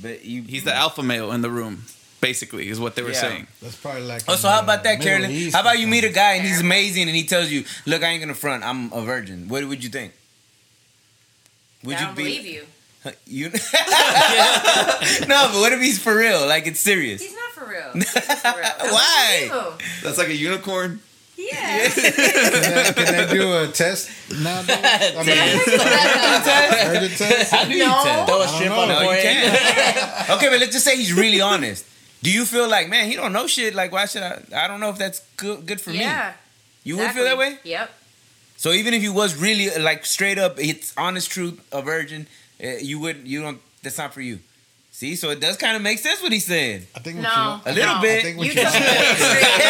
Speaker 2: But you,
Speaker 4: He's the alpha male in the room, basically, is what they were
Speaker 2: Mm. Yeah.
Speaker 4: saying.
Speaker 3: That's probably like.
Speaker 2: Oh, so how about that,
Speaker 3: Middle
Speaker 2: Carolyn?
Speaker 3: East
Speaker 2: How about
Speaker 3: or
Speaker 2: you meet a guy and he's amazing and he tells you, "Look, I ain't gonna front. I'm a virgin." What would you think? Would
Speaker 1: I
Speaker 2: you
Speaker 1: don't
Speaker 2: be
Speaker 1: believe you.
Speaker 2: you? no, but what if he's for real? Like it's serious.
Speaker 1: He's not for real. He's not for real. I don't
Speaker 2: Why?
Speaker 1: believe him.
Speaker 4: That's like a unicorn.
Speaker 1: Yeah.
Speaker 3: something. Yeah, Can they do a test nowadays? I mean, urgent test.
Speaker 5: I knew
Speaker 1: No.
Speaker 5: you tell. Throw a strip
Speaker 3: don't
Speaker 5: on the
Speaker 3: know.
Speaker 2: No, you
Speaker 5: forehead.
Speaker 2: can't. okay, but let's just say he's really honest. Do you feel like, man, he don't know shit? Like, why should I? I don't know if that's good, good for me.
Speaker 1: yeah.
Speaker 2: You would feel that way.
Speaker 1: Yep.
Speaker 2: So even if he was really like straight up, it's honest truth, a virgin, uh, you wouldn't. You don't. That's not for you. See, so it does kind of make sense what he's saying
Speaker 3: I think what
Speaker 1: No.
Speaker 2: a little
Speaker 1: no.
Speaker 3: you. I
Speaker 2: bit.
Speaker 3: think what
Speaker 1: You
Speaker 3: you.
Speaker 1: took it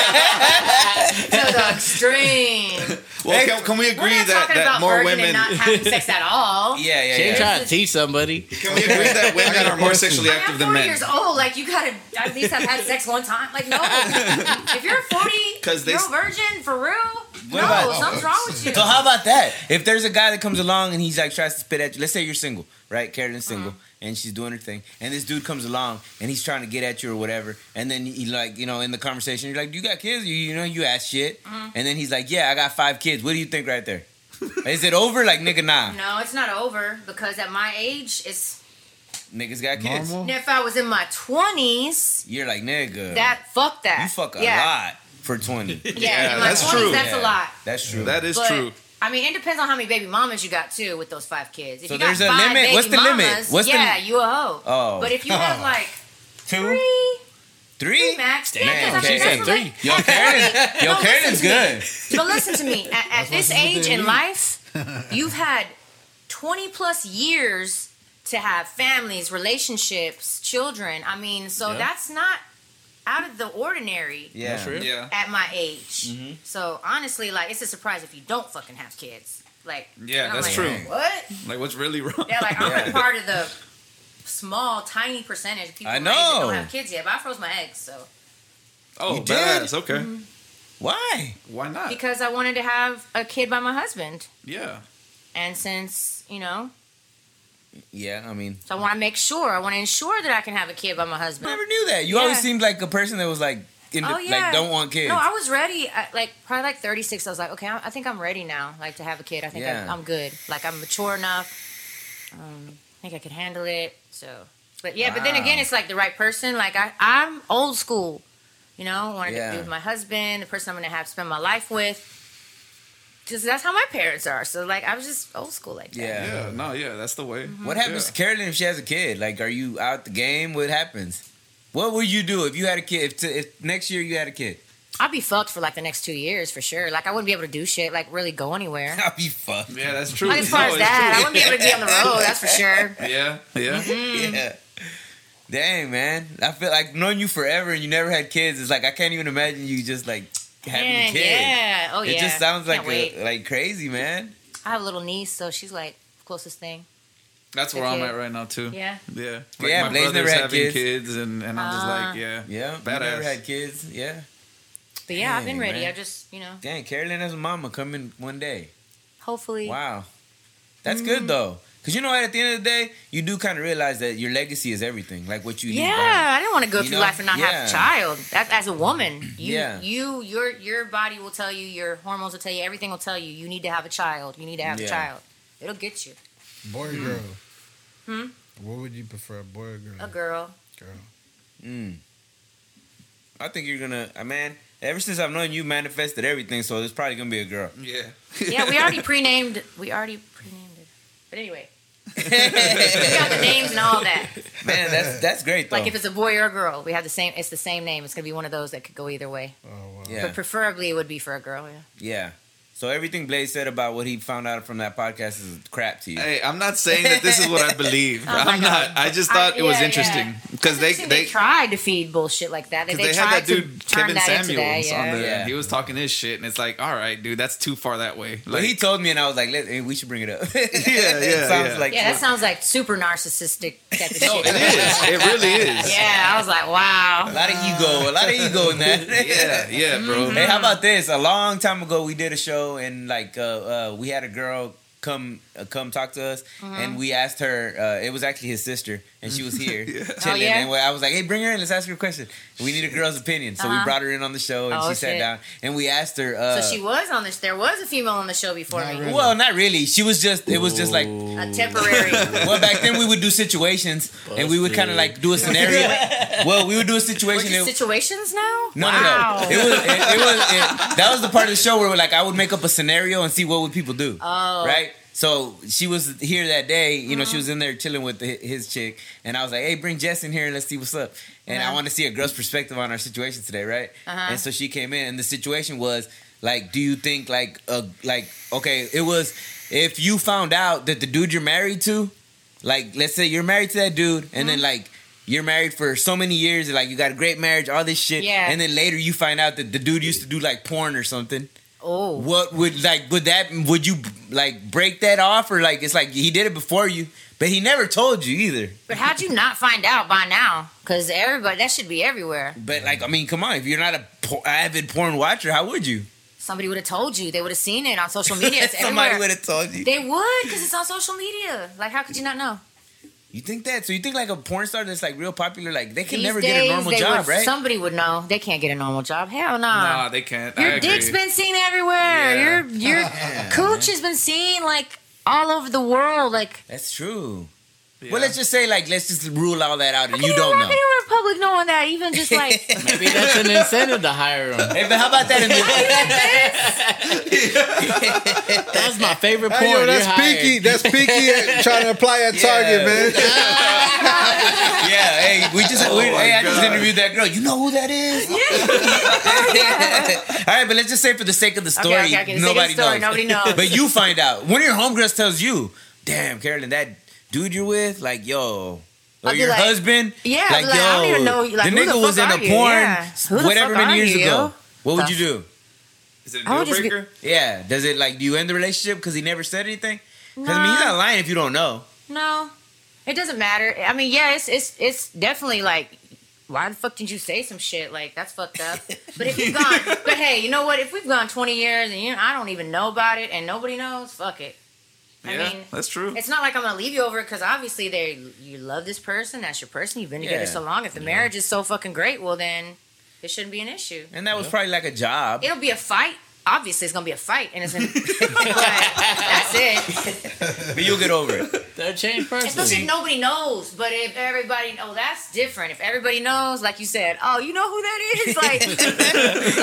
Speaker 1: to the extreme. to the extreme.
Speaker 4: Well, can, can we
Speaker 1: We're
Speaker 4: agree
Speaker 1: not
Speaker 4: that,
Speaker 1: talking
Speaker 4: that
Speaker 1: about
Speaker 4: more
Speaker 1: virgin and
Speaker 4: women?
Speaker 1: not having sex at all.
Speaker 2: yeah, yeah,
Speaker 5: She ain't
Speaker 2: yeah.
Speaker 5: trying to teach somebody.
Speaker 4: Can we agree that
Speaker 3: I
Speaker 4: women
Speaker 3: got
Speaker 4: are more
Speaker 3: questions.
Speaker 4: sexually
Speaker 1: I'm
Speaker 4: active than
Speaker 1: 40
Speaker 4: men?
Speaker 1: years old. Like you gotta at least have had sex one time. Like no, if you're 40,
Speaker 4: 'Cause they
Speaker 1: you're
Speaker 4: s-
Speaker 1: a virgin for real. No,
Speaker 2: about-
Speaker 1: something's wrong with you.
Speaker 2: So how about that? If there's a guy that comes along and he's like tries to spit at you, let's say you're single, right? Carolyn's single and she's doing her thing, and this dude comes along and he's trying to get at you or whatever, and then you like you know in the conversation you're like, "You got kids? You you know you ass shit," and then he's like, "Yeah, I got five kids." What do you think right there? Is it over? Like nigga, nah,
Speaker 1: No, it's not over because at my age, it's
Speaker 2: niggas got kids.
Speaker 3: Normal.
Speaker 1: if I was in my 20s,
Speaker 2: You're like nigga,
Speaker 1: that fuck that.
Speaker 2: you fuck a
Speaker 1: yeah.
Speaker 2: lot for twenty.
Speaker 1: Yeah,
Speaker 4: Yeah,
Speaker 1: in my
Speaker 4: that's
Speaker 1: 20s,
Speaker 4: true.
Speaker 1: that's
Speaker 2: Yeah,
Speaker 1: a lot.
Speaker 2: That's true.
Speaker 4: That is
Speaker 1: But,
Speaker 4: true.
Speaker 1: I mean, it depends on how many baby mamas you got too with those five kids. If
Speaker 2: So
Speaker 1: you got
Speaker 2: there's a
Speaker 1: five
Speaker 2: limit.
Speaker 1: baby
Speaker 2: What's the limit?
Speaker 1: mamas,
Speaker 2: What's the-
Speaker 1: yeah, you a hoe.
Speaker 2: Oh.
Speaker 1: But if you have like
Speaker 2: two,
Speaker 1: three,
Speaker 2: three.
Speaker 1: three max, yeah,
Speaker 2: Damn,
Speaker 1: 'cause I
Speaker 2: she
Speaker 1: mean, that's
Speaker 5: said
Speaker 1: what
Speaker 5: three.
Speaker 1: they-
Speaker 2: Yo, Carolyn, yo,
Speaker 1: No, listen
Speaker 2: Carolyn's
Speaker 1: to me.
Speaker 2: good.
Speaker 1: But listen to me. At, at this
Speaker 3: what they
Speaker 1: age in
Speaker 3: need.
Speaker 1: life, you've had 20 plus years to have families, relationships, children. I mean, so
Speaker 5: Yeah.
Speaker 1: that's not out of the ordinary
Speaker 2: Yeah.
Speaker 5: That's real.
Speaker 4: Yeah.
Speaker 1: at my age. So honestly, like, it's a surprise if you don't fucking have kids. Like,
Speaker 4: Yeah,
Speaker 1: and I'm
Speaker 4: that's
Speaker 1: like,
Speaker 4: true.
Speaker 1: What?
Speaker 4: Like, what's really wrong?
Speaker 1: Yeah, like I'm
Speaker 2: Yeah.
Speaker 1: part of the small, tiny percentage of people
Speaker 2: I
Speaker 1: my age that
Speaker 2: know.
Speaker 1: don't have kids yet. But I froze my eggs, so
Speaker 4: Oh,
Speaker 2: You did?
Speaker 4: badass. Okay.
Speaker 2: Why?
Speaker 4: Why not?
Speaker 1: because I wanted to have a kid by my husband,
Speaker 4: yeah.
Speaker 1: and since you know
Speaker 2: Yeah, I mean,
Speaker 1: So I want to make sure. I want to ensure that I can have a kid by my husband.
Speaker 2: never knew that. You
Speaker 1: Yeah.
Speaker 2: always seemed like a person that was like, in
Speaker 1: Oh, yeah.
Speaker 2: like don't want kids.
Speaker 1: No, I was ready. At like probably like 36. I was like, okay, I, I think I'm ready now. Like to have a kid. I think
Speaker 2: Yeah.
Speaker 1: I, I'm good. Like I'm mature enough. Um, I think I can handle it. So, but yeah. But then
Speaker 2: Wow.
Speaker 1: again, it's like the right person. Like I, I'm old school. You know, I wanted
Speaker 2: Yeah.
Speaker 1: to be with my husband, the person I'm gonna have spend my life with. Just that's how my parents are. So like I was just old school like that.
Speaker 2: yeah.
Speaker 4: Yeah. No. Yeah. That's the way.
Speaker 1: Mm-hmm.
Speaker 2: What happens
Speaker 4: Yeah.
Speaker 2: to Carolyn if she has a kid? Like, are you out the game? What happens? What would you do if you had a kid? If, to, if next year you had a kid,
Speaker 1: I'll be fucked for like the next two years for sure. Like I wouldn't be able to do shit. Like really go anywhere.
Speaker 2: I'll be fucked.
Speaker 4: Yeah, that's true.
Speaker 1: Like, as far
Speaker 4: No,
Speaker 1: as
Speaker 4: it's
Speaker 1: that, I wouldn't be able to be on the road. That's for sure.
Speaker 4: true. Yeah. Yeah.
Speaker 1: Mm.
Speaker 2: Yeah. Dang, man. I feel like knowing you forever and you never had kids. It's like I can't even imagine you just like having
Speaker 1: Man,
Speaker 2: a kid.
Speaker 1: yeah. Oh,
Speaker 2: It just
Speaker 1: yeah.
Speaker 2: sounds like
Speaker 1: Can't wait.
Speaker 2: a, like crazy, man.
Speaker 1: I have a little niece, so she's like closest thing.
Speaker 4: That's where I'm
Speaker 1: Okay.
Speaker 4: at right now too.
Speaker 1: Yeah.
Speaker 4: Yeah.
Speaker 2: Yeah, Blaze
Speaker 4: brother's
Speaker 2: never had
Speaker 4: having
Speaker 2: kids.
Speaker 4: and, and I'm just
Speaker 1: Ah.
Speaker 4: like, yeah.
Speaker 2: Yeah, you
Speaker 4: Badass.
Speaker 2: never had kids. Yeah,
Speaker 1: But yeah, I've been
Speaker 2: Dang,
Speaker 1: ready.
Speaker 2: man.
Speaker 1: I just, you know,
Speaker 2: dang, Carolyn as a mama coming one day.
Speaker 1: hopefully.
Speaker 2: Wow, that's
Speaker 1: Mm-hmm.
Speaker 2: good though, because you know what? At the end of the day, you do kind of realize that your legacy is everything. Like what you leave behind.
Speaker 1: Yeah, I didn't want to go
Speaker 2: You
Speaker 1: through
Speaker 2: know?
Speaker 1: life and not
Speaker 2: Yeah.
Speaker 1: have a child. That, as a woman, you,
Speaker 2: Yeah.
Speaker 1: you, your, your body will tell you, your hormones will tell you, everything will tell you. You need to have a child. You need to have
Speaker 2: Yeah.
Speaker 1: a child. It'll get you.
Speaker 3: Boy or girl?
Speaker 1: Hmm?
Speaker 3: What would you prefer, boy or girl?
Speaker 1: A girl.
Speaker 3: girl.
Speaker 2: Mm. I think you're gonna, uh, man. Ever since I've known you, manifested everything, so it's probably gonna be a girl.
Speaker 4: Yeah.
Speaker 1: Yeah, we already pre-named. We already pre-named it. But anyway, we got the names and all that.
Speaker 2: Man, that's that's great though.
Speaker 4: Oh.
Speaker 1: Like if it's a boy or a girl, we have the same. It's the same name. It's gonna be one of those that could go either way.
Speaker 3: Oh wow.
Speaker 2: yeah,
Speaker 1: But preferably, it would be for a girl. Yeah.
Speaker 2: yeah. So everything Blaze said about what he found out from that podcast is crap to you.
Speaker 4: Hey, I'm not saying that this is what I believe.
Speaker 1: Oh my
Speaker 4: I'm
Speaker 1: God.
Speaker 4: not. I just
Speaker 1: I-
Speaker 4: thought it was
Speaker 1: yeah,
Speaker 4: interesting
Speaker 1: yeah.
Speaker 4: because they
Speaker 1: Actually,
Speaker 4: they.
Speaker 1: tried to feed bullshit like that. They,
Speaker 4: Because
Speaker 1: they
Speaker 4: they, had
Speaker 1: tried
Speaker 4: that dude
Speaker 1: to turn
Speaker 4: Kevin
Speaker 1: that
Speaker 4: Samuels
Speaker 1: into that. Yeah.
Speaker 4: on the
Speaker 2: Yeah.
Speaker 4: he was talking his shit and it's like, all right, dude, that's too far that way.
Speaker 2: But
Speaker 4: Like
Speaker 2: he told me, and I was like, Let, hey, "We should bring it up." yeah,
Speaker 4: yeah,
Speaker 2: sounds
Speaker 4: yeah.
Speaker 2: like
Speaker 1: yeah, that sounds like super narcissistic type of
Speaker 4: no,
Speaker 1: shit.
Speaker 4: it is. It really is.
Speaker 1: Yeah, I was like,
Speaker 2: a
Speaker 1: wow.
Speaker 2: lot of ego, a lot of ego in that.
Speaker 4: yeah, yeah, bro.
Speaker 1: Mm-hmm.
Speaker 2: Hey, how about this? A long time ago, we did a show, and like uh, uh, we had a girl come uh, come talk to us,
Speaker 1: Mm-hmm.
Speaker 2: and we asked her. Uh, it was actually his sister, and she was here chilling.
Speaker 1: Oh, yeah?
Speaker 2: And I was like, "Hey, bring her in. Let's ask her a question. We need a girl's opinion." So we
Speaker 1: Uh-huh.
Speaker 2: brought her in on the show, and
Speaker 1: Oh,
Speaker 2: she sat
Speaker 1: shit.
Speaker 2: down, and we asked her. Uh,
Speaker 1: So she was on this. There was a female on the show before
Speaker 3: Not
Speaker 1: me.
Speaker 3: really.
Speaker 2: well, not really. She was just. It was just like.
Speaker 1: A temporary.
Speaker 2: Well, back then we would do situations, and we would kind of like do a scenario. well, we would do a
Speaker 1: We're
Speaker 2: situation.
Speaker 1: just
Speaker 2: and-
Speaker 1: situations now.
Speaker 2: No,
Speaker 1: wow.
Speaker 2: no, no. It was, it, it was, it, that was the part of the show where like I would make up a scenario and see what would people do.
Speaker 1: Oh. Uh-huh.
Speaker 2: right. So she was here that day. You know, she was in there chilling with hi- his chick, and I was like, "Hey, bring Jess in here and let's see what's up." And I
Speaker 1: Uh-huh.
Speaker 2: want to see a girl's perspective on our situation today, right?
Speaker 1: Uh-huh.
Speaker 2: And so she came in, and the situation was like, "Do you think like a like okay?" It was if you found out that the dude you're married to, like, let's say you're married to that dude, and
Speaker 1: Mm-hmm.
Speaker 2: then like. You're married for so many years, and like you got a great marriage, all this shit,
Speaker 1: Yeah.
Speaker 2: and then later you find out that the dude used to do like porn or something.
Speaker 1: Oh.
Speaker 2: What would like would that would you like break that off or like it's like he did it before you, but he never told you either.
Speaker 1: But how'd you not find out by now? Because everybody, that should be everywhere.
Speaker 2: But like I mean, come on, if you're not a por- avid porn watcher, how would you?
Speaker 1: Somebody would have told you. They would have seen it on social media. It's
Speaker 2: Somebody
Speaker 1: everywhere.
Speaker 2: would have told you.
Speaker 1: They would, because it's on social media. Like, how could you not know?
Speaker 2: You think that? So you think like a porn star that's like real popular, like they can
Speaker 1: These
Speaker 2: never
Speaker 1: days,
Speaker 2: get a normal
Speaker 1: they
Speaker 2: job,
Speaker 1: would,
Speaker 2: right?
Speaker 1: Somebody would know. They can't get a normal job. Hell no.
Speaker 4: Nah, they can't. I
Speaker 1: your
Speaker 4: agree.
Speaker 1: dick's been seen everywhere.
Speaker 4: Yeah.
Speaker 1: Your your cooch has been seen like all over the world. Like
Speaker 2: that's true.
Speaker 4: Yeah.
Speaker 2: Well, let's just say like let's just rule all that out, and you
Speaker 1: Can
Speaker 2: don't know.
Speaker 1: imagine the Republic knowing that. Even just like
Speaker 5: Maybe that's an incentive to hire him.
Speaker 2: Hey, but how about that in the
Speaker 5: That's my favorite porn.
Speaker 3: Hey, yo, that's
Speaker 5: You're hired.
Speaker 3: peaky. That's peaky at- trying to apply at Target, man.
Speaker 2: Yeah, hey, we just we,
Speaker 4: Oh my
Speaker 2: hey, I just
Speaker 4: God.
Speaker 2: interviewed that girl. You know who that is? All right, but let's just say for the sake of the story,
Speaker 1: okay, okay, the sake of the
Speaker 2: nobody
Speaker 1: story,
Speaker 2: knows.
Speaker 1: nobody knows.
Speaker 2: but you find out one of your homegirls tells you, "Damn, Carolyn, that dude you're with, like, yo." Or
Speaker 1: I'll be
Speaker 2: your
Speaker 1: like-
Speaker 2: husband?
Speaker 1: Yeah, I'll be like, I don't even know you- like,
Speaker 2: the
Speaker 1: who the
Speaker 2: nigga was in
Speaker 1: fuck
Speaker 2: a
Speaker 1: are you?
Speaker 2: porn
Speaker 1: Yeah.
Speaker 2: s-
Speaker 1: Who the
Speaker 2: whatever
Speaker 1: fuck
Speaker 2: many
Speaker 1: are
Speaker 2: years
Speaker 1: you,
Speaker 2: ago.
Speaker 1: yo?
Speaker 2: What would
Speaker 1: The-
Speaker 2: you do?
Speaker 4: Is it a
Speaker 1: I
Speaker 4: deal
Speaker 1: would just be-
Speaker 4: breaker?
Speaker 2: Yeah, does it like do you end the relationship because he never said anything? Because I mean, he's
Speaker 1: Nah.
Speaker 2: not lying if you don't know.
Speaker 1: no, it doesn't matter. I mean, yeah, it's it's it's definitely like. Why the fuck did you say some shit like that's fucked up? But if you've gone, but hey, you know what? If we've gone twenty years and you, I don't even know about it, and nobody knows, fuck it. I
Speaker 4: yeah,
Speaker 1: mean,
Speaker 4: that's true.
Speaker 1: It's not like I'm gonna leave you over because obviously they you love this person. That's your person. You've been together
Speaker 2: Yeah.
Speaker 1: so long. If the marriage is so fucking great, well then it shouldn't be an issue.
Speaker 2: And that was probably like a job.
Speaker 1: It'll be a fight. Obviously, it's gonna be a fight, and it's gonna, but that's it.
Speaker 2: But you'll get over it.
Speaker 5: They're a changed
Speaker 1: Especially if
Speaker 5: person.
Speaker 1: nobody knows. But if everybody, oh, that's different. If everybody knows, like you said, oh, you know who that is. Like,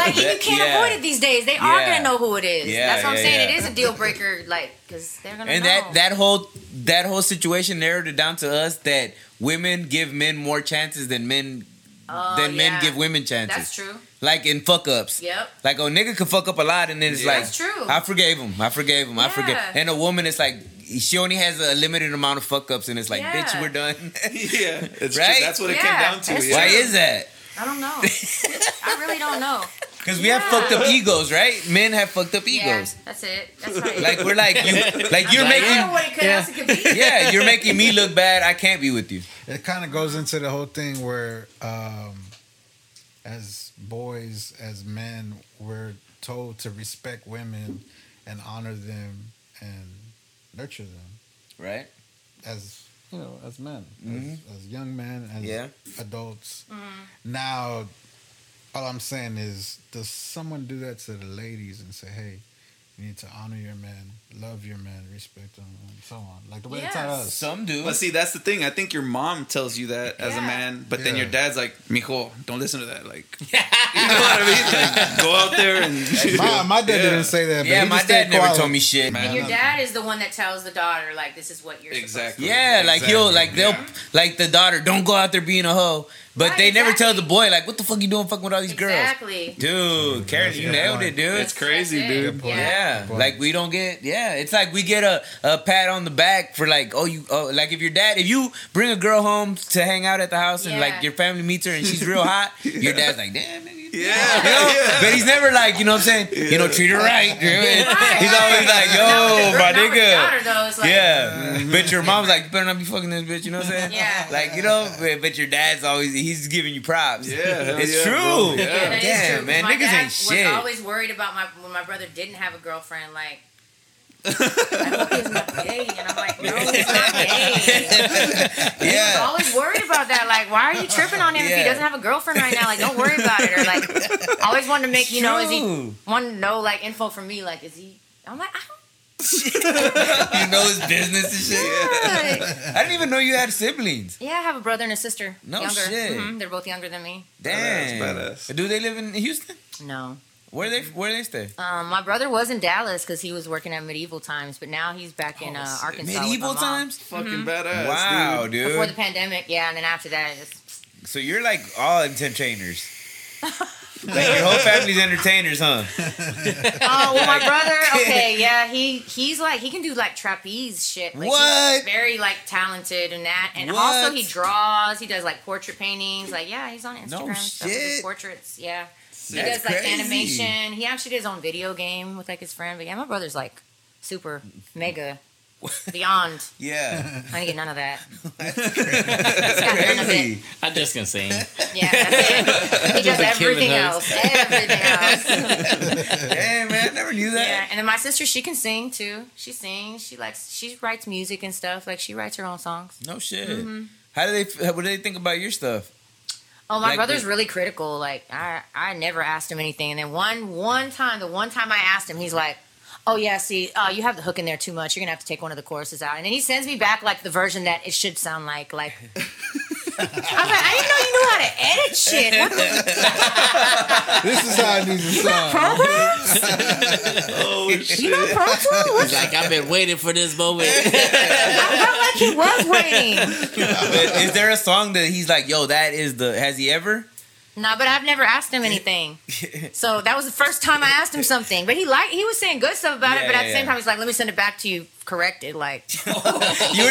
Speaker 1: like you can't
Speaker 2: Yeah.
Speaker 1: avoid it these days. They are
Speaker 2: Yeah.
Speaker 1: gonna know who it is.
Speaker 2: Yeah,
Speaker 1: that's what I'm
Speaker 2: yeah,
Speaker 1: saying.
Speaker 2: yeah.
Speaker 1: It is a deal breaker. Like, because they're gonna
Speaker 2: and
Speaker 1: know.
Speaker 2: that that whole that whole situation narrowed it down to us that women give men more chances than men
Speaker 1: Oh,
Speaker 2: than
Speaker 1: yeah.
Speaker 2: men give women chances.
Speaker 1: That's true.
Speaker 2: Like in fuck ups.
Speaker 1: Yep.
Speaker 2: Like a nigga could fuck up a lot, and then it's
Speaker 4: Yeah.
Speaker 2: like
Speaker 1: That's true.
Speaker 2: I forgave him. I forgave him. I forgave.
Speaker 1: Yeah.
Speaker 2: And a woman, it's like she only has a limited amount of fuck ups, and it's like,
Speaker 1: Yeah.
Speaker 2: bitch, we're done.
Speaker 4: yeah, it's
Speaker 2: Right?
Speaker 4: True. That's what it
Speaker 1: Yeah,
Speaker 4: came down to.
Speaker 1: that's
Speaker 4: Yeah.
Speaker 2: Why
Speaker 1: true.
Speaker 2: is that?
Speaker 1: I don't know. I really don't know.
Speaker 2: Because we have
Speaker 1: Yeah.
Speaker 2: fucked up egos, right? Men have fucked up
Speaker 1: Yeah,
Speaker 2: egos.
Speaker 1: that's it. That's right.
Speaker 2: Like we're like you, like you're
Speaker 1: I
Speaker 2: making,
Speaker 1: know what it could
Speaker 5: yeah.
Speaker 1: also could be.
Speaker 2: yeah, you're making me look bad. I can't be with you.
Speaker 3: It kind of goes into the whole thing where, um, as boys, as men, we're told to respect women and honor them and nurture them
Speaker 2: Right?
Speaker 3: as you know, as men, as, as young men, as
Speaker 2: Mm-hmm. Yeah.
Speaker 3: adults. Now, all I'm saying is, does someone do that to the ladies and say, "Hey"? You need to honor your men, love your men, respect them, and so on. Like the way they taught
Speaker 1: Yes.
Speaker 3: us.
Speaker 2: Some do.
Speaker 4: But see, that's the thing. I think your mom tells you that as a
Speaker 1: Yeah.
Speaker 4: man, but then
Speaker 3: Yeah.
Speaker 4: your dad's like, "Mijo, don't listen to that." Like, you know what I mean? Like, go out there and
Speaker 3: My, my dad
Speaker 4: Yeah.
Speaker 3: didn't say that. But
Speaker 2: yeah,
Speaker 3: he
Speaker 2: my
Speaker 3: just stayed
Speaker 2: dad never
Speaker 3: quiet.
Speaker 2: told me shit.
Speaker 4: Man.
Speaker 1: And your dad is the one that tells the daughter, like, this is what you're
Speaker 4: Exactly.
Speaker 2: Yeah, like he'll
Speaker 4: Exactly.
Speaker 2: like they'll
Speaker 4: Yeah.
Speaker 2: like the daughter, don't go out there being a hoe. But
Speaker 1: Right,
Speaker 2: they never tell
Speaker 1: exactly.
Speaker 2: the boy, like, what the fuck you doing fucking with all these
Speaker 1: supposed to Exactly.
Speaker 2: girls? Dude, Karen, you
Speaker 3: Yeah.
Speaker 2: nailed it, dude.
Speaker 4: It's crazy,
Speaker 1: That's it.
Speaker 4: dude.
Speaker 3: point.
Speaker 1: Yeah.
Speaker 2: Yeah,
Speaker 3: Good point.
Speaker 2: like we don't get. Yeah, it's like we get a, a pat on the back for like, oh, you, oh, like if your dad, if you bring a girl home to hang out at the house and
Speaker 1: Yeah.
Speaker 2: like your family meets her and she's real hot, your dad's like, damn, nigga. you
Speaker 4: Yeah.
Speaker 2: know? But he's never like, you know what I'm saying? You know, treat her right. dude. he's always like,
Speaker 1: Not with
Speaker 2: yo, my
Speaker 1: the- not with the
Speaker 2: nigga.
Speaker 1: daughter, though. It's like,
Speaker 2: Yeah, but your mom's like, you better not be fucking this bitch. You know what I'm saying?
Speaker 1: Yeah.
Speaker 2: Like you know, but, but your dad's always he's giving you props.
Speaker 4: Yeah, hell
Speaker 2: it's
Speaker 4: yeah,
Speaker 2: true.
Speaker 4: bro. Yeah.
Speaker 1: Yeah, that is
Speaker 2: Damn,
Speaker 1: true.
Speaker 2: man,
Speaker 1: my
Speaker 2: niggas
Speaker 1: dad
Speaker 2: ain't
Speaker 1: was
Speaker 2: shit.
Speaker 1: always worried about my when my brother didn't have a girlfriend. Like, I hope he's not gay, and I'm like, no, he's not gay. I was
Speaker 2: yeah.
Speaker 1: always worried about that. Like, why are you tripping on him if
Speaker 2: Yeah.
Speaker 1: he doesn't have a girlfriend right now? Like, don't worry about it. Or like, I always wanted to make you know, is he
Speaker 2: True.
Speaker 1: wanted to know like info from me? Like, is he? I'm like, I
Speaker 2: you know his business and shit.
Speaker 1: don't. know.
Speaker 2: I didn't even know you had siblings.
Speaker 1: Yeah, I have a brother and a sister.
Speaker 2: No
Speaker 1: younger.
Speaker 2: shit.
Speaker 1: Mhm, They're both younger than me.
Speaker 2: Damn.
Speaker 4: Badass, badass.
Speaker 2: Do they live in Houston?
Speaker 1: No.
Speaker 2: Where they Where they stay?
Speaker 1: Um, my brother was in Dallas because he was working at Medieval Times, but now he's back in uh,
Speaker 4: sick.
Speaker 1: Arkansas. with my
Speaker 2: Medieval
Speaker 1: mom.
Speaker 2: times.
Speaker 4: Fucking badass.
Speaker 2: Wow, dude.
Speaker 1: Mm-hmm. Before the pandemic, yeah, and then after that, it's,
Speaker 2: so you're like all entertainers. like your whole family's entertainers, huh?
Speaker 1: oh well, my brother. Okay, yeah, he he's like he can do like trapeze shit. Like, he's
Speaker 2: What?
Speaker 1: very like talented in that, and
Speaker 2: What?
Speaker 1: also he draws. He does like portrait paintings. Like yeah, he's on Instagram.
Speaker 2: No
Speaker 1: and stuff with his
Speaker 2: shit.
Speaker 1: Portraits. Yeah, he
Speaker 2: That's
Speaker 1: does like
Speaker 2: crazy.
Speaker 1: animation. He actually did his own video game with like his friend. But yeah, my brother's like super mega. Beyond,
Speaker 2: Yeah.
Speaker 1: I didn't get none of that. He's got none of it.
Speaker 2: Crazy.
Speaker 5: I just can sing.
Speaker 1: Yeah, that's it. he does
Speaker 5: a
Speaker 1: everything
Speaker 5: Kevin
Speaker 1: else. Everything else.
Speaker 2: Damn, man, I never knew
Speaker 1: yeah,
Speaker 2: that.
Speaker 1: and then my sister, she can sing too. She sings. She likes. She writes music and stuff. Like she writes her own songs.
Speaker 2: No shit.
Speaker 1: Mm-hmm.
Speaker 2: How do they? What do they think about your stuff?
Speaker 1: Oh, my
Speaker 2: Like
Speaker 1: brother's
Speaker 2: the-
Speaker 1: really critical. Like I, I never asked him anything. And then one, one time, the one time I asked him, he's like. Oh yeah, see, uh, you have the hook in there too much. You're gonna have to take one of the choruses out, and then he sends me back like the version that it should sound like. Like, I was like, I didn't know you knew how to edit shit. What
Speaker 3: This is how it needs to sound.
Speaker 1: programs?
Speaker 4: Oh shit.
Speaker 1: You know Pro Tools? What's
Speaker 5: It's like I've been waiting for this moment.
Speaker 1: I felt like he was waiting.
Speaker 2: But is there a song that he's like, yo, that is the? Has he ever?
Speaker 1: No, but I've never asked him anything. So that was the first time I asked him something. But he liked he was saying good stuff about
Speaker 2: Yeah,
Speaker 1: it, but at
Speaker 2: yeah,
Speaker 1: the same
Speaker 2: yeah.
Speaker 1: time he's like, Let me send it back to you corrected. Like
Speaker 2: You were
Speaker 1: Oh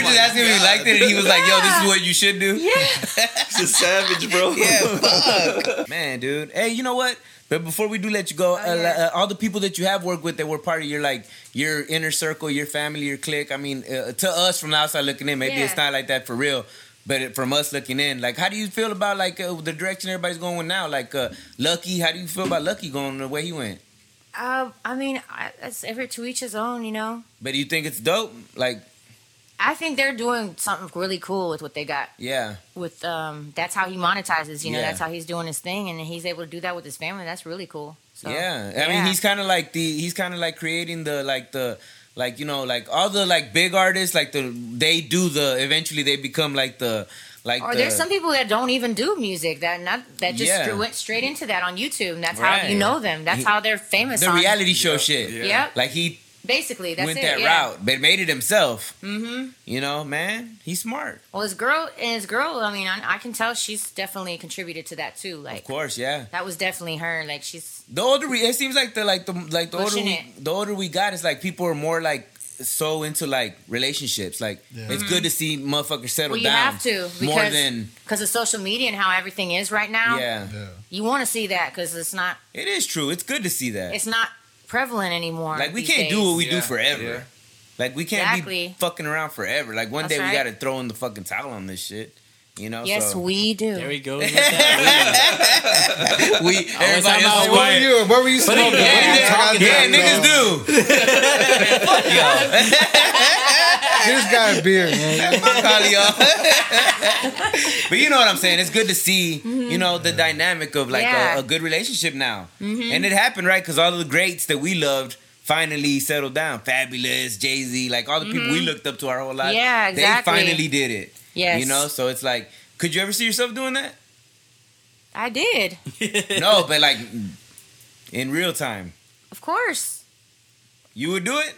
Speaker 2: just asking if he liked it, and he was like, yo, this is what you should do.
Speaker 1: Yeah.
Speaker 4: He's a savage, bro.
Speaker 2: Man, dude. Hey, you know what? But before we do let you go, uh,
Speaker 1: Oh, yeah.
Speaker 2: uh, all the people that you have worked with that were part of your like your inner circle, your family, your clique. I mean, uh, to us from the outside looking in, maybe
Speaker 1: Yeah.
Speaker 2: it's not like that for real. But it, from us looking in, like, how do you feel about like uh, the direction everybody's going with now? Like, uh, Lucky, how do you feel about Lucky going the way he went?
Speaker 1: Uh, I mean, I, that's every to each his own, you know.
Speaker 2: But do you think it's dope? Like,
Speaker 1: I think they're doing something really cool with what they got.
Speaker 2: yeah,
Speaker 1: With um, that's how he monetizes. You know,
Speaker 2: Yeah.
Speaker 1: that's how he's doing his thing, and he's able to do that with his family. That's really cool. So,
Speaker 2: yeah. I mean, he's kind of like the he's kind of like creating the like the like you know like all the like big artists like the they do the eventually they become like the like
Speaker 1: Or
Speaker 2: the,
Speaker 1: Oh, there's some people that don't even do music that not that just
Speaker 2: Yeah.
Speaker 1: stra- went straight into that on YouTube. And that's how
Speaker 2: Right.
Speaker 1: you know them. That's how they're famous.
Speaker 2: the
Speaker 1: on-
Speaker 2: reality show shit.
Speaker 4: yeah.
Speaker 1: Yep.
Speaker 2: Like he
Speaker 1: Basically, that's
Speaker 2: went
Speaker 1: it.
Speaker 2: that
Speaker 1: yeah.
Speaker 2: route, but made it himself. Mm-hmm. You know, man, he's smart.
Speaker 1: Well, his girl, his girl. I mean, I, I can tell she's definitely contributed to that too.
Speaker 2: Of
Speaker 1: Like
Speaker 2: course, yeah.
Speaker 1: that was definitely her. Like she's
Speaker 2: The older we, it seems like the like the like the older
Speaker 1: Pushing
Speaker 2: we,
Speaker 1: it.
Speaker 2: the older we got, it's like people are more like so into like relationships. Like
Speaker 3: Yeah.
Speaker 2: it's good to see motherfuckers settle
Speaker 1: Well, you
Speaker 2: down.
Speaker 1: have to
Speaker 2: more
Speaker 1: because-
Speaker 2: than
Speaker 1: because of social media and how everything is right now.
Speaker 2: yeah.
Speaker 3: Yeah.
Speaker 1: You want to see that because it's not
Speaker 2: It is true. It's good to see that.
Speaker 1: it's not prevalent anymore.
Speaker 2: like we
Speaker 1: these
Speaker 2: can't do
Speaker 1: days.
Speaker 2: what we do
Speaker 4: Yeah,
Speaker 2: forever.
Speaker 4: yeah.
Speaker 2: Like we can't be
Speaker 1: Exactly.
Speaker 2: fucking around forever. Like one
Speaker 1: That's
Speaker 2: day we
Speaker 1: right.
Speaker 2: got to throw in the fucking towel on this shit. You know.
Speaker 1: Yes,
Speaker 2: so.
Speaker 1: we do.
Speaker 5: There we go.
Speaker 2: we everybody
Speaker 5: talking
Speaker 2: else is
Speaker 5: about
Speaker 3: What were
Speaker 2: quiet.
Speaker 3: you? What were you smoking? What
Speaker 5: yeah,
Speaker 3: were you
Speaker 5: yeah,
Speaker 3: talking
Speaker 2: Yeah,
Speaker 3: about?
Speaker 2: niggas do.
Speaker 3: This guy beer, man.
Speaker 2: Probably y'all. but you know what I'm saying. It's good to see, you know, the dynamic of like
Speaker 1: Mm-hmm. Yeah. Mm-hmm.
Speaker 2: a, a good relationship now. And it happened, right? Because all of the greats that we loved finally settled down. Fabulous, Jay Z, like all the people we looked up to our whole life.
Speaker 1: Mm-hmm. Yeah, exactly.
Speaker 2: They finally did it.
Speaker 1: Yes,
Speaker 2: You know, so it's like, could you ever see yourself doing that?
Speaker 1: I did.
Speaker 2: no, but like in real time,
Speaker 1: Of course.
Speaker 2: you would do it.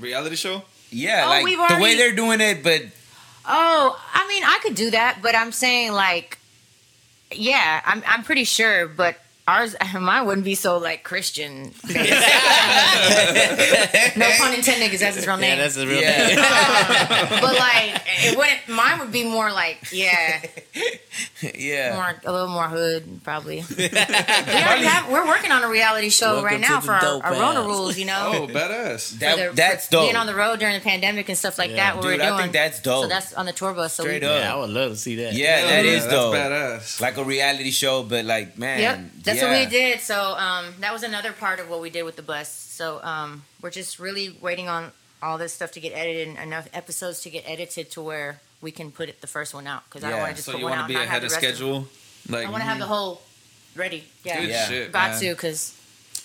Speaker 4: Reality show?
Speaker 2: Yeah,
Speaker 1: Oh,
Speaker 2: like
Speaker 1: we've
Speaker 2: the way
Speaker 1: already-
Speaker 2: they're doing it, but
Speaker 1: Oh, I mean, I could do that, but I'm saying like, yeah, I'm I'm pretty sure, but. Ours, mine wouldn't be so like Christian. no pun intended, because that's his real
Speaker 5: yeah,
Speaker 1: name.
Speaker 5: that's a real
Speaker 2: yeah.
Speaker 1: but like, it wouldn't. Mine would be more like, yeah,
Speaker 2: yeah.
Speaker 1: more a little more hood probably. we already have, we're working on a reality show
Speaker 5: Welcome
Speaker 1: right
Speaker 5: to
Speaker 1: now
Speaker 5: the
Speaker 1: for our,
Speaker 5: dope
Speaker 1: our Rona
Speaker 5: house.
Speaker 1: rules, you know.
Speaker 4: Oh, badass.
Speaker 1: For
Speaker 2: That,
Speaker 1: the- for
Speaker 2: that's dope.
Speaker 1: Being on the road during the pandemic and stuff like
Speaker 5: Yeah.
Speaker 1: that. What
Speaker 2: Dude,
Speaker 1: we're doing.
Speaker 2: I think that's dope.
Speaker 1: So that's on the tour bus. So we,
Speaker 2: Straight up.
Speaker 5: Yeah, I would love to see that.
Speaker 2: yeah, that is dope.
Speaker 4: That's badass.
Speaker 2: Like a reality show, but like man,
Speaker 1: Yep, that's
Speaker 2: yeah.
Speaker 1: what we did. So um, that was another part of what we did with the bus. So um, we're just really waiting on all this stuff to get edited and enough episodes to get edited to where we can put it, the first one out because I don't
Speaker 2: Yeah.
Speaker 1: want to just
Speaker 4: So
Speaker 1: put
Speaker 4: you
Speaker 1: one
Speaker 4: want
Speaker 1: out
Speaker 4: to be
Speaker 1: and not have
Speaker 4: ahead of
Speaker 1: the rest Of,
Speaker 4: schedule? Like mm,
Speaker 1: I want to have the whole ready. Yeah,
Speaker 4: Good
Speaker 2: Yeah.
Speaker 4: shit.
Speaker 1: got
Speaker 4: man.
Speaker 1: to because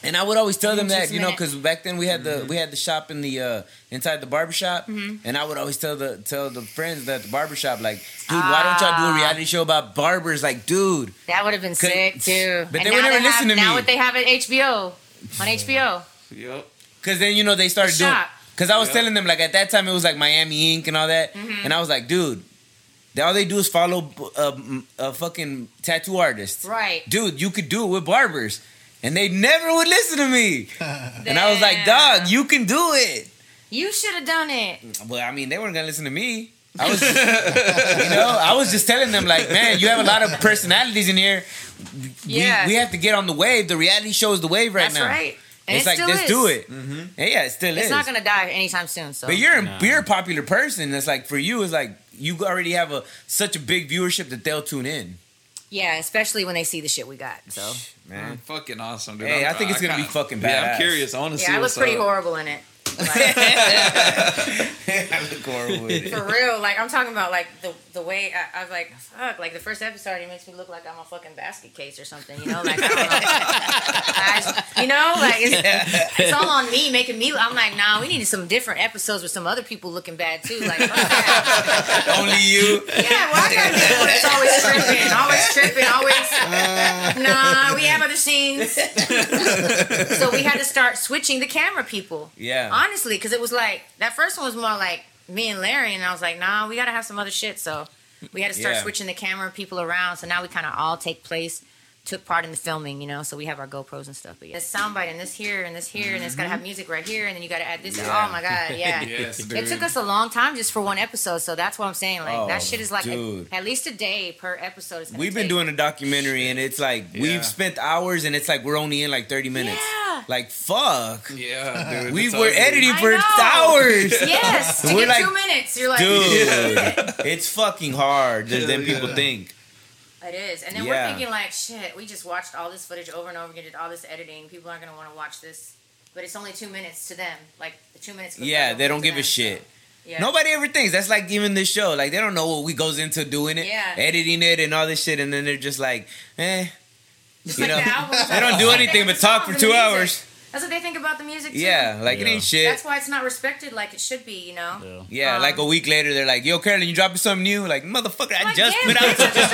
Speaker 2: And I would always tell them
Speaker 1: Give me
Speaker 2: that,
Speaker 1: just a
Speaker 2: you know,
Speaker 1: minute.
Speaker 2: because back then we had the we had the shop in the uh inside the barbershop,
Speaker 1: Mm-hmm.
Speaker 2: and I would always tell the tell the friends that the barbershop like, dude, why don't y'all
Speaker 1: Ah.
Speaker 2: do a reality show about barbers? Like, dude,
Speaker 1: that would have been
Speaker 2: Could-
Speaker 1: sick too.
Speaker 2: But
Speaker 1: And
Speaker 2: they would
Speaker 1: now
Speaker 2: never
Speaker 1: have-
Speaker 2: listen to
Speaker 1: Now
Speaker 2: me.
Speaker 1: what they have at HBO on HBO
Speaker 4: Yep.
Speaker 2: because then you know they started doing.
Speaker 1: shop.
Speaker 2: Because I was
Speaker 4: Yeah.
Speaker 2: telling them like at that time it was like Miami Ink and all that,
Speaker 1: Mm-hmm.
Speaker 2: and I was like, dude, they- all they do is follow a, a fucking tattoo artist,
Speaker 1: Right.
Speaker 2: dude. You could do it with barbers, and they never would listen to me. And I was like,
Speaker 1: Damn.
Speaker 2: dog, you can do it.
Speaker 1: You should have done it.
Speaker 2: Well, I mean, they weren't gonna listen to me. I was, you know, I was just telling them like, man, you have a lot of personalities in here.
Speaker 1: Yeah.
Speaker 2: We, we have to get on the wave. The reality show is the wave right
Speaker 1: That's
Speaker 2: now.
Speaker 1: right. And
Speaker 2: It's
Speaker 1: it
Speaker 2: like
Speaker 1: still
Speaker 2: let's
Speaker 1: is.
Speaker 2: do it. And yeah, it still
Speaker 1: It's
Speaker 2: is.
Speaker 1: not gonna die anytime soon.
Speaker 4: Oh,
Speaker 1: So
Speaker 2: but you're you're a popular person. That's like for you, it's like you already have a such a big viewership that they'll tune in.
Speaker 1: yeah, especially when they see the shit we got. So
Speaker 2: Man,
Speaker 4: Fucking awesome, dude.
Speaker 2: Hey, I think it's gonna be
Speaker 4: kinda-
Speaker 2: fucking
Speaker 4: Yeah,
Speaker 2: badass.
Speaker 4: I'm curious. I want to see.
Speaker 1: yeah, I look
Speaker 4: what's
Speaker 1: pretty
Speaker 4: up.
Speaker 1: horrible in it. Like,
Speaker 2: I look horrible with it.
Speaker 1: for real, like I'm talking about, like the the way I, I was like, fuck, like the first episode, it makes me look like I'm a fucking basket case or something, you know, like, I don't know. I just- you know, like it's, it's all on me, making me. I'm like, nah, we needed some different episodes with some other people looking bad too, like, fuck that.
Speaker 2: Only you.
Speaker 1: Yeah, well, I got people that's always tripping, always tripping, always. Nah, we have other scenes. so we had to start switching the camera people.
Speaker 2: Yeah.
Speaker 1: Honestly, because it was like that first one was more like me and Larry, and I was like, nah, we gotta have some other shit. So we had to start
Speaker 2: Yeah.
Speaker 1: switching the camera people around. So now we kind of all take place. Took part in the filming, you know, so we have our GoPros and stuff. But yeah, this soundbite and this here and this here and it's gotta have music right here and then you gotta add this.
Speaker 2: Mm-hmm. Yeah.
Speaker 1: Oh my god,
Speaker 4: Yes, dude.
Speaker 1: it took us a long time just for one episode, so that's what I'm saying. Like
Speaker 2: Oh,
Speaker 1: that shit is like a-
Speaker 2: dude.
Speaker 1: at least a day per episode. It's gonna
Speaker 2: We've been
Speaker 1: take.
Speaker 2: doing a documentary and it's like
Speaker 4: Yeah.
Speaker 2: we've spent hours and it's like we're only in like 30 minutes.
Speaker 1: Yeah.
Speaker 2: Like fuck.
Speaker 4: Yeah, dude.
Speaker 2: We
Speaker 4: it's
Speaker 2: were
Speaker 4: ugly.
Speaker 2: editing
Speaker 1: I
Speaker 2: for
Speaker 1: know.
Speaker 2: hours.
Speaker 1: Yes, to
Speaker 2: We're
Speaker 1: get
Speaker 2: like,
Speaker 1: two minutes, you're like,
Speaker 2: Dude, it's fucking hard than, than
Speaker 4: Yeah,
Speaker 2: people
Speaker 4: yeah.
Speaker 2: think.
Speaker 1: it is. And then
Speaker 2: Yeah.
Speaker 1: we're thinking like, shit, we just watched all this footage over and over again, did all this editing. People aren't gonna want to watch this, but it's only two minutes to them. Like the two minutes. look
Speaker 2: Yeah,
Speaker 1: like
Speaker 2: they don't
Speaker 1: to
Speaker 2: give a
Speaker 1: them, so-
Speaker 2: shit.
Speaker 1: Yeah.
Speaker 2: Nobody ever thinks. That's like even this show. Like they don't know what we goes into doing it,
Speaker 1: Yeah.
Speaker 2: editing it, and all this shit, and then they're just like, eh.
Speaker 1: Just
Speaker 2: you
Speaker 1: like
Speaker 2: know,
Speaker 1: the albums,
Speaker 2: they don't do
Speaker 1: like,
Speaker 2: anything
Speaker 1: think
Speaker 2: but
Speaker 1: the
Speaker 2: talk
Speaker 1: songs
Speaker 2: for
Speaker 1: and
Speaker 2: two
Speaker 1: the music.
Speaker 2: hours.
Speaker 1: That's what they think about the music. Too.
Speaker 2: Yeah, like it
Speaker 5: Yeah.
Speaker 2: ain't shit.
Speaker 1: That's why it's not respected like it should be. You know.
Speaker 5: Yeah.
Speaker 2: Yeah,
Speaker 1: Um,
Speaker 2: like a week later, they're like, "Yo, Carolyn, you dropping something new?" Like, motherfucker, I
Speaker 1: Like,
Speaker 2: just
Speaker 1: yeah,
Speaker 2: put out.
Speaker 1: it's just an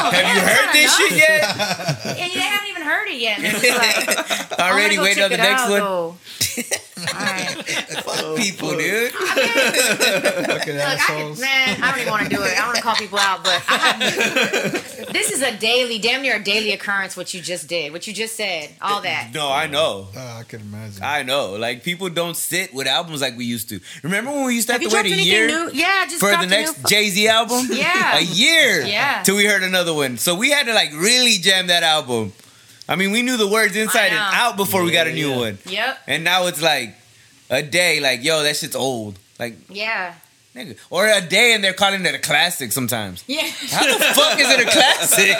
Speaker 2: Have
Speaker 1: Yeah,
Speaker 2: you
Speaker 1: it's
Speaker 2: heard
Speaker 1: not
Speaker 2: this
Speaker 1: enough.
Speaker 2: shit yet?
Speaker 1: And they haven't even hadn't heard it yet. And it's like,
Speaker 2: Already
Speaker 1: wait
Speaker 2: waiting on the next one.
Speaker 1: All right.
Speaker 2: Fuck people, dude.
Speaker 3: Fucking
Speaker 1: Look, I could,
Speaker 3: assholes.
Speaker 1: man, I don't even want to do it. I want to call people out, but I have- this is a daily, damn near a daily occurrence. What you just did, what you just said, all that.
Speaker 2: No, I know.
Speaker 3: Uh, I can imagine.
Speaker 2: I know. Like people don't sit with albums like we used to. Remember when we used to have,
Speaker 1: Have you
Speaker 2: to wait
Speaker 1: dropped
Speaker 2: a
Speaker 1: anything
Speaker 2: year
Speaker 1: new? Yeah, just
Speaker 2: for
Speaker 1: dropped
Speaker 2: the
Speaker 1: a
Speaker 2: next
Speaker 1: new-
Speaker 2: Jay Z album?
Speaker 1: Yeah.
Speaker 2: a year.
Speaker 1: Yeah.
Speaker 2: till we heard another one. So we had to like really jam that album. I mean, we knew the words inside and
Speaker 1: know.
Speaker 2: out before we got a new
Speaker 5: Yeah.
Speaker 2: one.
Speaker 1: Yep.
Speaker 2: And now it's like a day. Like yo, that shit's old. Like
Speaker 1: Yeah.
Speaker 2: nigga, or a day, and they're calling it a classic sometimes.
Speaker 1: Yeah.
Speaker 2: How the fuck is it a classic?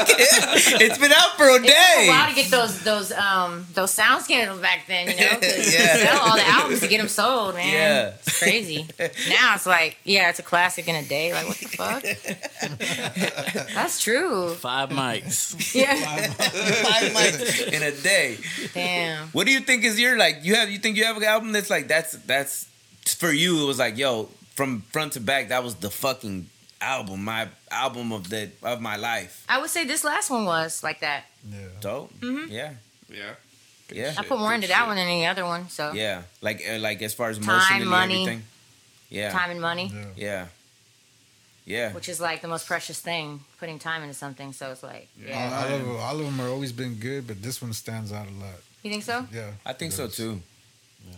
Speaker 2: it's been out for a
Speaker 1: It took a
Speaker 2: day.
Speaker 1: while to get those those um those sound scandals back then, you know. 'cause you
Speaker 2: Yeah.
Speaker 1: sell all the albums to get them sold, man.
Speaker 2: Yeah.
Speaker 1: It's crazy. Now it's like, yeah, it's a classic in a day. Like, what the fuck? That's true.
Speaker 5: Five mics.
Speaker 1: Yeah.
Speaker 2: Five months in a day.
Speaker 1: Damn.
Speaker 2: What do you think is your like? You have you think you have an album that's like that's that's for you? It was like yo from front to back. That was the fucking album, my album of the of my life.
Speaker 1: I would say this last one was like that.
Speaker 3: Yeah.
Speaker 2: So
Speaker 1: Mm-hmm.
Speaker 2: yeah,
Speaker 4: Yeah.
Speaker 2: yeah,
Speaker 1: I put more into that one than any other one. So
Speaker 2: yeah. Like uh, like as far as
Speaker 1: Time,
Speaker 2: emotionally
Speaker 1: money.
Speaker 2: everything. Yeah,
Speaker 1: time and money,
Speaker 3: Yeah.
Speaker 2: yeah, yeah.
Speaker 1: which is like the most precious thing, putting time into something. So it's like, yeah.
Speaker 3: All, all, of, all of them have always been good, but this one stands out a lot.
Speaker 1: You think so?
Speaker 3: Yeah.
Speaker 2: I think so
Speaker 3: Yes.
Speaker 2: too.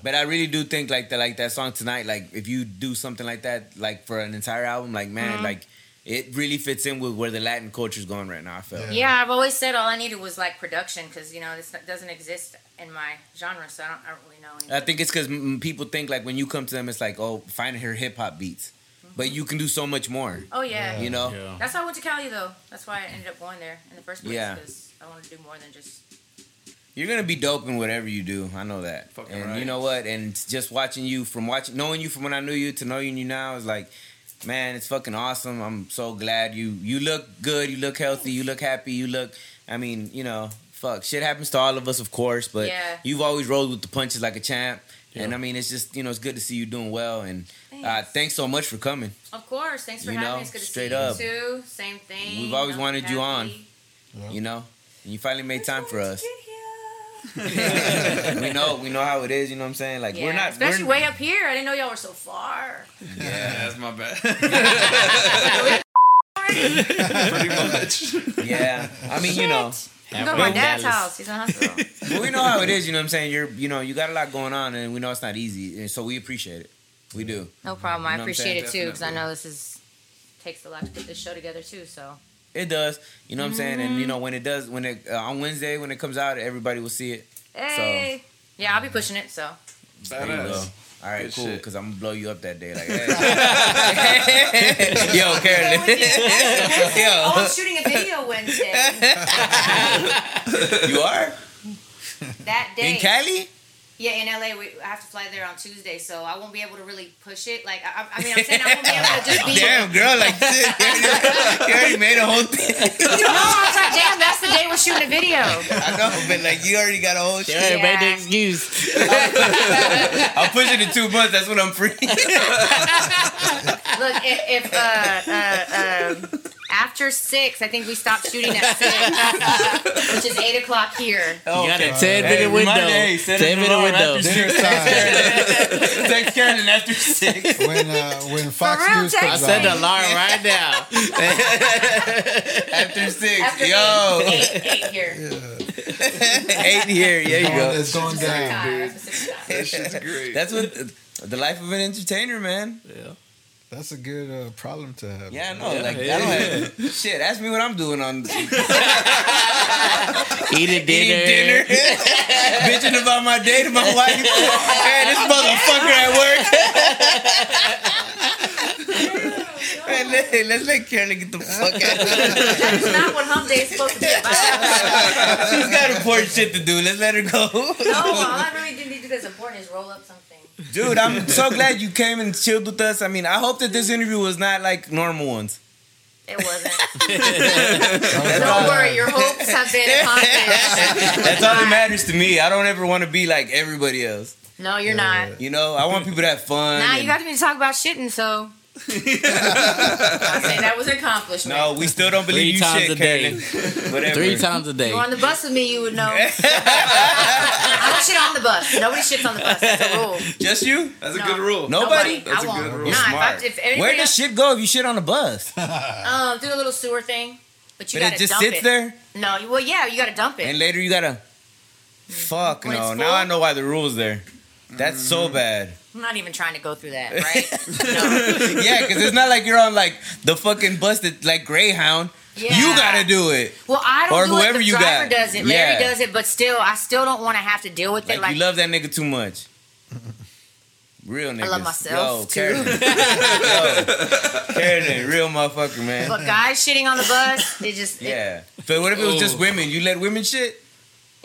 Speaker 2: But I really do think like that, like that song tonight. Like if you do something like that, like for an entire album, like man, like it really fits in with where the Latin culture is going right now. I feel.
Speaker 3: Yeah.
Speaker 1: Yeah, I've always said all I needed was like production because you know this doesn't exist in my genre, so I don't, I don't really know. Anything.
Speaker 2: I think it's because people think like when you come to them, it's like, oh, find her hip hop beats, but you can do so much more.
Speaker 1: Oh yeah.
Speaker 2: You know,
Speaker 5: Yeah.
Speaker 1: That's why I went to Cali though. That's why I ended up going there in the first place
Speaker 2: Yeah.
Speaker 1: because I wanted to do more than just.
Speaker 2: you're gonna be dope in whatever you do. I know that.
Speaker 4: Fucking
Speaker 2: and
Speaker 4: right.
Speaker 2: you know what? And just watching you from watching, knowing you from when I knew you to knowing you now is like, man, it's fucking awesome. I'm so glad you. You look good. You look healthy. You look happy. You look. I mean, you know, fuck, shit happens to all of us, of course. But
Speaker 1: Yeah.
Speaker 2: you've always rolled with the punches like a champ. And
Speaker 5: Yeah.
Speaker 2: I mean, it's just you know, it's good to see you doing well. And thanks, uh,
Speaker 1: Thanks.
Speaker 2: thanks so much for coming.
Speaker 1: Of course, thanks for
Speaker 2: You
Speaker 1: having
Speaker 2: know,
Speaker 1: me. It's good to
Speaker 2: straight
Speaker 1: see
Speaker 2: up.
Speaker 1: you too. Same thing.
Speaker 2: We've always
Speaker 1: I'm
Speaker 2: wanted you on.
Speaker 1: happy.
Speaker 2: You know, and you finally made time for us.
Speaker 1: Yeah.
Speaker 2: we know we know how it is. You know what I'm saying? Like we're not
Speaker 1: especially
Speaker 2: we're,
Speaker 1: way up here. I didn't know y'all were so far.
Speaker 4: Yeah, that's my bad. Pretty much.
Speaker 2: Yeah, I mean you know,
Speaker 1: You go to my dad's house. He's in the hospital.
Speaker 2: but we know how it is. You know what I'm saying? You're you know you got a lot going on, and we know it's not easy, and so we appreciate it. We do.
Speaker 1: No problem. I
Speaker 2: You know what I'm
Speaker 1: appreciate
Speaker 2: saying?
Speaker 1: it too because I
Speaker 4: Definitely.
Speaker 1: know this is takes a lot to put this show together too. So
Speaker 2: It does. You know what I'm saying? And you know when it does when it uh, on Wednesday when it comes out, everybody will see it.
Speaker 1: hey, yeah, I'll be pushing it. So
Speaker 2: There you go.
Speaker 4: Badass.
Speaker 2: All right,
Speaker 4: Good
Speaker 2: cool.
Speaker 4: shit.
Speaker 2: Cause I'm gonna blow you up that day, like, hey. yo,
Speaker 1: oh, I'm
Speaker 2: Carolyn,
Speaker 1: shooting a video Wednesday.
Speaker 2: yo, you are
Speaker 1: That day
Speaker 2: in Cali?
Speaker 1: Yeah, in LA, we, I have to fly there on Tuesday, so I won't be able to really push it. Like, I, I mean, I'm saying I won't be able to just be.
Speaker 2: Damn, girl, like, shit, you already made a whole thing.
Speaker 1: No, I was like, damn, that's the day we're shooting a video.
Speaker 2: I know, but like, you already got a whole shit.
Speaker 5: Everybody
Speaker 1: Yeah.
Speaker 5: the excuse.
Speaker 2: I'll push it in two months. That's when I'm free.
Speaker 1: Look, if, if uh, uh, um, after six, I think we stopped shooting at six, which is eight o'clock here.
Speaker 2: Oh.
Speaker 5: you got a
Speaker 2: Okay.
Speaker 5: 10 minute
Speaker 2: Hey,
Speaker 5: window.
Speaker 2: Monday, set it
Speaker 5: 10 minute
Speaker 2: tomorrow
Speaker 5: window.
Speaker 2: after
Speaker 3: Dinner time.
Speaker 2: Text Carolyn after six.
Speaker 3: when uh, when Fox
Speaker 1: real,
Speaker 3: News
Speaker 5: I
Speaker 1: Texas.
Speaker 3: comes
Speaker 5: set
Speaker 3: out,
Speaker 5: the alarm right now.
Speaker 2: After six,
Speaker 1: After
Speaker 2: yo,
Speaker 1: eight, eight, eight here.
Speaker 2: eight here. Yeah, you go.
Speaker 3: it's going
Speaker 1: Specific
Speaker 3: down.
Speaker 1: time, specific time.
Speaker 4: That shit's great.
Speaker 2: That's what uh, the life of an entertainer, man.
Speaker 3: That's a good uh, problem to have.
Speaker 2: Yeah, I
Speaker 3: man.
Speaker 2: know. like,
Speaker 5: yeah.
Speaker 2: I don't have, shit. Ask me what I'm doing on
Speaker 5: Eating dinner.
Speaker 2: eating dinner, bitching about my day to my wife. hey, this motherfucker at work. hey, let, let's let Carolyn get the fuck out.
Speaker 1: That is not what hump day is supposed to be about.
Speaker 2: She's got important shit to do. Let's let her go.
Speaker 1: No, all Oh, I really do need to do that's important is roll up something.
Speaker 2: Dude, I'm so glad you came and chilled with us. I mean, I hope that this interview was not like normal ones.
Speaker 1: It wasn't.
Speaker 3: That's
Speaker 1: Don't
Speaker 3: all.
Speaker 1: worry, your hopes have been accomplished.
Speaker 2: That's all that matters to me. I don't ever want to be like everybody else.
Speaker 1: No, you're not.
Speaker 2: You know, I want people to have fun.
Speaker 1: Nah,
Speaker 2: and-
Speaker 1: you got me to talk about shitting, so I say that was an accomplishment.
Speaker 2: No, we still don't
Speaker 5: Three
Speaker 2: believe you
Speaker 5: times
Speaker 2: shit,
Speaker 5: a day.
Speaker 2: Caitlin. Whatever.
Speaker 5: Three times a day.
Speaker 1: You're on the bus with me, you would know. I don't shit on the bus. Nobody shits on the bus. That's a rule.
Speaker 2: Just you?
Speaker 4: That's a
Speaker 1: No.
Speaker 4: good rule.
Speaker 2: No. Nobody?
Speaker 1: I
Speaker 4: That's a
Speaker 1: won't.
Speaker 4: good rule.
Speaker 1: Nah, if, I,
Speaker 2: Smart.
Speaker 1: if
Speaker 2: Where
Speaker 1: anybody
Speaker 2: does
Speaker 1: else,
Speaker 2: shit go if you shit on the bus? But
Speaker 1: um, do the little sewer thing, but you gotta
Speaker 2: it just
Speaker 1: dump
Speaker 2: sits
Speaker 1: it.
Speaker 2: there,
Speaker 1: No, you- well, yeah, you gotta dump it. Mm.
Speaker 2: and later you gotta. Fuck
Speaker 1: When it's
Speaker 2: no!
Speaker 1: full?
Speaker 2: Now I know why the rules there. That's so bad.
Speaker 1: I'm not even trying to go through that, right? no.
Speaker 2: Yeah, because it's not like you're on like the fucking bus that like Greyhound.
Speaker 1: Yeah.
Speaker 2: You gotta do it.
Speaker 1: Well, I don't
Speaker 2: Or
Speaker 1: do
Speaker 2: whoever
Speaker 1: it. The
Speaker 2: you
Speaker 1: driver
Speaker 2: got.
Speaker 1: does it. Larry
Speaker 2: Yeah.
Speaker 1: does it, but still, I still don't want to have to deal with
Speaker 2: Like,
Speaker 1: it. Like,
Speaker 2: you love that nigga too much. Real niggas.
Speaker 1: love myself,
Speaker 2: Yo,
Speaker 1: too.
Speaker 2: Karen. Yo, Karen, real motherfucker, man.
Speaker 1: but guys shitting on the bus, it just. it-
Speaker 2: Yeah. But what if it was just
Speaker 4: Ooh.
Speaker 2: women? You let women shit?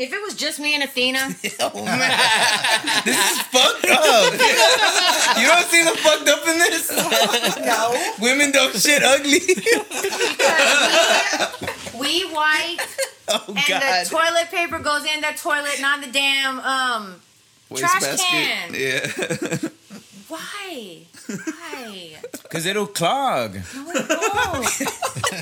Speaker 1: if it was just me and Athena,
Speaker 2: Oh man. this is fucked up. you don't see the fucked up in this?
Speaker 1: no.
Speaker 2: women don't shit ugly.
Speaker 1: We wipe
Speaker 2: oh
Speaker 1: and
Speaker 2: god.
Speaker 1: the toilet paper goes in the toilet, not the damn. Um, Trash can.
Speaker 4: Yeah.
Speaker 1: why? Why?
Speaker 2: Cause it'll clog.
Speaker 1: No, it won't.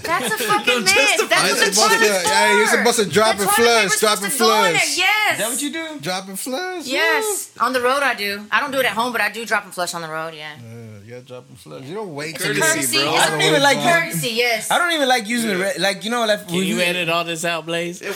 Speaker 1: That's a fucking myth. That's what the
Speaker 3: You're supposed to-
Speaker 1: toilet's for.
Speaker 3: yeah, you're supposed to drop
Speaker 1: The
Speaker 3: and
Speaker 1: toilet
Speaker 3: flush,
Speaker 1: paper's
Speaker 3: drop
Speaker 1: supposed
Speaker 3: and
Speaker 1: to go
Speaker 3: flush.
Speaker 1: in there, Yes.
Speaker 2: Is that what you do?
Speaker 3: Dropping flush.
Speaker 1: Yes, on the road I do. I don't do it at home, but I do drop and flush on the road. Yeah,
Speaker 3: Yeah, you gotta drop and flush. You don't wait. till
Speaker 4: Courtesy,
Speaker 3: you-
Speaker 4: bro.
Speaker 2: I
Speaker 1: yes.
Speaker 2: don't even like you.
Speaker 1: courtesy. Yes,
Speaker 2: Um, I don't even like using the re- like you know like
Speaker 5: Can you edit all this out, Blaze?
Speaker 2: nah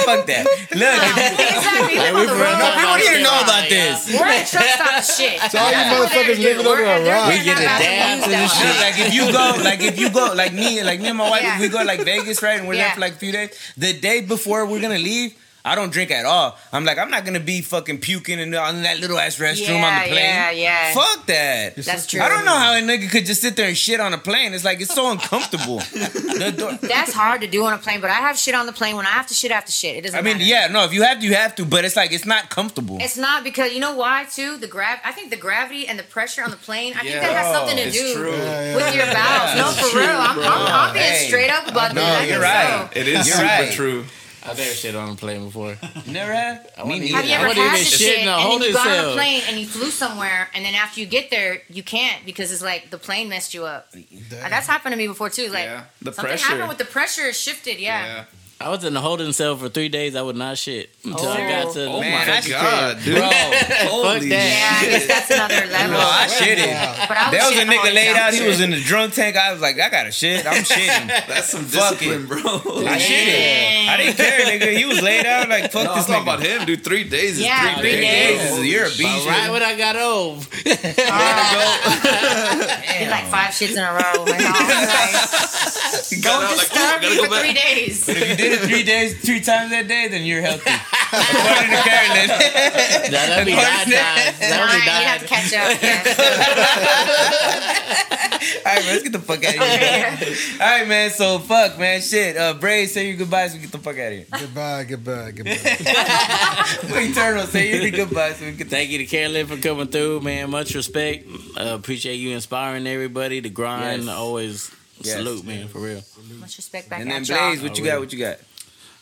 Speaker 2: fuck that. Look,
Speaker 1: exactly. We live on the road.
Speaker 2: no, people need to know about this.
Speaker 1: We're at truck stop shit. So
Speaker 3: all you motherfuckers living under a rock.
Speaker 5: We get a dab to this
Speaker 2: Shit, like if you go, like if you go, like me, like me and my wife,
Speaker 1: Yeah.
Speaker 2: we go like Vegas, right? And we're there
Speaker 1: Yeah.
Speaker 2: for like a few days. The day before we're gonna leave, I don't drink at all. I'm like, I'm not gonna be fucking puking in, in that little ass restroom on
Speaker 1: Yeah,
Speaker 2: the plane.
Speaker 1: yeah, yeah.
Speaker 2: Fuck that.
Speaker 1: That's true.
Speaker 2: I don't know how a nigga could just sit there and shit on a plane. It's like it's so uncomfortable. The door-
Speaker 1: That's hard to do on a plane, but I have shit on the plane. When I have to shit, I have to shit. It doesn't.
Speaker 2: I mean,
Speaker 1: matter.
Speaker 2: yeah, no, if you have to, you have to, but it's like it's not comfortable.
Speaker 1: It's not because you know why too. The grav. I think the gravity and the pressure on the plane. I
Speaker 4: Yeah.
Speaker 1: think that has something to
Speaker 2: It's
Speaker 1: do
Speaker 4: true.
Speaker 3: Yeah,
Speaker 1: with your bowels. No,
Speaker 4: It's
Speaker 1: for
Speaker 4: true,
Speaker 1: real. I'm,
Speaker 4: bro.
Speaker 1: I'm, I'm being
Speaker 2: Hey.
Speaker 1: straight up about
Speaker 2: No,
Speaker 1: that. I
Speaker 2: you're
Speaker 1: think
Speaker 2: right.
Speaker 1: so.
Speaker 4: It is
Speaker 2: You're
Speaker 4: super
Speaker 2: right.
Speaker 4: true.
Speaker 5: I never shit on a plane before.
Speaker 2: You never have? Me neither.
Speaker 1: Have you
Speaker 5: I
Speaker 1: ever
Speaker 5: wouldn't
Speaker 1: had
Speaker 5: even
Speaker 1: the
Speaker 5: shit
Speaker 1: shit
Speaker 5: in
Speaker 1: and
Speaker 5: a
Speaker 1: then
Speaker 5: hole
Speaker 1: you got on a
Speaker 5: itself.
Speaker 1: plane and you flew somewhere and then after you get there you can't because it's like the plane messed you up. Uh, That's happened to me before too. Like
Speaker 4: Yeah. The
Speaker 1: something
Speaker 4: pressure.
Speaker 1: happened with the pressure is shifted. Yeah.
Speaker 4: Yeah.
Speaker 5: I was in a holding cell for three days. I would not shit until I
Speaker 1: Oh.
Speaker 5: got to.
Speaker 4: Oh
Speaker 2: Man,
Speaker 4: my
Speaker 2: that's
Speaker 4: god, dude.
Speaker 2: Bro, holy
Speaker 5: that.
Speaker 1: Yeah, I guess that's another level.
Speaker 2: No, I shit it.
Speaker 1: but I
Speaker 2: There was a
Speaker 1: shitting all
Speaker 2: nigga laid
Speaker 1: the
Speaker 2: out. He
Speaker 1: time.
Speaker 2: was in the drunk tank. I was like, I got to shit. I'm shitting.
Speaker 4: That's some
Speaker 2: Fuck
Speaker 4: discipline, bro.
Speaker 2: I
Speaker 4: I'm
Speaker 2: shit it. I didn't care, nigga. He was laid out like fuck this
Speaker 4: talking
Speaker 2: nigga.
Speaker 4: about him, dude. Three days is
Speaker 1: Yeah,
Speaker 4: three,
Speaker 1: three
Speaker 4: days.
Speaker 1: days.
Speaker 4: bro.
Speaker 2: You're a
Speaker 4: Holy
Speaker 2: beast.
Speaker 4: shit.
Speaker 5: Right when I got over.
Speaker 1: Did like five shits in a row. Like, oh,
Speaker 4: You got out
Speaker 1: like,
Speaker 4: like,
Speaker 1: starved
Speaker 4: gotta
Speaker 1: me
Speaker 4: go
Speaker 1: for three
Speaker 4: back.
Speaker 1: days.
Speaker 2: If you did it three days, three times that day, then you're healthy. According to Carolyn.
Speaker 5: Nah, that'd be nine times.
Speaker 1: Nine, you
Speaker 5: That would
Speaker 1: have to
Speaker 5: be nine.
Speaker 1: catch up. Yeah.
Speaker 2: All right, man, let's get the fuck out of here. All right, man. So fuck, man. Shit. Uh, Bray, say your goodbyes. We get the fuck out of here.
Speaker 3: Goodbye, goodbye, goodbye.
Speaker 2: Eternal, say your goodbyes. So we get the
Speaker 5: Thank you to Carolyn for coming through, man. Much respect. Uh, appreciate you inspiring everybody. The grind
Speaker 2: Yes.
Speaker 5: always
Speaker 2: Yes.
Speaker 5: salute, man, for real.
Speaker 1: Much respect back
Speaker 2: and then
Speaker 1: at y'all.
Speaker 2: Blaze, what you got? What you got?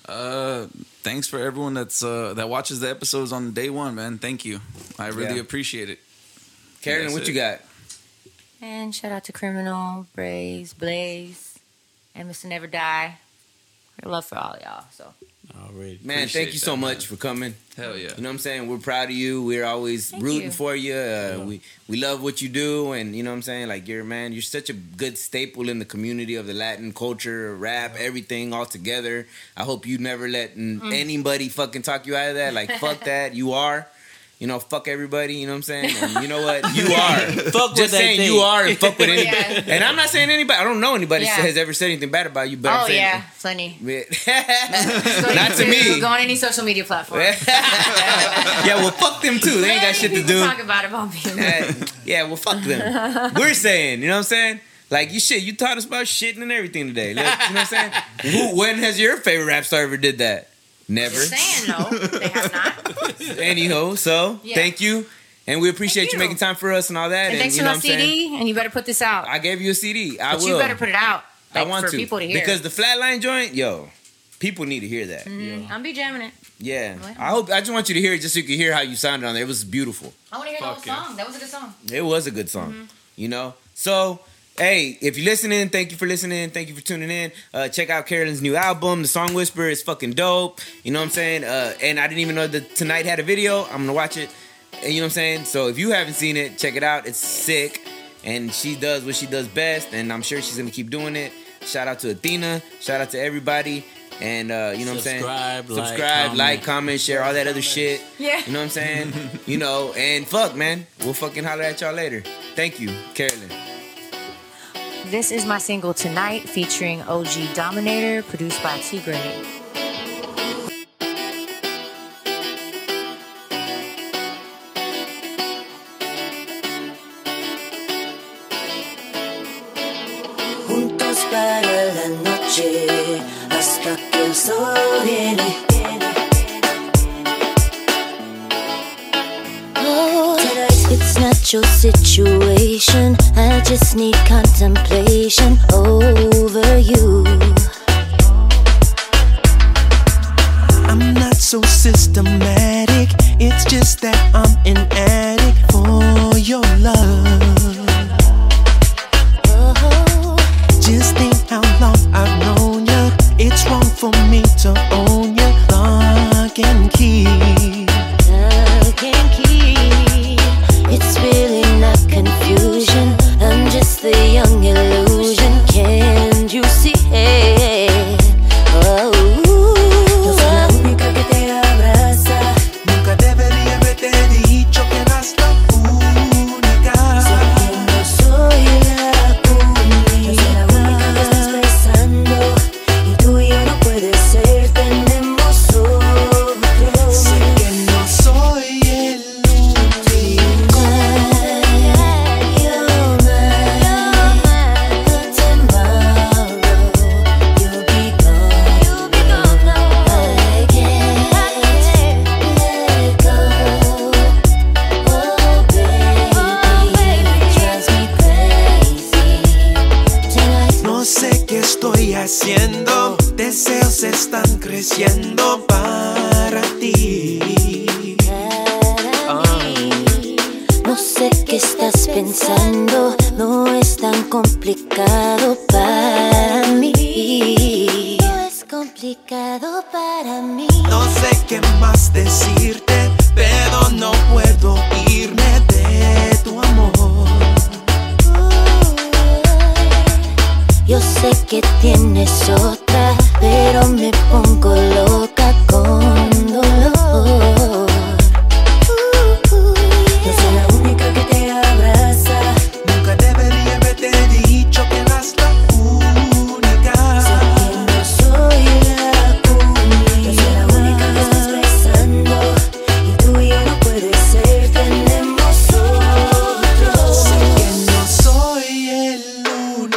Speaker 4: Uh, thanks for everyone that's uh that watches the episodes on day one, man. Thank you. I really
Speaker 2: Yeah.
Speaker 4: appreciate it.
Speaker 2: Carolyn,
Speaker 4: That's
Speaker 2: what
Speaker 4: it.
Speaker 2: you got?
Speaker 1: And shout out to Criminal, Braze, Blaze, and Mr. Never Die. Love for all y'all. So
Speaker 5: Already.
Speaker 2: Man,
Speaker 4: Appreciate
Speaker 2: thank you so
Speaker 4: that,
Speaker 2: much for coming.
Speaker 4: Hell yeah.
Speaker 2: You know what I'm saying? We're proud of you. We're always
Speaker 1: Thank
Speaker 2: rooting
Speaker 1: you.
Speaker 2: for you. Uh, we we love what you do, and you know what I'm saying? Like you're man, you're such a good staple in the community of the Latin culture, rap, everything all together. I hope you never let n-
Speaker 1: Mm.
Speaker 2: anybody fucking talk you out of that. Like fuck that, you are. You know, fuck everybody. You know what I'm saying? And you know what? You are.
Speaker 5: Fuck what
Speaker 2: Just
Speaker 5: they
Speaker 2: saying
Speaker 5: think.
Speaker 2: you are and fuck with anybody.
Speaker 1: Yeah.
Speaker 2: And I'm not saying anybody. I don't know anybody
Speaker 1: Yeah.
Speaker 2: has ever said anything bad about you. But I'm
Speaker 1: oh
Speaker 2: saying,
Speaker 1: yeah, plenty. Go
Speaker 2: Not to me.
Speaker 1: Go on any social media platform.
Speaker 2: yeah, well, fuck them too. They ain't got
Speaker 1: Plenty
Speaker 2: shit to
Speaker 1: people
Speaker 2: do.
Speaker 1: Talk about it about me.
Speaker 2: Uh, yeah, well, fuck them. We're saying, you know what I'm saying? Like you shit, you taught us about shitting and everything today. Like, you know what I'm saying? Who, when has your favorite rap star ever did that? Never.
Speaker 1: Just saying no, they have not.
Speaker 2: Anyhow, so
Speaker 1: Yeah.
Speaker 2: thank you, and we appreciate
Speaker 1: Thank
Speaker 2: you.
Speaker 1: you.
Speaker 2: making time for us and all that.
Speaker 1: And thanks
Speaker 2: you
Speaker 1: for
Speaker 2: know
Speaker 1: my
Speaker 2: what I'm saying?
Speaker 1: CD, and you better put this out.
Speaker 2: I gave you a CD. I
Speaker 1: but
Speaker 2: will.
Speaker 1: you better put it out.
Speaker 2: I
Speaker 1: like,
Speaker 2: want
Speaker 1: for
Speaker 2: to
Speaker 1: people to hear.
Speaker 2: because the flatline joint, yo, people need to hear that.
Speaker 1: Mm, I'm be jamming it.
Speaker 2: Yeah,
Speaker 1: Mm-hmm. What?
Speaker 2: I hope I just want you to hear it just so you can hear how you sounded on there. It was beautiful.
Speaker 1: I want to hear that
Speaker 4: Fuck
Speaker 1: whole
Speaker 4: yeah.
Speaker 1: song. That was a good song.
Speaker 2: It was a good song, you know. So, hey, if you're listening, thank you for listening. Thank you for tuning in. Uh, check out Carolyn's new album, The Song Whisper. is fucking dope. You know what I'm saying? Uh, and I didn't even know that tonight had a video. I'm gonna watch it. And you know what I'm saying? So if you haven't seen it, check it out. It's sick. And she does what she does best, and I'm sure she's gonna keep doing it. Shout out to Athena. Shout out to everybody. And uh, you know what I'm saying?
Speaker 5: Subscribe, like,
Speaker 2: subscribe,
Speaker 5: comment.
Speaker 2: like, comment, share, all that other shit.
Speaker 1: Yeah.
Speaker 2: You know what I'm saying? you know, and fuck, man. We'll fucking holler at y'all later. Thank you, Carolyn.
Speaker 1: This is my single Tonight featuring OG Dominator, produced by T Grade.
Speaker 6: juntos para la noche hasta que el sol viene. Tonight It's not your situation. I just need contemplation over you.
Speaker 7: I'm not so systematic. It's just that I'm an addict for your love. Just think how long I've known ya. It's wrong for me to own ya. Lock and key.
Speaker 6: It's really not confusion. I'm just the young illusion. Can you see? Oh. Yo soy la única que te abraza.
Speaker 7: Nunca debería haberte dicho que eras la única.
Speaker 6: Yo soy la única. Yo soy la única que estás besando. Y tú y yo no puedes ser. Tenemos otro.
Speaker 7: Sé que no soy el único. No sé qué estoy haciendo, deseos están creciendo para ti.
Speaker 6: No sé qué estás pensando, no es tan complicado para mí. No es complicado para mí.
Speaker 7: No sé qué más decirte, pero no puedo irme de tu amor.
Speaker 6: Yo sé que tienes otra, pero me pongo loca con dolor. Yo soy la única que te abraza.
Speaker 7: Nunca debería haberte dicho que eras la única.
Speaker 6: Yo soy la única. Yo soy la única que estás besando. Y tú y yo no puedes ser, tenemos otro.
Speaker 7: Sé que no soy el único.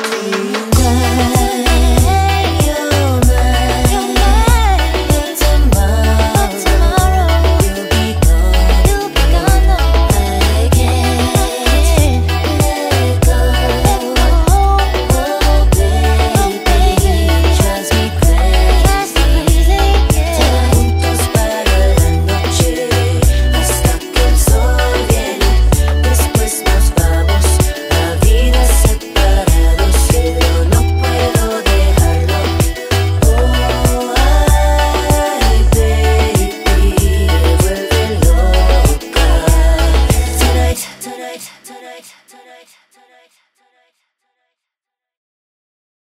Speaker 6: Después nos vamos a vidas separados. Cielo, no puedo dejarlo. Oh, ay, baby, me vuelve loca. Tonight, tonight, tonight, tonight.